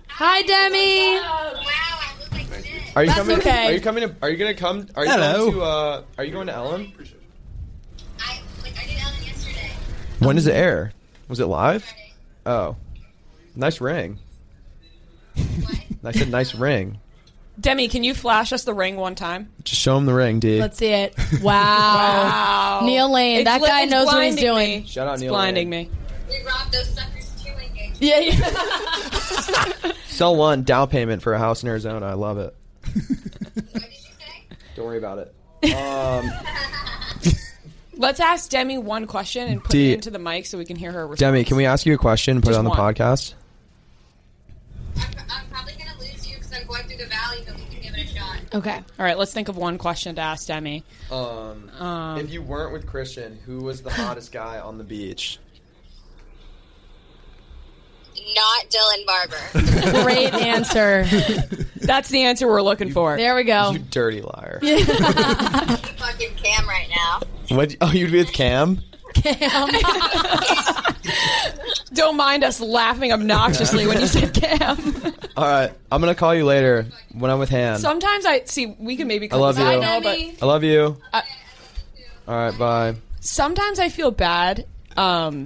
Hi, Demi.
are you
That's
coming?
okay.
Are you coming? To, are you gonna come? Are you
Hello.
going to? Uh, are you going to Ellen? When does it air? Was it live? Oh, nice ring. I said nice ring.
Demi, can you flash us the ring one time?
Just show him the ring, D.
Let's see it. Wow.
Wow.
Neil Lane. that
It's li-
guy
it's
knows what he's
blinding
doing.
me.
Shout out
It's
Neil
blinding
Lane.
me.
Yeah, yeah.
Sell one down payment for a house in Arizona. I love it. Don't worry about it. Um,
Let's ask Demi one question and put
D-
it into the mic so we can hear her. Response.
Demi, can we ask you a question and put
Just
it on the
one.
podcast?
Okay. All right. Let's think of one question to ask Demi.
Um,
Um,
if you weren't with Christian, who was the hottest guy on the beach?
Not Dylan Barber.
Great answer. That's the answer we're looking for. There
we go.
You dirty liar.
fucking Cam right now.
What? Oh, you'd be with Cam?
Don't mind us laughing obnoxiously when you said Cam.
All right, I'm gonna call you later when I'm with Han.
Sometimes I see we can maybe.
I love you.
I know, but
I love you.
Uh,
All right, bye.
sometimes I feel bad um,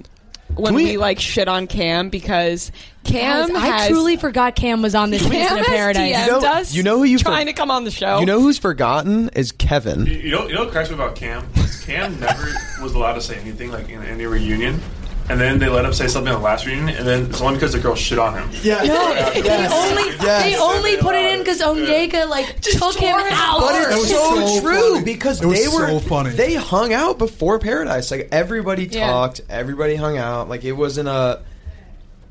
when we, like shit on Cam because Cam
Guys,
has
I truly forgot Cam was on this
Cam
Season of
has
Paradise.
DM'd
You know-
us
you know who you for-
trying to come on the show.
You know who's forgotten is Kevin.
You know, you know what cracks me about Cam? Cam never was allowed to say anything like in any reunion, and then they let him say something in the last reunion, and then it's only because the girl shit on him.
Yeah.
No, they only they only put it in because Onyeka like took him out.
But it's so, true because
It was
they were
so funny.
they hung out before Paradise. Like everybody
Yeah.
talked, everybody hung out. Like it wasn't a.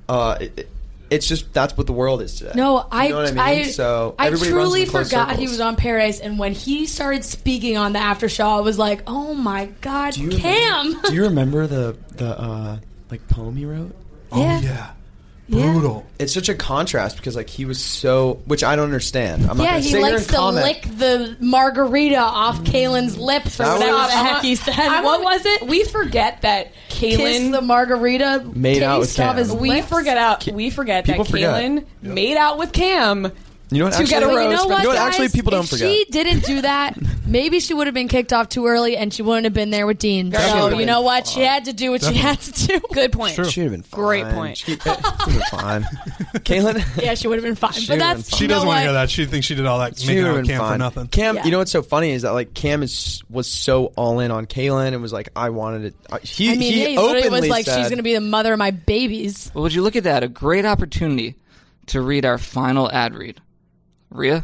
Uh, it- it- it's just that's what the world is today.
No, I,
You know what I mean. so
I
everybody runs
truly
in closed
forgot he
circles.
was on Paradise, and when he started speaking on the after show, I was like, "Oh my god,
Do you
Cam!"
Do you remember the the uh, like poem he wrote? Oh,
Yeah.
yeah.
Yeah.
Brutal. It's such a contrast because like he was so, which I don't understand. I'm not
yeah,
gonna
he
sit here
likes
and
to
comment.
lick the margarita off Kalen's lips or
That
whatever
was-
the heck he said. what was
it? We forget that
Kalen the margarita
Made out with
taste off
Cam.
his
we
lips.
forget out. We forget that
people forget.
Caitlyn made out with Cam.
You know what?
to
Actually,
get a
But
rose.
you know
from-
what? guys?
actually people don't
if
forget.
She didn't do that. Maybe she would have been kicked off too early, and she wouldn't have been there with Dean. So
Definitely.
you know what? She had to do what she had to do.
Good point.
She'd have been fine.
Great point.
She, she'd have been fine. Caitlin,
Yeah, she would have been fine.
She
but
would've
that's
been fine.
She
you know
doesn't want
what?
to hear that. She thinks she did all that
she
making out
would
with Cam
have been
for
fine.
nothing.
Cam,
Yeah.
you know what's so funny is that like Cam is was so all in on Caitlin and was like, I wanted it. I- He
I mean,
he
yeah, he literally
openly
was like,
said,
"She's going to be the mother of my babies."
Well, would you look at that? A great opportunity to read our final ad read. Ria?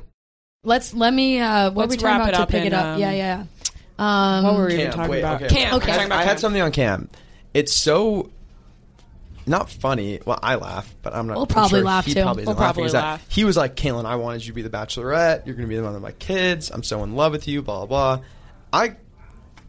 Let's let me. Uh,
Let's
what were we talking
wrap
about
it
to
up
pick
and,
it up?
um,
yeah, yeah. Um,
What were we even
Cam,
talking
wait,
about?
okay.
Cam.
Okay.
I, I had something on Cam. It's so not funny. Well, I laugh, but I'm not.
We'll
I'm
probably
sure
laugh,
he
too.
Probably isn't
We'll
laughing.
probably
He's like-
laugh.
he was like, "Caitlin, I wanted you to be the Bachelorette. You're going to be the mother of my kids. I'm so in love with you." Blah blah. blah. I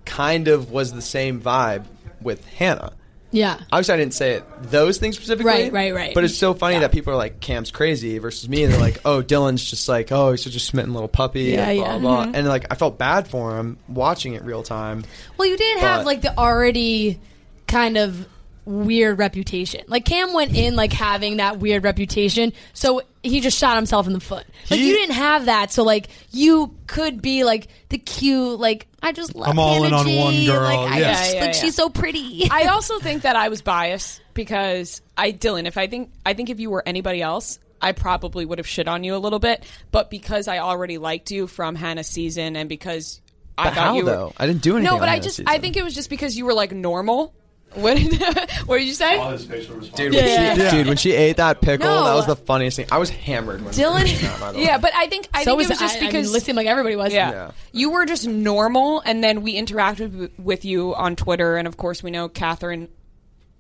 kind of was the same vibe with Hannah.
Yeah.
Obviously, I didn't say it those things specifically.
Right, right, right.
But it's so funny that people are like, "Cam's crazy" versus me, and they're like, "Oh, Dylan's just like, oh, he's such a smitten little puppy."
Yeah,
and blah,
yeah.
blah.
uh-huh.
Mhm.
And like, I felt bad for him watching it real time.
Well, you did have
But-
like the already kind of weird reputation. Like Cam went in like having that weird reputation, so he just shot himself in the foot. Like
He-
you didn't have that, so like you could be like the cute, like I just love.
I'm all
Hannah
in on
G.
one girl,
Like, I
yeah.
just-
Yeah,
like
yeah,
she's so pretty.
I also think that I was biased because I Dylan, if I think I think if you were anybody else, I probably would have shit on you a little bit, but because I already liked you from Hannah's season and because I
But
thought
how,
you were
though? I didn't do anything
No, but
on
I
Hannah's
just I
season.
think it was just because you were like normal. What did, what did you say?
All his facial response.
Dude, when she, dude, when she ate that pickle,
No.
that was the funniest thing. I was hammered when
Dylan-
Dylan. That, by the way.
Yeah, but I think I
So
think it was
was I-
just
I mean,
because
it seemed like everybody was.
Yeah.
Yeah.
you were just normal, and then we interacted w- with you on Twitter, and of course we know Catherine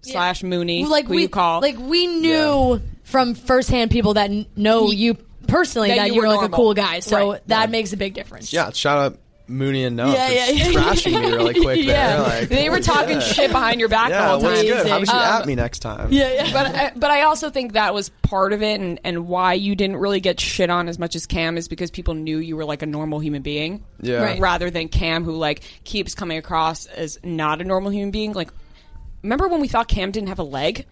slash Mooney,
like
who
we
you call.
like we knew from firsthand people that n- know you personally
That
that,
you
you
were
were like a
normal.
cool guy. So
Right.
that makes a big difference.
yeah. Shout out Mooney and Noah
Yeah,
for
yeah.
trashing me really quick.
Yeah.
there. Like,
They were talking
yeah.
shit behind your back the
Yeah,
whole
what's
time.
good? How about you
Um,
at me next time?
yeah. but I, but I also think that was part of it, and, and why you didn't really get shit on as much as Cam is because people knew you were like a normal human being,
Yeah. Right.
rather than Cam who like keeps coming across as not a normal human being. Like, remember when we thought Cam didn't have a leg?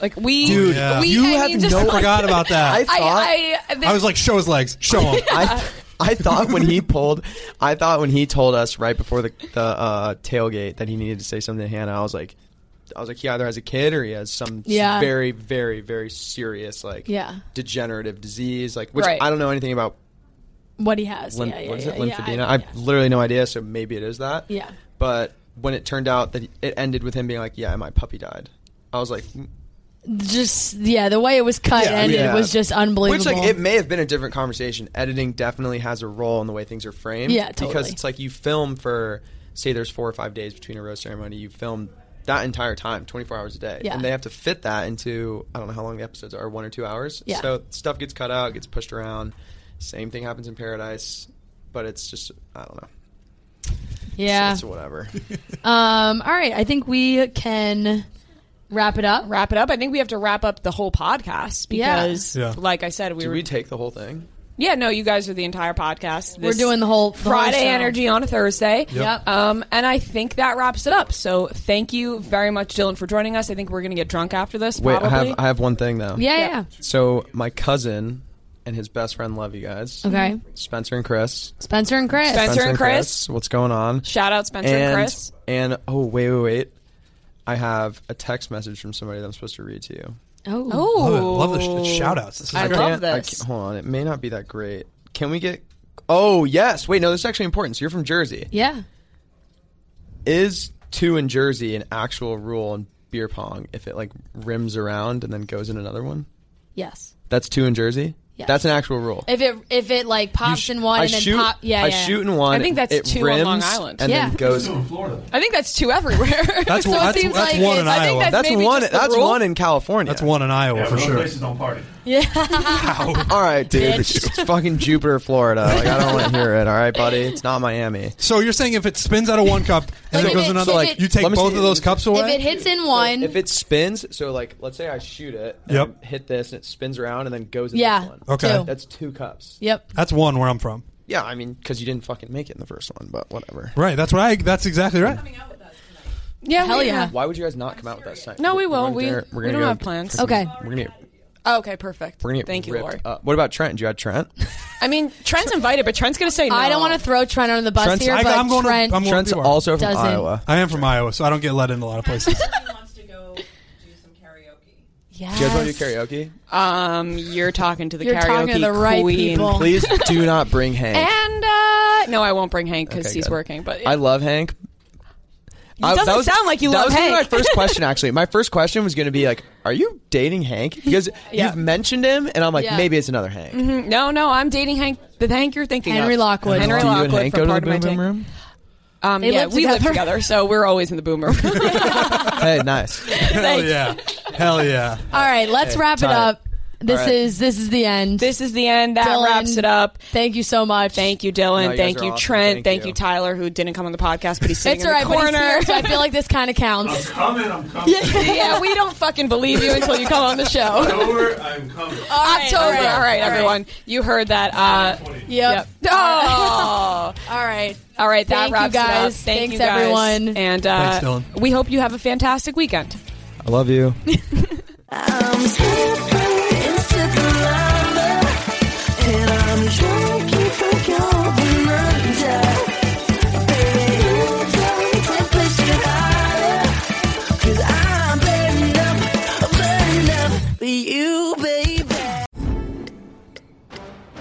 Like we,
Dude, Yeah.
we,
you
I
have
mean, just,
no-
like-
I forgot about that. I
thought-
I, I,
I was like, show his legs, show him.
I, I thought when he pulled, I thought when he told us right before the, the uh, tailgate that he needed to say something to Hannah, I was like, I was like, he either has a kid or he has some s-
Yeah.
very, very, very serious like
Yeah.
degenerative disease, like which
Right.
I don't know anything about.
What he has.
Lym-
yeah, yeah,
what is
yeah,
it?
yeah,
Lymphedema.
I-
I, have literally no idea, so maybe it is that.
Yeah.
But when it turned out that it ended with him being like, "Yeah, my puppy died," I was like,
just yeah, the way it was cut and it was just unbelievable.
Which like it may have been a different conversation. Editing definitely has a role in the way things are framed.
Yeah,
Because
totally.
it's like you film for say there's four or five days between a rose ceremony, you film that entire time, 24 hours a day.
Yeah.
And they have to fit that into, I don't know how long the episodes are, one or two hours.
Yeah.
So stuff gets cut out, gets pushed around. Same thing happens in Paradise, but it's just, I don't know.
Yeah.
It's, it's whatever.
Um, all right, I think we can wrap it up.
Wrap it up. I think we have to wrap up the whole podcast because,
Yeah. Yeah.
like I said, we
Did
were.
we take the whole thing?
yeah, no, you guys are the entire podcast.
We're
this
doing the whole- the whole
Friday
show.
energy on a Thursday.
Yep.
Um, and I think that wraps it up. So thank you very much, Dylan, for joining us. I think we're gonna get drunk after this.
Wait,
probably.
I have I have one thing though.
Yeah, yeah, yeah.
So my cousin and his best friend love you guys.
Okay.
Spencer and Chris.
Spencer and Chris.
What's going on?
Shout out Spencer and Chris.
And oh wait, wait, wait. I have a text message from somebody that I'm supposed to read to you.
Oh,
Love it. Love the sh- shout outs. This is
I
great.
can't- I can't- hold on, it may not be that great. Can we get? Oh yes. Wait, no. This is actually important. So you're from Jersey.
Yeah.
Is two in Jersey an actual rule in beer pong if it like rims around and then goes in another one?
Yes.
That's two in Jersey.
Yes.
That's an actual rule.
If it if it like pops in one
I
and then
shoot.
pop, yeah,
I
yeah, yeah.
shoot in one. it rims, and then goes.
Florida. I think that's two everywhere.
That's
So
one-
it
that's-
seems
that's
like
one
it's-
in
I think
Iowa.
that's
That's
maybe
one-
just the
that's
rule.
one in California. That's
one in Iowa
Yeah, but other places don't party.
Yeah.
all right, dude.
Bitch.
It's fucking Jupiter, Florida. Like, I don't want to hear it. All right, buddy. It's not Miami.
So you're saying if it spins out of one cup and
Like,
then
if
goes
it-
another,
if
like
it-
you take
Let me
both
see.
of those cups away.
if it hits in one,
If it spins, so like, let's say I shoot it. and
Yep.
I Hit this, and it spins around, and then goes. In
Yeah,
This one.
Okay. two.
That's two cups.
yep.
That's one where I'm from.
Yeah, I mean, because you didn't fucking make it in the first one, but whatever.
Right. That's what I. That's exactly right.
Yeah,
Hell
we-
yeah.
Why would you guys not come out with that tonight?
No, we will.
We're gonna
We-
get- we're
we
gonna
don't
go-
have plans.
Okay.
We're gonna get,
Oh, okay, perfect.
we're gonna get
Thank you,
ripped
Lord.
up. What about Trent? Do you have Trent?
I mean, Trent's invited, but Trent's gonna say no.
I don't want to throw Trent under the bus
Trent's-
here,
I-
but
I'm going to-
Trent
I'm going
Trent's
to
also from
doesn't.
Iowa.
I am from Iowa, so I don't get let in a lot of places.
Yeah.
Do you guys want to do karaoke?
Um, you're talking to the
You're
karaoke
talking to the right
queen.
people.
Please do not bring Hank.
And uh, no, I won't bring Hank because
Okay,
he's
good.
working. But
I love Hank. It
doesn't sound like you
that
love
was gonna be
Hank.
my first question, actually. My first question was going to be like, "Are you dating Hank?" Because
Yeah.
you've mentioned him, and I'm like,
Yeah.
maybe it's another Hank.
Mhm. no, no, I'm dating Hank. The Hank you're thinking
Henry
of.
Lockwood.
Henry
Do you and
Lockwood
Hank
from
go to the
Part of My
Boom Boom
Take.
Room?
Um,
They
yeah,
live
we live
together.
together, so we're always in the boom room.
hey, nice.
Hell yeah. Hell yeah.
All right, let's
Hey,
wrap it
tie it.
up. This
All right.
is this is the end.
This is the end. That
Dylan,
wraps it up.
Thank you so much.
Thank you, Dylan.
No, you
thank
guys are
you,
awesome.
Trent.
Thank
Thank you.
you.
Tyler, who didn't come on the podcast, but he's sitting
It's
in
all right,
the
but
corner.
he's here, so I feel like this kind of counts.
Coming, I'm coming.
yeah, yeah, we don't fucking believe you until you come on the show.
October, I'm coming.
October. All right, everyone. You heard that. Uh,
Yep.
Oh.
All right.
All right, that
Thank you,
wraps it up.
guys.
Thank
Thanks,
you, guys.
everyone.
And uh,
Thanks, Dylan.
we hope you have a fantastic weekend.
I love you.
I'm slipping into the lava, and I'm drinking from your veranda. Baby, you tell me to push it harder, 'cause I'm burning up, burning up for you, baby.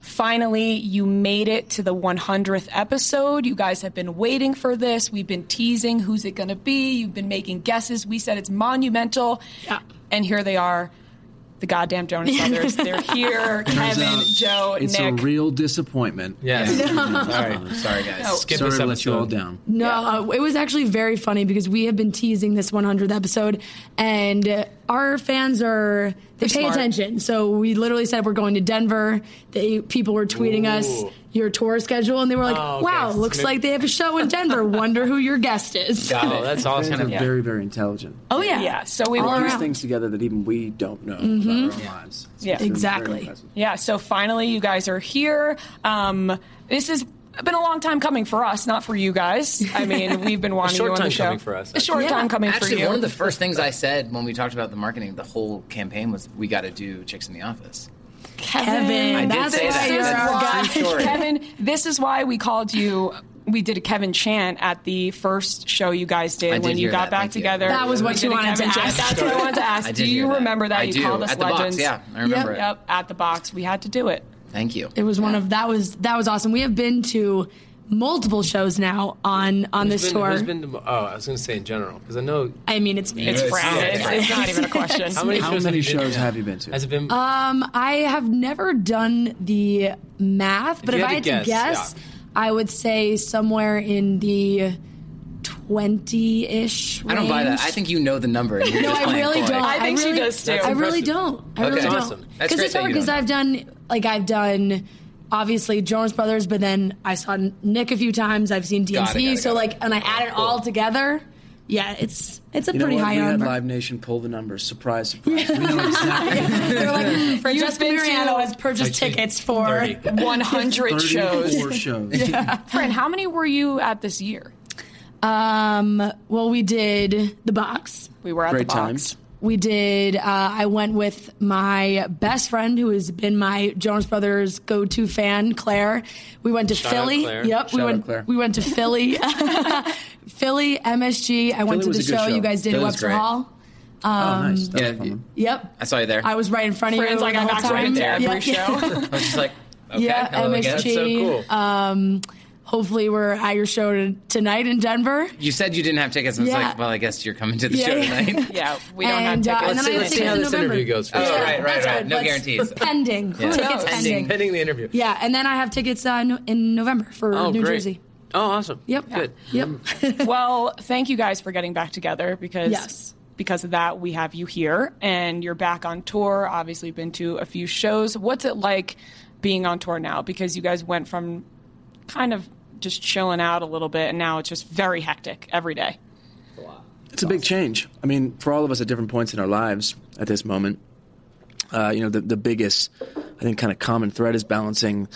Finally, you made it to the 100th episode. You guys have been waiting for this. We've been teasing who's it going to be. You've been making guesses. We said it's monumental. Yeah. And here they are, the goddamn Jonas Brothers. They're here.
Turns
Kevin,
uh,
out
Joe,
it's
Nick.
a real disappointment.
Yes. No.
Sorry, sorry guys.
No.
Skip Sorry to let you all down.
No, uh, it was actually very funny because we have been teasing this 100th episode, and uh, our fans are they
They're
pay
smart.
attention. So we literally said we're going to Denver. They people were tweeting us
Ooh.
your tour schedule, and they were like,
Oh, okay.
"Wow, looks like they have a show in Denver. Wonder who your guest is."
You guys are very, very intelligent.
Oh yeah,
Yeah, so we
They
were-
piece
around.
things together that even we don't know
Mm-hmm.
Mhm.
about our own lives. It's
Yeah,
very, very
exactly.
impressive.
Yeah, so finally, you guys are here. Um, this has been a long time coming for us, not for you guys. I mean, we've been wanting
a short
you on
time
the show.
coming for us.
A short time coming
actually,
for you.
one of the first things I said when we talked about the marketing, the whole campaign was we got to do Chicks in the Office.
Kevin,
I did that's say that. why you're That's a our true guy. story.
Kevin, this is why we called you
we did a Kevin Chant at the first show you guys
I
did
did
when you
hear
got
that.
back
Thank you.
together.
That was
We
what
did
you
a
wanted
Kevin
to
Chant.
ask.
That's what I wanted to ask.
I did
do you
hear that.
remember that?
I
you
do.
called us
At the box,
legends.
yeah. I remember
yep,
it.
Yep, at the box. We had to do it.
Thank you.
It was one of that was that was awesome. We have been to multiple shows now on on
Who's
this
been-
tour.
who's been to- oh, I was going to say in general because I know
I mean, it's me.
Yes. Yeah, yeah. How many shows, have, you been,
shows
yeah.
have you been to?
Has it been?
Um, I have never done the math,
If
but if,
you
I had to guess,
yeah.
I would say somewhere in the twenty-ish.
I don't buy that.
range.
I think you know the number. and you're
no,
just
I
playing
really
coy.
don't. really, I really don't. I
Okay.
really
That's
don't.
awesome. That's great
it's
that
hard
you don't
because I've done like I've done obviously Jonas Brothers, but then I saw Nick a few times. I've seen DMC,
Got it, got it,
so like, and I add it all together. Yeah, it's it's a
you know
pretty
what?
high
we
number.
Had Live Nation pull the numbers. Surprise, surprise. we know exactly.
They're like, "Mm, Francesca
been to
Mariano has purchased
like
tickets for
100 shows.
34 shows.
Fran, how many were you at this year?
Um, well, we did the box.
We were at
Great times.
We did. Uh, I went with my best friend, who has been my Jonas Brothers go-to fan, Claire. We went to
Shout out
Philly.
Claire.
Yep,
Shout
we
out
went.
Claire.
We went to Philly, Philly MSG. I went to
was
the
a good
show,
show.
you guys did at
Philly was
Webster
great. Oh,
Hall. Um,
Yeah,
Yep,
I saw you there.
I was right in front of
Friends
you.
like
the
I'm
whole
actually
time.
there every
Yeah.
show.
I was just like, okay,
yeah,
hello
MSG.
again. That's so cool.
Um, hopefully, we're at your show t- tonight in Denver.
You said you didn't have tickets. and I was
Yeah.
like, well, I guess you're coming to the
Yeah,
show
yeah.
tonight.
Yeah, we
don't have And, uh, tickets. and then
Let's
I
see,
have
let's see
tickets
how
in
this
November.
interview goes.
Oh,
first.
right, right, right. No guarantees.
Pending.
Yeah.
Tickets pending.
Pending the interview.
Yeah, and then I have tickets uh, no- in November for
Oh,
New
great.
Jersey.
Oh, awesome.
Yep.
Good. Mm.
Yep.
well, thank you guys for getting back together because
Yes.
because of that we have you here and you're back on tour. Obviously, you've been to a few shows. What's it like being on tour now? Because you guys went from kind of just chilling out a little bit, and now it's just very hectic every day.
It's a big change. I mean, for all of us at different points in our lives at this moment, uh, you know, the, the biggest, I think, kind of common thread is balancing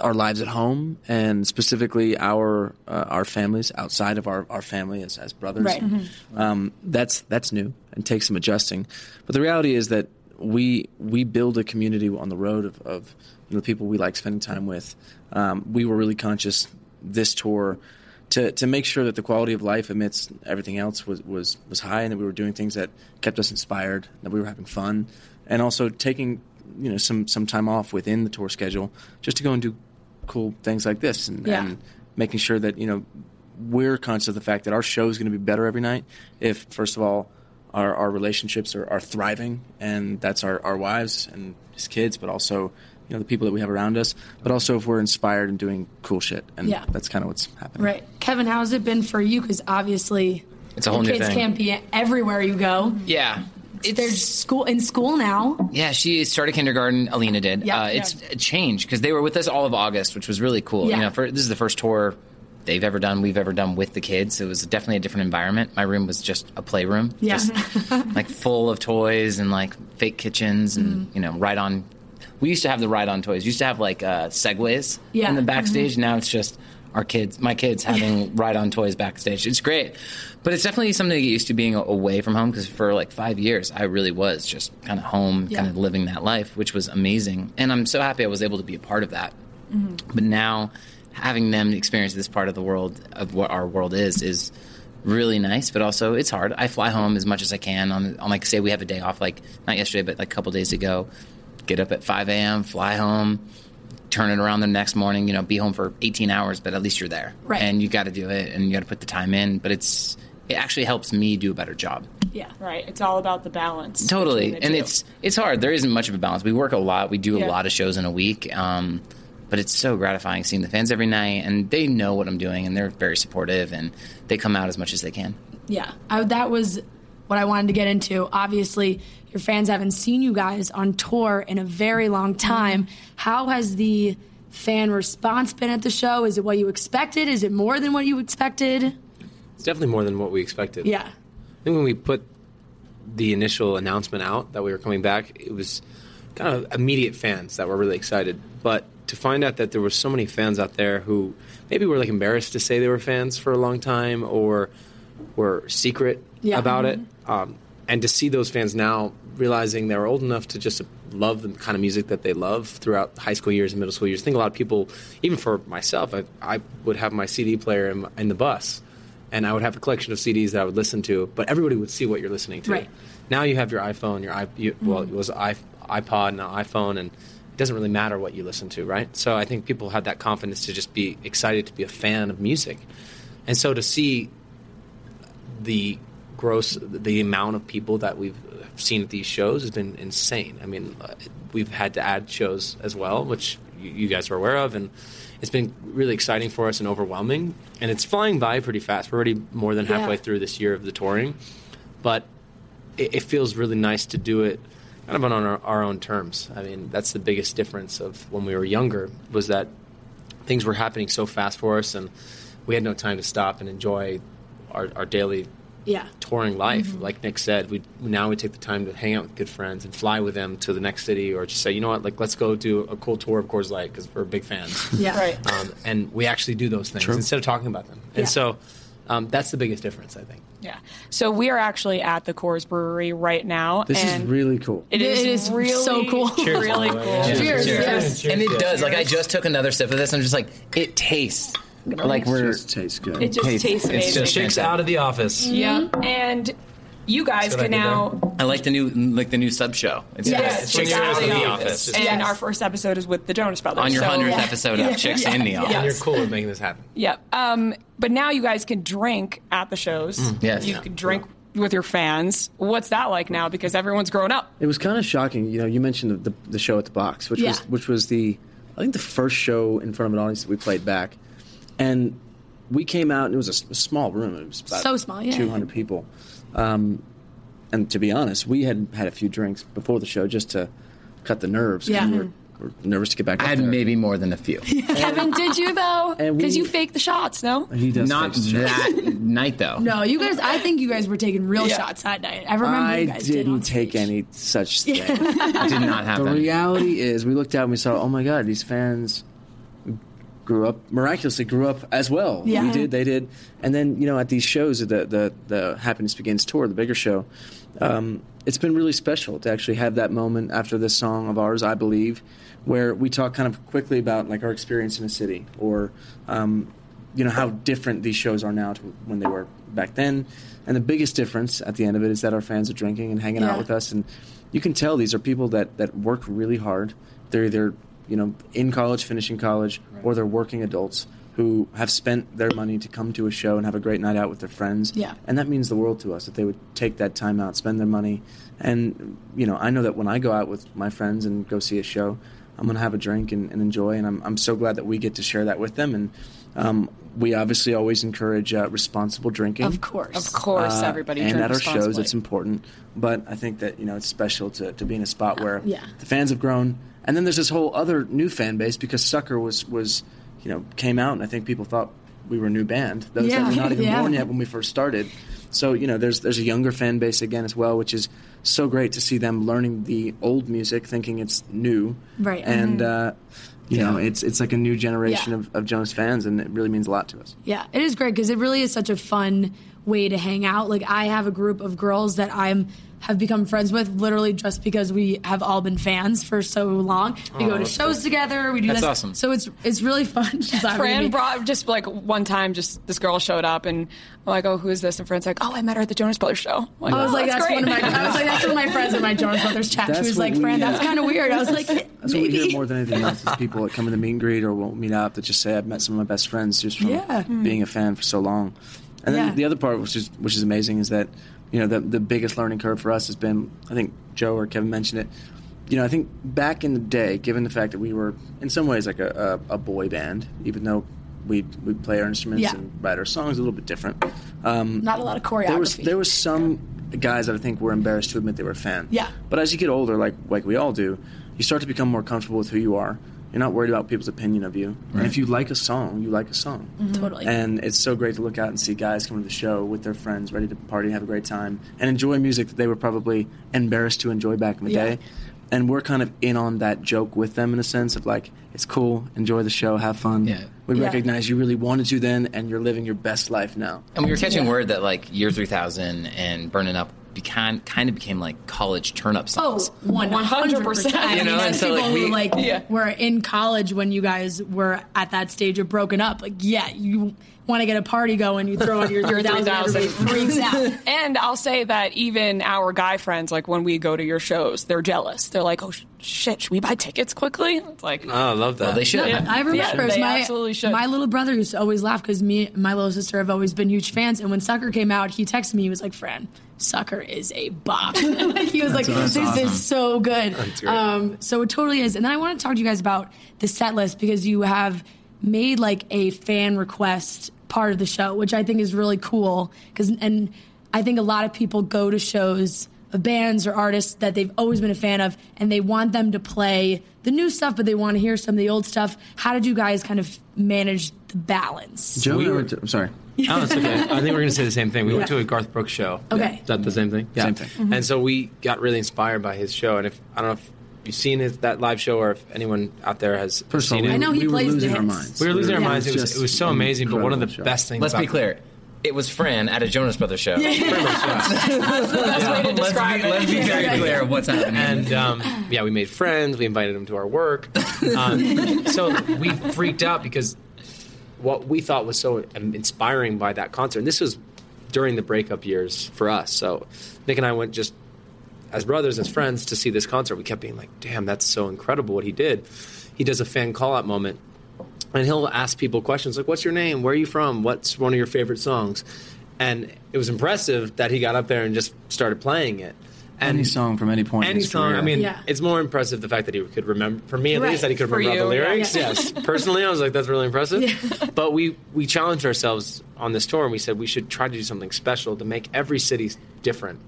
our lives at home and specifically our uh, our families outside of our, our family as, as brothers.
Right. Mhm.
Um, that's that's new and takes some adjusting. But the reality is that we we build a community on the road of, of you know, the people we like spending time with. Um, we were really conscious this tour to, to make sure that the quality of life amidst everything else was, was, was high and that we were doing things that kept us inspired, that we were having fun, and also taking you know some, some time off within the tour schedule just to go and do cool things like this and,
Yeah.
and making sure that you know we're conscious of the fact that our show is going to be better every night if first of all our, our relationships are, are thriving and that's our, our wives and his kids but also you know the people that we have around us but also if we're inspired and doing cool shit and
Yeah.
that's kind of what's happening
Right. Kevin, how's it been for you? Because obviously,
It's a whole
the
new
kids
thing.
can't be everywhere you go.
Yeah.
They're school in school now.
Yeah, she started kindergarten. Alina did.
Yeah.
uh, it's a change because they were with us all of August, which was really cool.
Yeah.
You know, for, this is the first tour they've ever done, we've ever done with the kids. It was definitely a different environment. My room was just a playroom,
Yeah.
like full of toys and like fake kitchens and you know ride on. We used to have the ride on toys. We used to have like uh, segways
Yeah.
in the backstage.
Mhm.
Now it's just our kids, my kids, having ride on toys backstage. It's great, but it's definitely something to get used to being a- away from home because for like five years I really was just kind of home,
Yeah.
kind of living that life, which was amazing. And I'm so happy I was able to be a part of that. But now having them experience this part of the world of what our world is is really nice, but also it's hard. I fly home as much as I can on on like say we have a day off, like not yesterday, but like a couple days ago. Get up at five AM, fly home, turn it around the next morning, you know, be home for eighteen hours, but at least you're there.
Right.
And you gotta do it and you gotta put the time in. But it's it actually helps me do a better job.
Yeah, right. It's all about the balance.
Totally,
between the
and
two.
it's it's hard. There isn't much of a balance. We work a lot. We do
Yeah.
a lot of shows in a week, um, but it's so gratifying seeing the fans every night, and they know what I'm doing, and they're very supportive, and they come out as much as they can.
Yeah, I, that was what I wanted to get into. Obviously, your fans haven't seen you guys on tour in a very long time. How has the fan response been at the show? Is it what you expected? Is it more than what you expected?
It's definitely more than what we expected.
Yeah.
I think when we put the initial announcement out that we were coming back, it was kind of immediate fans that were really excited. But to find out that there were so many fans out there who maybe were like embarrassed to say they were fans for a long time or were secret
Yeah.
Mm-hmm.
about it, um, and to see those fans now realizing they're old enough to just love the kind of music that they love throughout high school years and middle school years. I think a lot of people, even for myself, I, I would have my CD player in, my- in the bus, and I would have a collection of CDs that I would listen to, but everybody would see what you're listening to.
Right.
Now you have your iPhone, your i you, well, it was i iPod now iPhone, and it doesn't really matter what you listen to, right? So I think people had that confidence to just be excited to be a fan of music, and so to see the gross the amount of people that we've seen at these shows has been insane. I mean, uh, we've had to add shows as well, which you, you guys are aware of, and it's been really exciting for us and overwhelming. And it's flying by pretty fast. We're already more than
Yeah.
halfway through this year of the touring, but it, it feels really nice to do it kind of on our, our own terms. I mean, that's the biggest difference of when we were younger was that things were happening so fast for us, and we had no time to stop and enjoy our, our daily
Yeah.
touring life.
Mm-hmm.
Like Nick said, we now we take the time to hang out with good friends and fly with them to the next city, or just say, you know what, like let's go do a cool tour of Coors Light because we're big fans.
Yeah. Right.
Um, and we actually do those things
True.
instead of talking about them. And
Yeah.
so um, that's the biggest difference, I think.
Yeah. So we are actually at the Coors Brewery right now.
This
and
is really cool.
It is,
It is
really
so cool.
Cheers,
really
by the way.
cool.
Yeah.
Cheers, yes.
And it does. Like I just took another sip of this. I'm just like, it tastes like we're. It just tastes good.
It just tastes
It's
amazing.
just chicks out of the office.
Yeah. Mm-hmm. And you guys
That's what
can
I did
now.
there. I like the new, like the new sub show. It's
Yes,
it's chicks
Chicks
out of the
Office.
office.
And our first episode is with the Jonas Brothers.
on your
so-
hundredth episode of
Yeah.
Chicks
Yeah.
in the Office.
Yes.
You're cool with making this happen.
Yep. Um, but now you guys can drink at the shows.
Mm, yes.
You
Yeah.
can drink with your fans. What's that like now? Because everyone's grown up.
It was kind of shocking. You know, you mentioned the, the, the show at the box, which
Yeah.
was which was the I think the first show in front of an audience that we played back, and we came out and it was a, s- a small room. It was about
So small, yeah.
two hundred people. Um, and to be honest, we had had a few drinks before the show just to cut the nerves. 'cause
Yeah.
we were, we were nervous to get back. I had
maybe more than a few.
Kevin, did you though?
And we-
Because you faked the shots, no?
He does
Not
things to change.
that night though.
No, you guys. I think you guys were taking real shots that night. I remember
I
you guys did.
didn't take any such thing.
Yeah. It did not
The
happen.
reality is, we looked out and we saw, oh my god, these fans grew up miraculously, grew up as well.
Yeah.
We did, they did, and then you know at these shows, the the the Happiness Begins tour, the bigger show. Um, it's been really special to actually have that moment after this song of ours, I believe, where we talk kind of quickly about like our experience in a city or um, you know how different these shows are now to when they were back then and the biggest difference at the end of it is that our fans are drinking and hanging out
Yeah.
with us and you can tell these are people that that work really hard they're either you know in college finishing college or they're working adults who have spent their money to come to a show and have a great night out with their friends
Yeah.
and that means the world to us that they would take that time out spend their money and you know i know that when i go out with my friends and go see a show i'm going to have a drink and, and enjoy and I'm, I'm so glad that we get to share that with them and um, we obviously always encourage uh, responsible drinking
Of course. Of course,
uh,
everybody
and
drink
at our shows
responsibly.
it's important but i think that you know it's special to, to be in a spot where
Yeah.
the fans have grown and then there's this whole other new fan base because sucker was was you know came out and i think people thought we were a new band those
Yeah.
that were not even
Yeah.
born yet when we first started so you know there's there's a younger fan base again as well which is so great to see them learning the old music thinking it's new
Right.
and
Mhm.
mm-hmm.
uh, you know it's it's like a new generation of, of jonas fans and it really means a lot to us
Yeah, it is great because it really is such a fun way to hang out. Like I have a group of girls that I'm have become friends with literally just because we have all been fans for so long. We
Oh,
go to
that's
shows
cool.
together. We do
That's
this.
awesome.
So it's it's really fun.
Fran brought just like one time, just this girl showed up, and I'm like, "Oh, who is this?" And Fran's like, "Oh, I met her at the Jonas Brothers show." I'm
I was
"Oh,
like, that's,
great."
one of my. I was like, that's one of my friends in my Jonas Brothers chat. she
That's
was
what
like,
we,
Fran, that's
uh,
kind of weird. I was like,
That's what we hear more than anything else is people that come in the meet and greet or won't meet up that just say I've met some of my best friends just from
Yeah. Hmm.
being a fan for so long. And then
Yeah.
the other part which is which is amazing is that, you know, the the biggest learning curve for us has been I think Joe or Kevin mentioned it. You know, I think back in the day, given the fact that we were in some ways like a, a, a boy band, even though we we play our instruments
Yeah.
and write our songs a little bit different. Um,
Not a lot of
There was
choreography.
there was some guys that I think were embarrassed to admit they were a fan.
Yeah.
But as you get older, like like we all do, you start to become more comfortable with who you are. You're not worried about people's opinion of you. And if you like a song, you like a song.
Totally.
And it's so great to look out and see guys come to the show with their friends, ready to party, have a great time, and enjoy music that they were probably embarrassed to enjoy back in the
Yeah.
day. And we're kind of in on that joke with them in a sense of like, it's cool, enjoy the show, have fun. Yeah. We
Yeah.
recognize you really wanted to then, and you're living your best life now.
And we were catching word that like year 3000 and Burning Up became, kind of became like college turnip songs.
Oh, 100%.
You know, and
There's
so, like,
people who
we-
like were in college when you guys were at that stage of broken up. Like, yeah, you want to get a party going, you throw on your, your 3,000, everybody freaks out.
and I'll say that even our guy friends, like when we go to your shows, they're jealous. They're like, "Oh sh- shit, should we buy tickets quickly?" It's like,
Oh, I love that.
No, I remember
Yeah, they
my, my little brother used to always laugh because me and my little sister have always been huge fans. And when Sucker came out, he texted me. He was like, Fran, Sucker is a bop. Like, he was
That's
like, this
awesome.
is so good.
That's great.
Um, so it totally is. And then I want to talk to you guys about the set list because you have made like a fan request part of the show, which I think is really cool. Because and I think a lot of people go to shows of bands or artists that they've always been a fan of, and they want them to play the new stuff, but they want to hear some of the old stuff. How did you guys kind of manage the balance?
Joe, we were. I'm sorry.
Oh, that's okay. I think we're going to say the same thing. We went
Yeah.
to a Garth Brooks show.
Okay.
Is that the same thing?
Same thing.
Mhm.
And so we got really inspired by his show. And if I don't know if you've seen his, that live show or if anyone out there has
First of all,
seen
we-
it.
I know he we were plays the losing our hits. minds.
We were losing our
Yeah.
minds. It was,
Just
it was so amazing. But one of the
incredible show.
best things.
Let's be
about-
clear. It was Fran at a Jonas Brothers show.
That's the best way to describe it.
Let's be very clear of what's happening.
And um, yeah, we made friends. We invited him to our work. Um, so we freaked out because what we thought was so um, inspiring by that concert, and this was during the breakup years for us. So Nick and I went just as brothers, as friends, to see this concert. We kept being like, "Damn, that's so incredible what he did." He does a fan call out moment and he'll ask people questions like what's your name where are you from what's one of your favorite songs and it was impressive that he got up there and just started playing it and
any song from any point. in
any
his
song
career.
i mean it's more impressive the fact that he could remember for me at
Right.
least that he could
For
remember all the
you, yeah.
lyrics
Yeah.
yes personally i was like that's really impressive but we we challenged ourselves on this tour and we said we should try to do something special to make every city different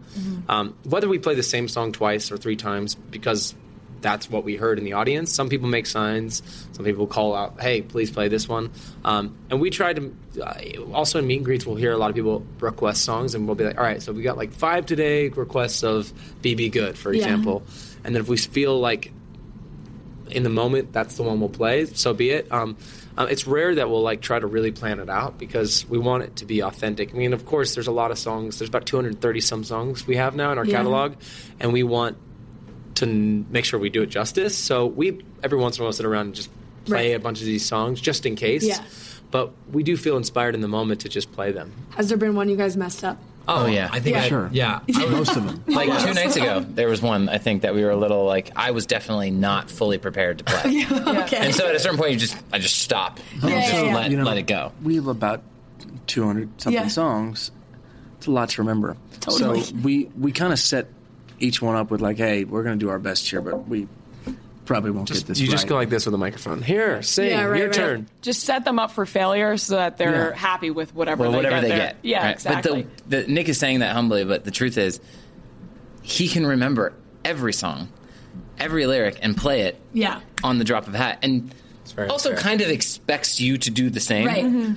um, whether we play the same song twice or three times because that's what we heard in the audience. Some people make signs. Some people call out, "Hey, please play this one." Um, and we try to uh, also in meet and greets. We'll hear a lot of people request songs, and we'll be like, "All right, so we got like five today requests of BB Good, for
Yeah.
example." And then if we feel like in the moment that's the one we'll play so be it um, uh, it's rare that we'll like try to really plan it out because we want it to be authentic i mean of course there's a lot of songs there's about 230 some songs we have now in our
Yeah.
catalog and we want to n- make sure we do it justice so we every once in a while sit around and just play a bunch of these songs just in case
Yeah.
but we do feel inspired in the moment to just play them
Has there been one you guys messed up?
Oh, yeah. I think
Yeah.
I-
Sure.
Yeah.
Most of them.
Like two nights ago, there was one I think that we were a little like I was definitely not fully prepared to play,
okay.
and so at a certain point you just I just stop and
Yeah,
just
yeah, yeah.
let
You know,
let it go.
we have about 200 something
Yeah.
songs it's a lot to remember
Totally.
so we we kind of set each one up with like hey we're going to do our best here but we probably won't get this
you just
right.
go like this with a microphone here sing your turn
Just set them up for failure so that they're
Yeah.
happy with whatever,
well, whatever
they
they
get. there.
get.
Yeah,
right?
exactly.
But the, the, Nick is saying that humbly, but the truth is, he can remember every song, every lyric, and play it
Yeah.
on the drop of a hat, and also
fair.
kind of expects you to do the same,
Right.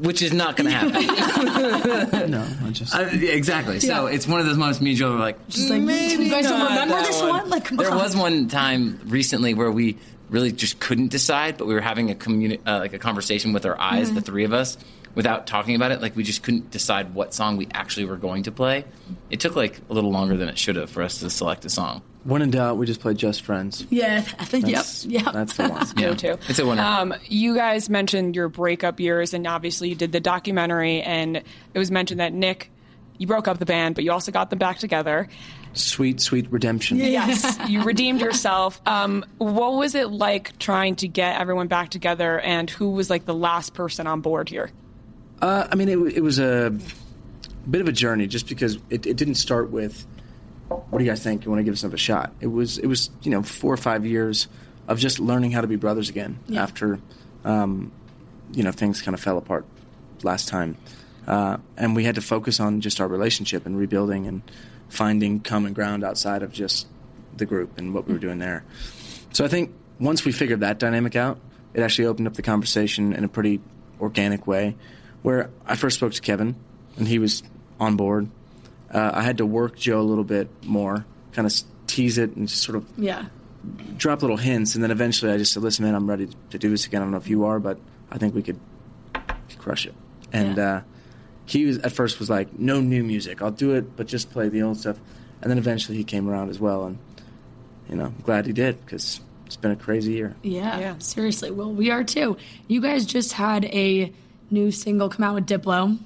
which is not going to happen.
no, I just
exactly. So
Yeah.
it's one of those moments me and Joel were like, "Mm,
Just like,
Maybe
you guys don't
not
remember
that
this one?
one.
Like, come
there
on.
was one time recently where we really just couldn't decide, but we were having a communi- uh, like a conversation with our eyes,
Mhm.
the three of us, without talking about it. Like we just couldn't decide what song we actually were going to play. It took like a little longer than it should have for us to select a song.
when in doubt we just play just friends
Yeah, yep,
That's-
yep.
that's the one
Yeah,
too.
it's a winner.
Uh,
Um, you guys mentioned your breakup years, and obviously you did the documentary, and it was mentioned that Nick, you broke up the band, but you also got them back together.
sweet sweet redemption
Yes, you redeemed yourself. Um, what was it like trying to get everyone back together, and who was like the last person on board here?
Uh, I mean, it, w- it was a bit of a journey, just because it, it didn't start with "What do you guys think? You want to give stuff a shot?" It was it was you know four or five years of just learning how to be brothers again
Yeah.
after um, you know things kind of fell apart last time, uh, and we had to focus on just our relationship and rebuilding and finding common ground outside of just the group and what we were doing there. So I think once we figured that dynamic out, it actually opened up the conversation in a pretty organic way. Where I first spoke to Kevin, and he was on board. Uh, I had to work Joe a little bit more, kind of tease it and just sort of
Yeah.
drop little hints, and then eventually I just said, "Listen, man, I'm ready to do this again. I don't know if you are, but I think we could crush it." And uh, he was, at first was like, no new music. I'll do it, but just play the old stuff. And then eventually he came around as well. And, you know, I'm glad he did because it's been a crazy year.
Yeah, seriously. Well, we are too. You guys just had a new single come out with Diplo.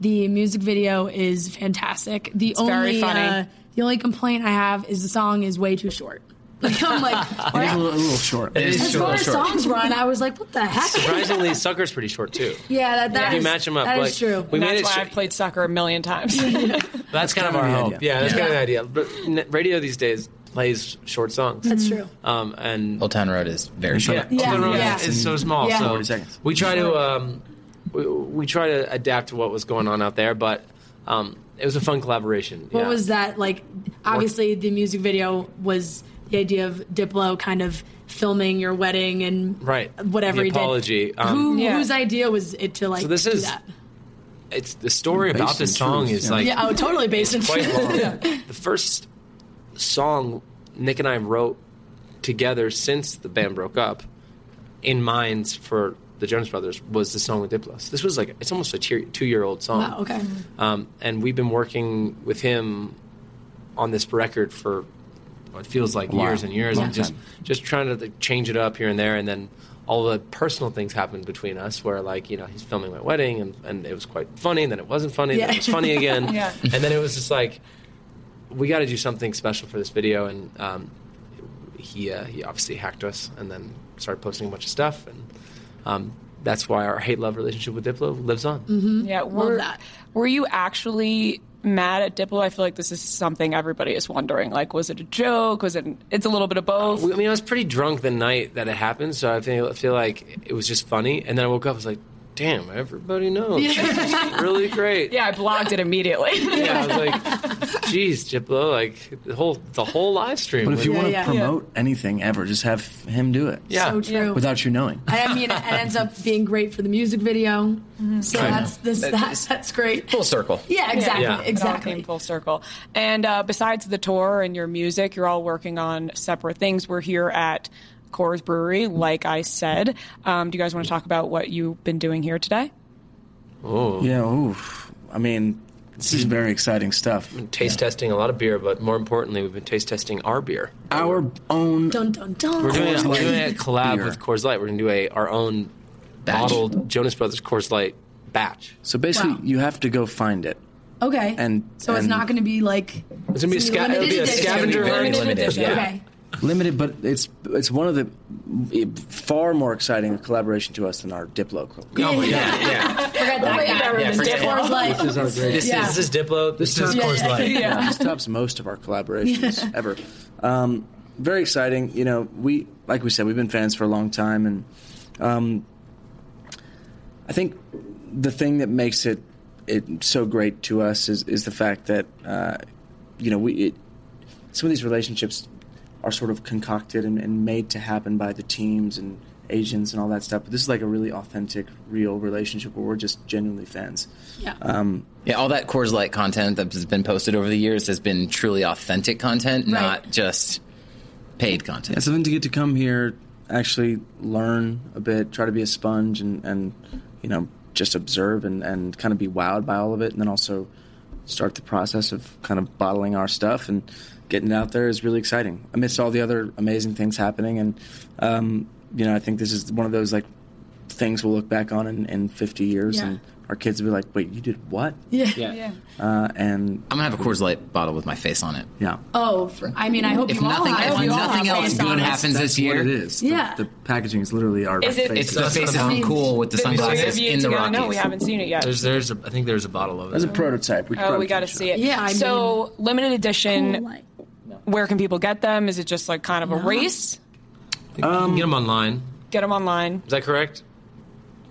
The music video is fantastic. The
It's
only
very funny.
Uh, the only complaint I have is the song is way too short. Like I'm like,
It is a little, a little short.
It is
as
short.
far as songs run, I was like, what the heck?
Surprisingly, Sucker's pretty short too.
yeah, that, Uh, that
If you
is-
match 'em up,
that is
like,
true.
we made
that's
it
why
so-
I've played soccer a million times.
That's kind of our hope. Yeah, that's kind of the idea. But n- radio these days plays short songs.
That's true.
Um, and
Old Town Road is very short.
Yeah, Old Town Road
Yeah.
is is so small.
Yeah.
So
40 seconds.
we try to um, we, we try to adapt to what was going on out there, but um, it was a fun collaboration.
What
yeah.
was that like? Obviously, the music video was the idea of Diplo kind of filming your wedding and
right?
whatever
the
he did.
apology. Um,
Who, Whose idea was it to like
So this
do
is-
that?
it's the story about
Based
this
in
song
truth,
is
yeah.
like
Yeah, oh, totally based in
it's quite
truth.
long.
Yeah.
The first song Nick and I wrote together since the band broke up, in minds for the Jonas Brothers was the song with Diplo. So this was like it's almost a two year old song.
Wow, okay.
Um, and we've been working with him on this record for well, it feels like
A while.
years and years,
Long
and just
time.
just trying to like, change it up here and there, and then all the personal things happened between us, where like you know he's filming my wedding, and, and it was quite funny, and then it wasn't funny, and then
Yeah.
it was funny again,
Yeah.
and then it was just like we got to do something special for this video, and um, he uh, he obviously hacked us, and then started posting a bunch of stuff, and um, that's why our hate love relationship with Diplo lives on.
Mm-hmm.
Yeah, were, were you actually mad at Diplo? I feel like this is something everybody is wondering. Like, was it a joke? Was it? It's a little bit of both.
I mean, I was pretty drunk the night that it happened, so I feel, I feel like it was just funny. And then I woke up, I was like, damn, everybody knows.
Yeah.
really great.
Yeah, I blocked it immediately.
Yeah, I was like, geez, Diplo, like the whole the whole live stream.
But if
was-
you want to promote anything ever, just have him do it.
Yeah. So
true.
Without you knowing.
I mean, it ends up being great for the music video. So
I know.
that's this,
That
that, that's great.
Full circle.
Yeah, exactly,
It all came
exactly.
full circle. And uh, besides the tour and your music, you're all working on separate things. We're here at Coors Brewery, like I said. Um, do you guys want to talk about what you've been doing here today?
Oh.
Yeah, oof. I mean, this is very exciting stuff.
taste testing a lot of beer, but more importantly, we've been taste testing our beer.
Our own.
Dun dun dun.
We're doing, a,
Coors
we're
Light
doing a collab
beer.
with Coors Light. We're going to do a our own bottled Jonas Brothers Coors Light batch.
So basically,
Wow.
you have to go find it.
Okay.
And
so it's
and
not going to be like
It's gonna be a sca-
limited
it'll be a
edition.
scavenger hunt.
Limited
Limited,
edition.
yeah.
Okay.
limited, but it's it's one of the it- far more exciting collaboration to us than our Diplo. co-
Oh, yeah, yeah.
Forget that. guy.
Yeah, forget
Diplo's
it.
like-
This is our great-
This,
Yeah.
is, this is Diplo. This, is
Yeah.
Coors Light.
Yeah. This tops most of our collaborations
Yeah.
ever. Um, very exciting. You know, we like we said, we've been fans for a long time, and um, I think the thing that makes it it so great to us is is the fact that uh, you know we it, some of these relationships are sort of concocted and, and made to happen by the teams and agents and all that stuff. But this is like a really authentic, real relationship where we're just genuinely fans.
Yeah.
Um,
Yeah, all that Coors Light content that's been posted over the years has been truly authentic content, not just paid content.
Yeah, so then to get to come here, actually learn a bit, try to be a sponge, and, and you know just observe and, and kind of be wowed by all of it, and then also start the process of kind of bottling our stuff and getting it out there is really exciting. Amidst all the other amazing things happening, and um, you know I think this is one of those like things we'll look back on in, in 50 years,
Yeah.
and our kids will be like, "Wait, you did what?"
Yeah. Yeah.
Uh, and
I'm gonna have a Coors Light bottle with my face on it.
Yeah.
Oh, for, I mean, I hope
If
you
nothing-
all. I
if
hope you all
nothing
have
else
fans on
good
us.
happens this year.
What it is. The-
Yeah.
The, packaging is literally our
Is it-
faces.
It's the faces on
cool with the
Did we sunglasses review in the together? No, we Rockies. haven't seen it yet.
There's, there's a, I think there's a bottle of it.
There's a prototype. We could
oh,
probably
we got to
finish
see it.
Yeah, I
so limited edition. Where can people get them? Is it just like kind of a
No.
race?
You can get them online.
Get them online.
Is that correct?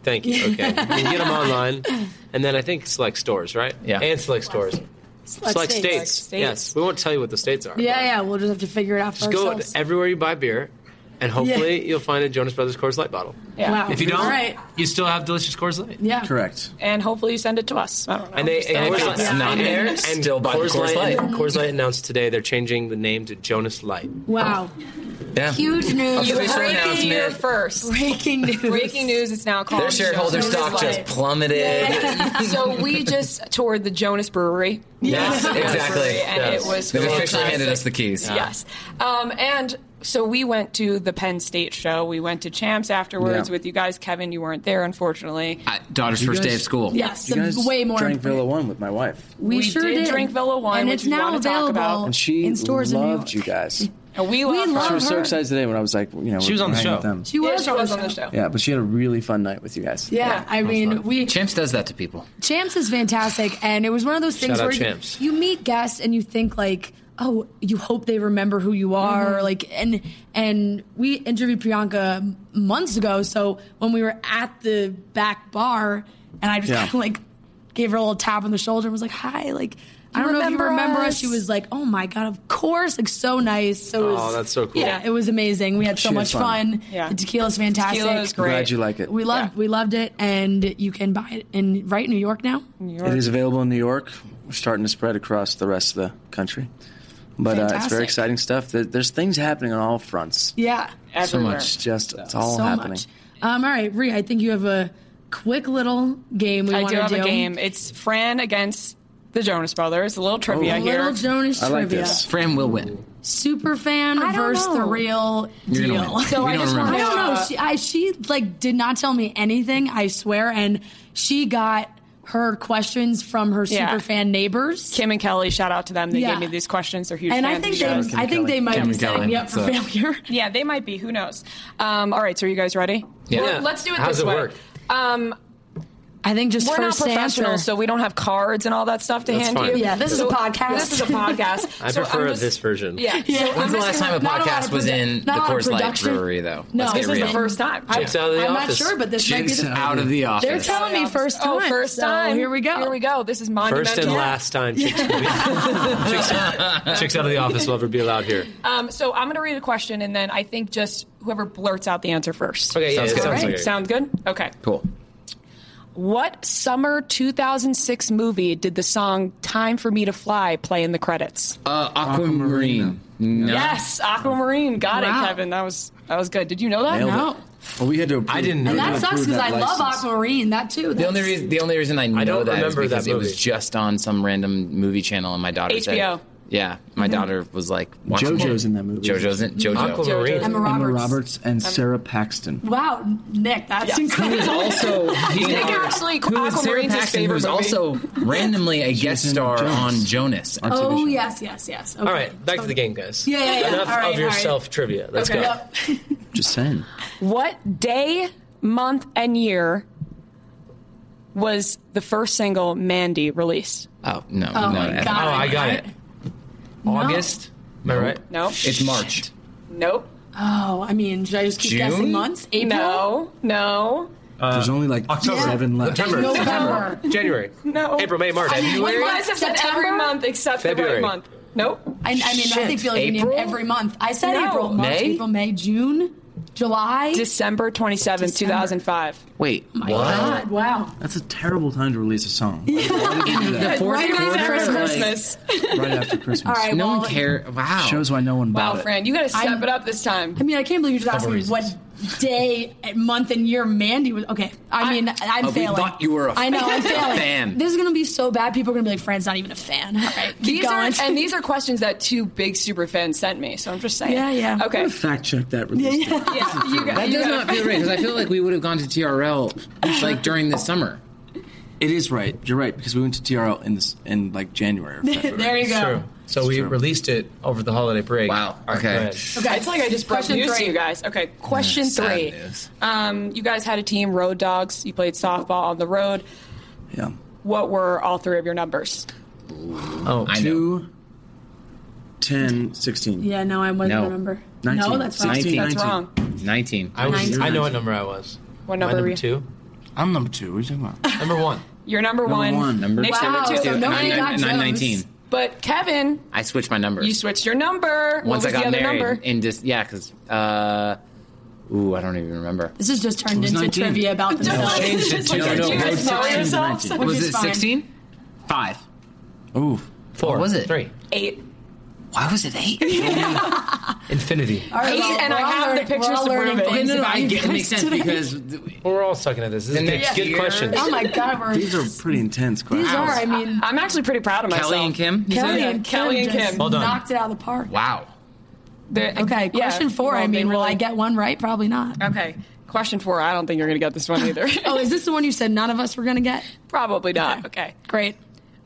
Thank you. Okay. you can get them online, and then I think select stores, right? Yeah. And select stores.
Select
Select,
states.
states.
Select states.
Yes. We won't tell you what the states are.
Yeah, yeah. We'll just have to figure it out for
Just go
ourselves.
everywhere you buy beer and hopefully you'll find a Jonas Brothers Coors Light bottle.
Yeah. Wow.
If you don't,
All right.
you still have delicious Coors Light.
Yeah.
Correct.
And hopefully you send it to us. I don't know.
And they
Oh, Just throw it
and Coors
out
Light,
there.
and,
Yeah.
and
Still buy the
Coors,
Coors
Light.
Light.
Coors Light announced today they're changing the name to Jonas Light.
Wow.
Yeah.
Huge news.
You
Official
breaking
announcement.
here first.
Breaking news.
Breaking news. It's now called
Their shareholder
Jonas
stock just
Light.
plummeted.
so we just toured the Jonas Brewery.
Yes,
Jonas
exactly.
Brewery, and it was
They've officially
fantastic.
handed us the keys.
Yes. Um, and so we went to the Penn State show. We went to Champs afterwards
Yeah.
with you guys. Kevin, you weren't there, unfortunately.
I, daughter's
You
first
guys-
day of school.
Yes,
you
the
guys
way more
drank Villa One with my wife,
We, sure did, drink Villa One,
And
which
it's
we
now
wanna Talk about.
and she
in stores in New
loved you guys.
And we love,
she was so excited today when I was like, you know,
She was
we're
on the
hanging
show.
With them.
She was
Yeah, she was on the show.
yeah, but she had a really fun night with you guys.
Yeah, Yeah. I mean, we
Champs does that to people.
Champs is fantastic, and it was one of those things
Shout out
where you-
Champs.
You, meet guests and you think like, oh, you hope they remember who you are, like, and and we interviewed Priyanka m- months ago, so when we were at the back bar, and I just
Yeah.
kind of like gave her a little tap on the shoulder and was like, hi, like. I
You
don't know if you
remember
remember us.
us?
She was like, "Oh my god, of course!" Like so nice. So it
Oh,
was-
that's so cool.
Yeah, it was amazing. We had so
She had
much fun.
fun.
Yeah. The tequila's fantastic.
Tequila is I'm great. glad you like it.
We loved we loved it, and you can buy it in right New York now. New
It is available in New York. We're starting to spread across the rest of the country, but uh, it's
Fantastic.
very exciting stuff. There- There's things happening on all fronts.
Yeah,
So much, just it's all
So
happening.
much. Um, all right, Rhea, I think you have a quick little game we
I
want
do
to
have
do.
a game. It's Fran against the Jonas Brothers. A little trivia
Oh.
A
here.
Oh, little Jonas I like trivia. this.
Fran will win.
Superfan versus the real
You're
deal.
gonna win. So We I don't just remember.
I
wanna-
don't know. She, I, she like did not tell me anything. I swear, and she got her questions from her
Yeah.
superfan neighbors.
Kim and Kelly, shout out to them. They
Yeah.
gave me these questions. They're huge
And I
fans. of
think
you
they-
guys.
I think they might Kim be and Kelly. setting me up for So- failure.
Yeah, they might be. Who knows? Um, all right, so are you guys ready?
Yeah.
Well, let's do it
How
this
does it
way.
work?
Um,
I think just
we're not
first
professionals,
answer.
so we don't have cards and all that stuff to
That's
hand
fine.
you.
Yeah, this is a
So-
podcast.
This is a podcast.
I
So I'm
prefer
just-
this version.
Yeah.
Yeah.
So I'm
When's the
just
last
gonna-
time a
not lot
podcast
of
was
produ-
in the
not a lot of
Coors Light
production.
Brewery, though?
No,
Let's get
this is the
real.
first time.
Jake's out of the
I'm not
office.
sure, but this might be
Jake's
the-
out of the office.
They're telling me first time.
Oh, first
so
time.
Here we go.
Here we go. This is monumental.
First and last time chicks, will be, chicks, chicks out of the office will ever be allowed here.
Um, so I'm going to read a question, and then I think just whoever blurts out the answer first.
Okay, yeah, Sounds yeah, good.
All
sounds
right.
good.
Sounds good? Okay.
Cool.
What summer 2006 movie did the song Time for Me to Fly play in the credits?
Uh, Aquamarine. No.
Yes, Aquamarine. Got
Wow.
it, Kevin. That was that was good. Did you know that?
Nailed it.
no.
Well, we had to. Approve,
I didn't know.
And that sucks because I love Aquamarine. That too.
The only
That's-
reason the only reason I know
don't
that is
remember that
because it was
movie.
just on some random movie channel, and my daughter
HBO.
said, "Yeah." My
Mhm.
daughter was like, watching
JoJo's
it.
in that movie.
JoJo's in JoJo.
Aquamarine.
Emma
Emma
Roberts.
Roberts and Sarah Paxton.
Wow, Nick, that's incredible.
Who is also uh,
Nick actually
who is Sarah
Aquamarine's his
Paxton,
favorite
who's
movie.
also randomly a guest star on Jonas.
Oh yes, yes, yes. Okay.
All right, back to the game, guys.
Yeah, yeah, yeah.
Enough
All right, all right.
of yourself trivia. Let's
Okay.
go.
Yep.
Just saying.
What day, month, and year was the first single Mandy released?
Oh no,
Oh,
no.
my
Evan.
God,
Oh, I got it.
August.
Am I right?
Nope.
It's March.
Nope.
Oh, I mean, should I just keep
June?
guessing months? April?
No, no,
There's only like seven left.
Uh, September.
November.
January.
no.
April, May, March.
I mean,
February?
You guys have said every
September?
month except the
February.
right month. Nope.
I, I mean, I think feel like you name every month. I said
No.
April, March,
May?
April, May, June, July.
December 27th, 2005.
Wait,
My God, wow.
That's a terrible time to release a song. The
fourth
Right
quarter
after
is like-
Christmas.
right after Christmas.
All right, No well- one
care. Wow.
Shows why no one
Wow,
bought it.
Fran, you got to step
I'm-
it up this time.
I mean, I can't believe you just asked
Couple
me what day, month, and year Mandy was. Okay, I mean, I, am
Uh, we
failing.
thought you were a
I know, I'm
a
failing.
fan.
This is gonna be so bad. People are gonna be like, "Fran's not even a fan." All right, keep
These are,
going.
and these are questions that two big super fans sent me, so I'm just saying.
Yeah, yeah.
Okay.
Fact check that release.
yeah. You got,
That
you
does
got-
not feel right because I feel like we would have gone to TRL like during the summer.
It is right. You're right because we went to TRL in this in like January. Or February.
there you go.
So we released it over the holiday break. Wow.
okay.
Okay, it's like I just broke
Question
news
three.
to you guys. Okay, question
sad
three.
news.
Um, you guys had a team, Road Dogs. You played softball on the road.
Yeah.
What were all three of your numbers?
Oh, two, 10, 16.
yeah, no, I wasn't
No.
remember.
19.
No, that's wrong.
16,
that's
19.
wrong.
19.
I, was,
Nineteen.
I know what number I was.
What
Am I
number were you?
two?
I'm number two. What are you talking about?
Number one.
Your number, one.
one.
Nick's
two.
number two.
Nine-
Nick's
nine- nine- 19.
But Kevin,
I switched my number.
you switched your number.
Once
what was
I got
the other
married
number?
and just yeah, because uh, ooh, I don't even remember.
This has just turned
It was
into
19.
trivia about the
changed it to- no, no, it was 16. Was it 16? Five.
Ooh.
Four. What was it?
Three.
Eight.
Why was it eight?
Infinity.
All right, well, and I have the pictures to prove it.
Okay, no, no, I get, it makes sense because
we're all sucking at this. This
The
is big.
next
good
year-
question.
Oh my
God, we're-
These are pretty intense questions.
I mean, I'm actually pretty proud of myself.
Kelly and Kim? You
Kelly
said?
and Kim, Kelly and Kim.
Well done.
knocked it out of the park.
Wow.
Okay, question four. I mean, will I get one right? Probably not.
Okay. Question four. I don't think you're going to get this one either.
oh, is this the one you said none of us were going to get?
Probably not. Okay.
Great.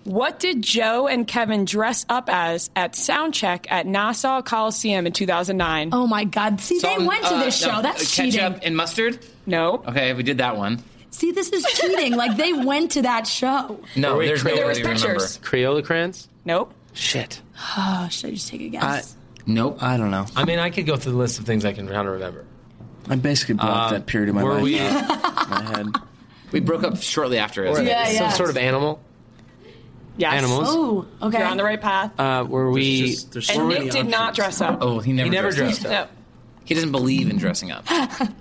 What did Joe and Kevin dress up as at soundcheck at Nassau Coliseum in 2009?
Oh my God! See,
Salt
they
and-
went to
uh,
this
no,
show. That's
um, ketchup
cheating.
and mustard.
No.
Okay, we did that one.
See, this is cheating. like they went to that show.
No,
Wait,
there's no
Crayola-
way to remember.
Crayola crayons?
Nope.
Shit.
Oh, should I just take a guess?
Nope.
I don't know.
I mean, I could go through the list of things I can kind of remember.
I basically blocked
Uh,
that period of my
were
life
we-
out. my head.
We broke up shortly after.
Or
isn't it?
some sort of animal.
Yes.
Animals.
Oh, okay.
You're on the right path.
Uh, were we?
and Nick did not dress up.
Oh, he never,
He never
dressed,
dressed
up. He doesn't believe in dressing up.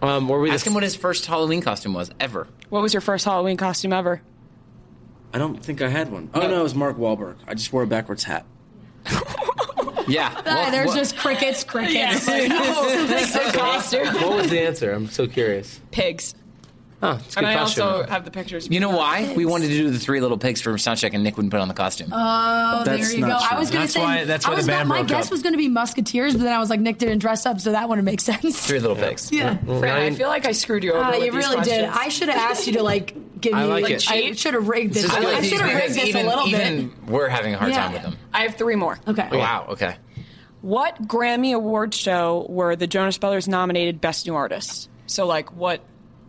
um, were we?
Ask him what his first Halloween costume was ever.
What was your first Halloween costume ever?
I don't think I had one. Oh no, it was Mark Wahlberg. I just wore a backwards hat.
yeah.
Ah, there's just crickets, crickets. Like,
Oh,
no.
what was the answer? I'm so curious.
Pigs.
Oh, it's a
and
good
I
question.
also have the pictures.
You know why? We wanted to do the three little pigs for soundcheck, and Nick wouldn't put on the costume.
Oh,
That's
there you go.
not true.
I was going to
That's
say
why- that's why
I was
the
gonna-
band
my
broke
guess
up.
was going to be Musketeers, but then I was like, Nick didn't dress up, so that wouldn't make sense.
Three little pigs.
Yeah.
Fran, I feel like I screwed you over.
Ah,
with
you
these
really did.
questions.
I should have asked you to like give
I
you
like
like,
it.
I should have rigged this.
It's just
I,
like these
should have rigged
because
this
even,
a little bit.
even We're having a hard
Yeah.
time with them. Oh,
I have three more. Okay.
Oh,
Wow. Okay.
What Grammy Award show were the Jonas Brothers nominated Best New Artist? So, like, what?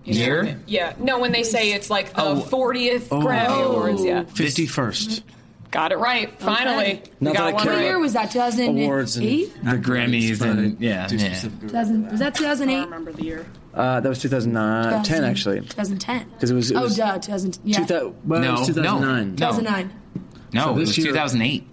you know,
Year?
when- yeah. No, when they say it's like the
Oh.
40th Grammy Awards. Yeah.
Fifty first.
Got it right. Finally.
Not
We
that I
got one
care.
right.
What year was that? 2008?
Awards and the
Grammys and yeah. yeah.
2000 was that 2008? I don't remember
the year.
Uh, that was 2009, 10 actually,
2010.
because it was. It
oh,
was
duh, 2000. Yeah.
2000 well, it was
No, no,
2009.
no.
2009.
No,
So
it
this
was
year-
2008.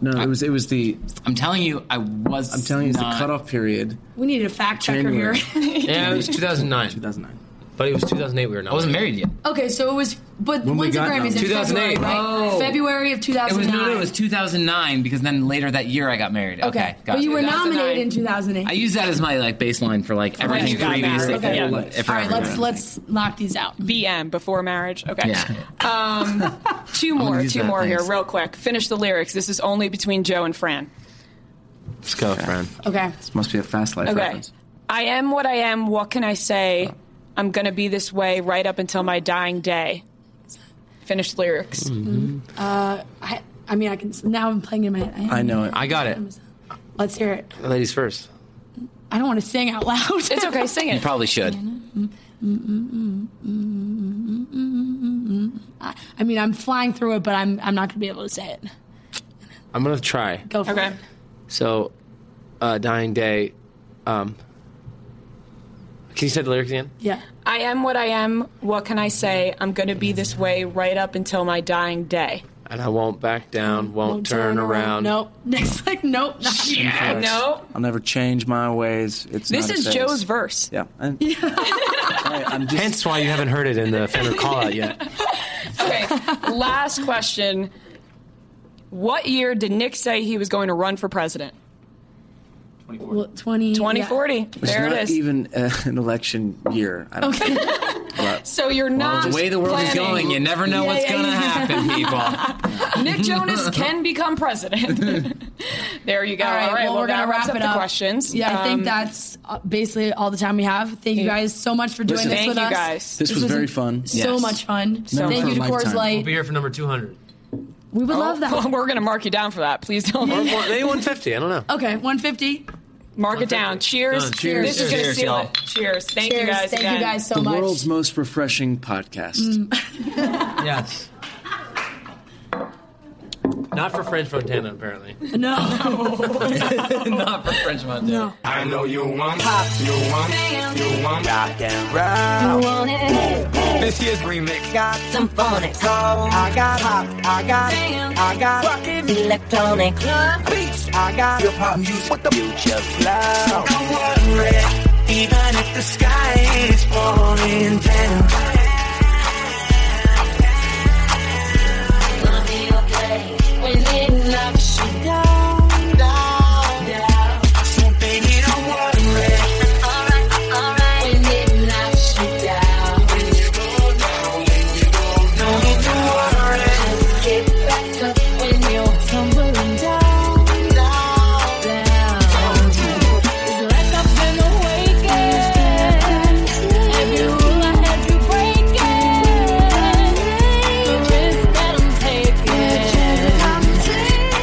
No, it was it was the.
I'm telling you, I was.
I'm telling you, it's
not-
the cutoff period.
We needed a fact checker
January.
here.
Yeah, it was 2009.
2009.
But it was 2008. We were not. I
wasn't married yet.
okay, so it was, but
When we
when's the
got
Grammys? In
them. 2008.
February, right?
Oh.
February of
It
2009.
was no, no, it was 2009 because then later that year I got married. Okay,
okay,
got
but you
it.
were nominated in 2008.
I use that as my like baseline for like
when you
everything
got
previously.
married. Okay.
Yeah.
All
for
right,
everyone.
let's let's knock these out.
BM before marriage. Okay.
Yeah.
Um, two more,
use
two
that,
more
thanks.
here, real quick. Finish the lyrics. This is only between Joe and Fran.
Let's go, friend.
Okay.
This must be a fast life
okay.
reference.
I am what I am. What can I say? I'm gonna be this way right up until my dying day. Finish the lyrics.
Mm-hmm.
Mm-hmm.
Uh, I, I mean, I can now. I'm playing in my head.
I know it. I got it.
Let's hear it.
Ladies first.
I don't want to sing out loud.
It's okay. Sing
You probably should.
I, I mean, I'm flying through it, but I'm I'm not gonna be able to say it.
I'm gonna try.
Go for it.
So, uh, dying day. Um, can you say the lyrics again?
Yeah.
I am what I am. What can I say? I'm gonna be this way right up until my dying day.
And I won't back down. Won't, turn, around.
Nope. Next, like nope. Not
Yeah. No.
I'll never change my ways. It's
This
not a
is
phase.
Joe's verse.
Yeah. And, I'm just,
Hence why you haven't heard it in the Fender call out yet.
Okay, last question. What year did Nick say he was going to run for president?
Well, 20,
2040.
It's
There
not
it is.
even uh, an election year. I don't okay. think. But
So you're not.
the way the world is
planning.
going, you never know what's gonna happen,
people.
Nick Jonas can become president. there you go. All right, well,
we're
that
gonna
wraps up
wrap it
the
up.
questions.
Yeah, I
Um,
think that's uh, basically all the time we have. Thank you guys so much for doing
Listen,
this
Thank
with
you
us.
guys. This was
an-
very fun.
So
Yes.
much fun.
Never
Thank
for
you
a
to Coors
lifetime. We'll
Light.
be here for number 200.
We would
oh,
love that.
We're going to mark you down for that. Please don't.
Or one- maybe 150. I don't know.
Okay, 150.
Mark it down. Cheers.
Done. Cheers.
This is going to
Cheers,
seal
y'all.
it. Cheers. Thank you
Cheers.
guys.
Thank you
again.
guys so
the
much.
world's most
Mm.
refreshing podcast.
Mm.
Yes.
Not for French Montana, apparently.
No.
Not for French Montana.
I know you want
pop,
you want, you want goddamn
right.
You want it. This year's remix got some phonics. I got pop, I got, I got fucking electronic beats. I got your pop music with the future flow. So don't worry, even if the sky is falling down. Gonna be okay when it knocks you down, down, down. So baby, don't worry. Alright, alright. When it knocks you down. When you go down, when you go down. Don't need to worry. Just get back up when you're tumbling down, down, down. It's like I've been awakened. And you I had you breaking. The risk that I'm taking. I'm taking.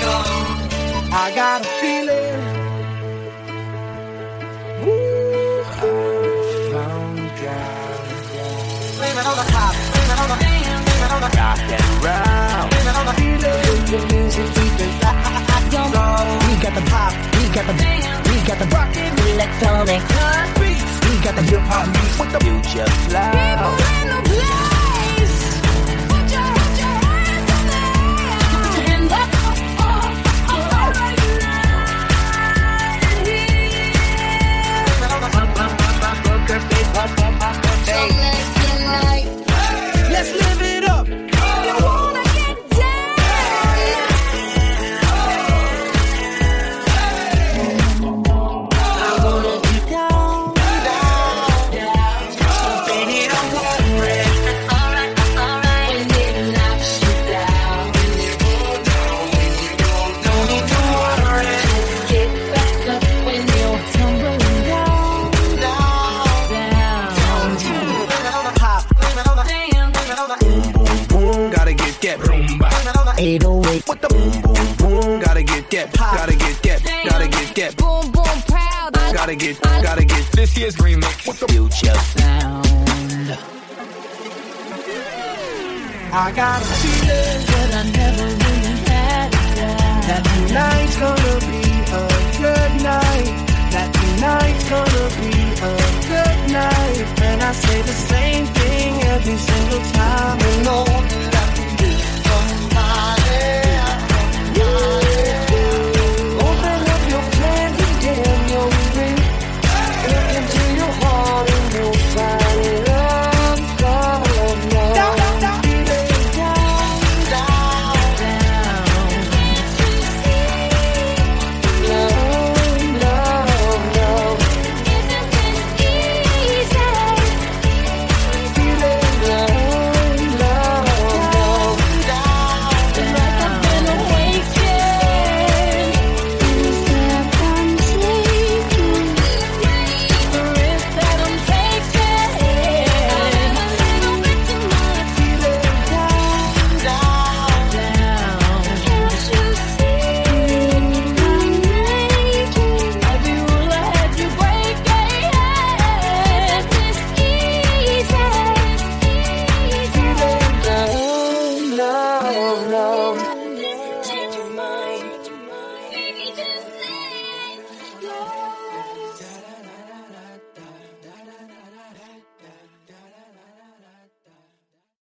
I got a feeling. Ooh, I found God. Blame it on the pop, blame it on the blame it on the goddamn round. Blame it on the feeling. Put your music deep inside. So we got the pop, we got the we got the rockin' electronic beats. We got the hip hop music with the future flow. People in the place. Put your put your hands in the air. Put your hands up. Oh, oh, oh, right Let's live it up. You wanna get down? I wanna get down, down, So baby, don't worry. Alright, alright. When it knocks you down, when you go down, when you go down, don't need to worry. Just get back up when you're tumbling down, down, down. Pop, damn,
boom, gotta get that rumba. 808 with the boom, boom, boom, gotta get that, gotta get that, gotta get that,
boom, boom, proud.
gotta get, gotta get this year's remix with the future sound.
I got a feeling that I never really had That tonight's gonna be a good night. That tonight's gonna be a good night. And I say the same thing every single time.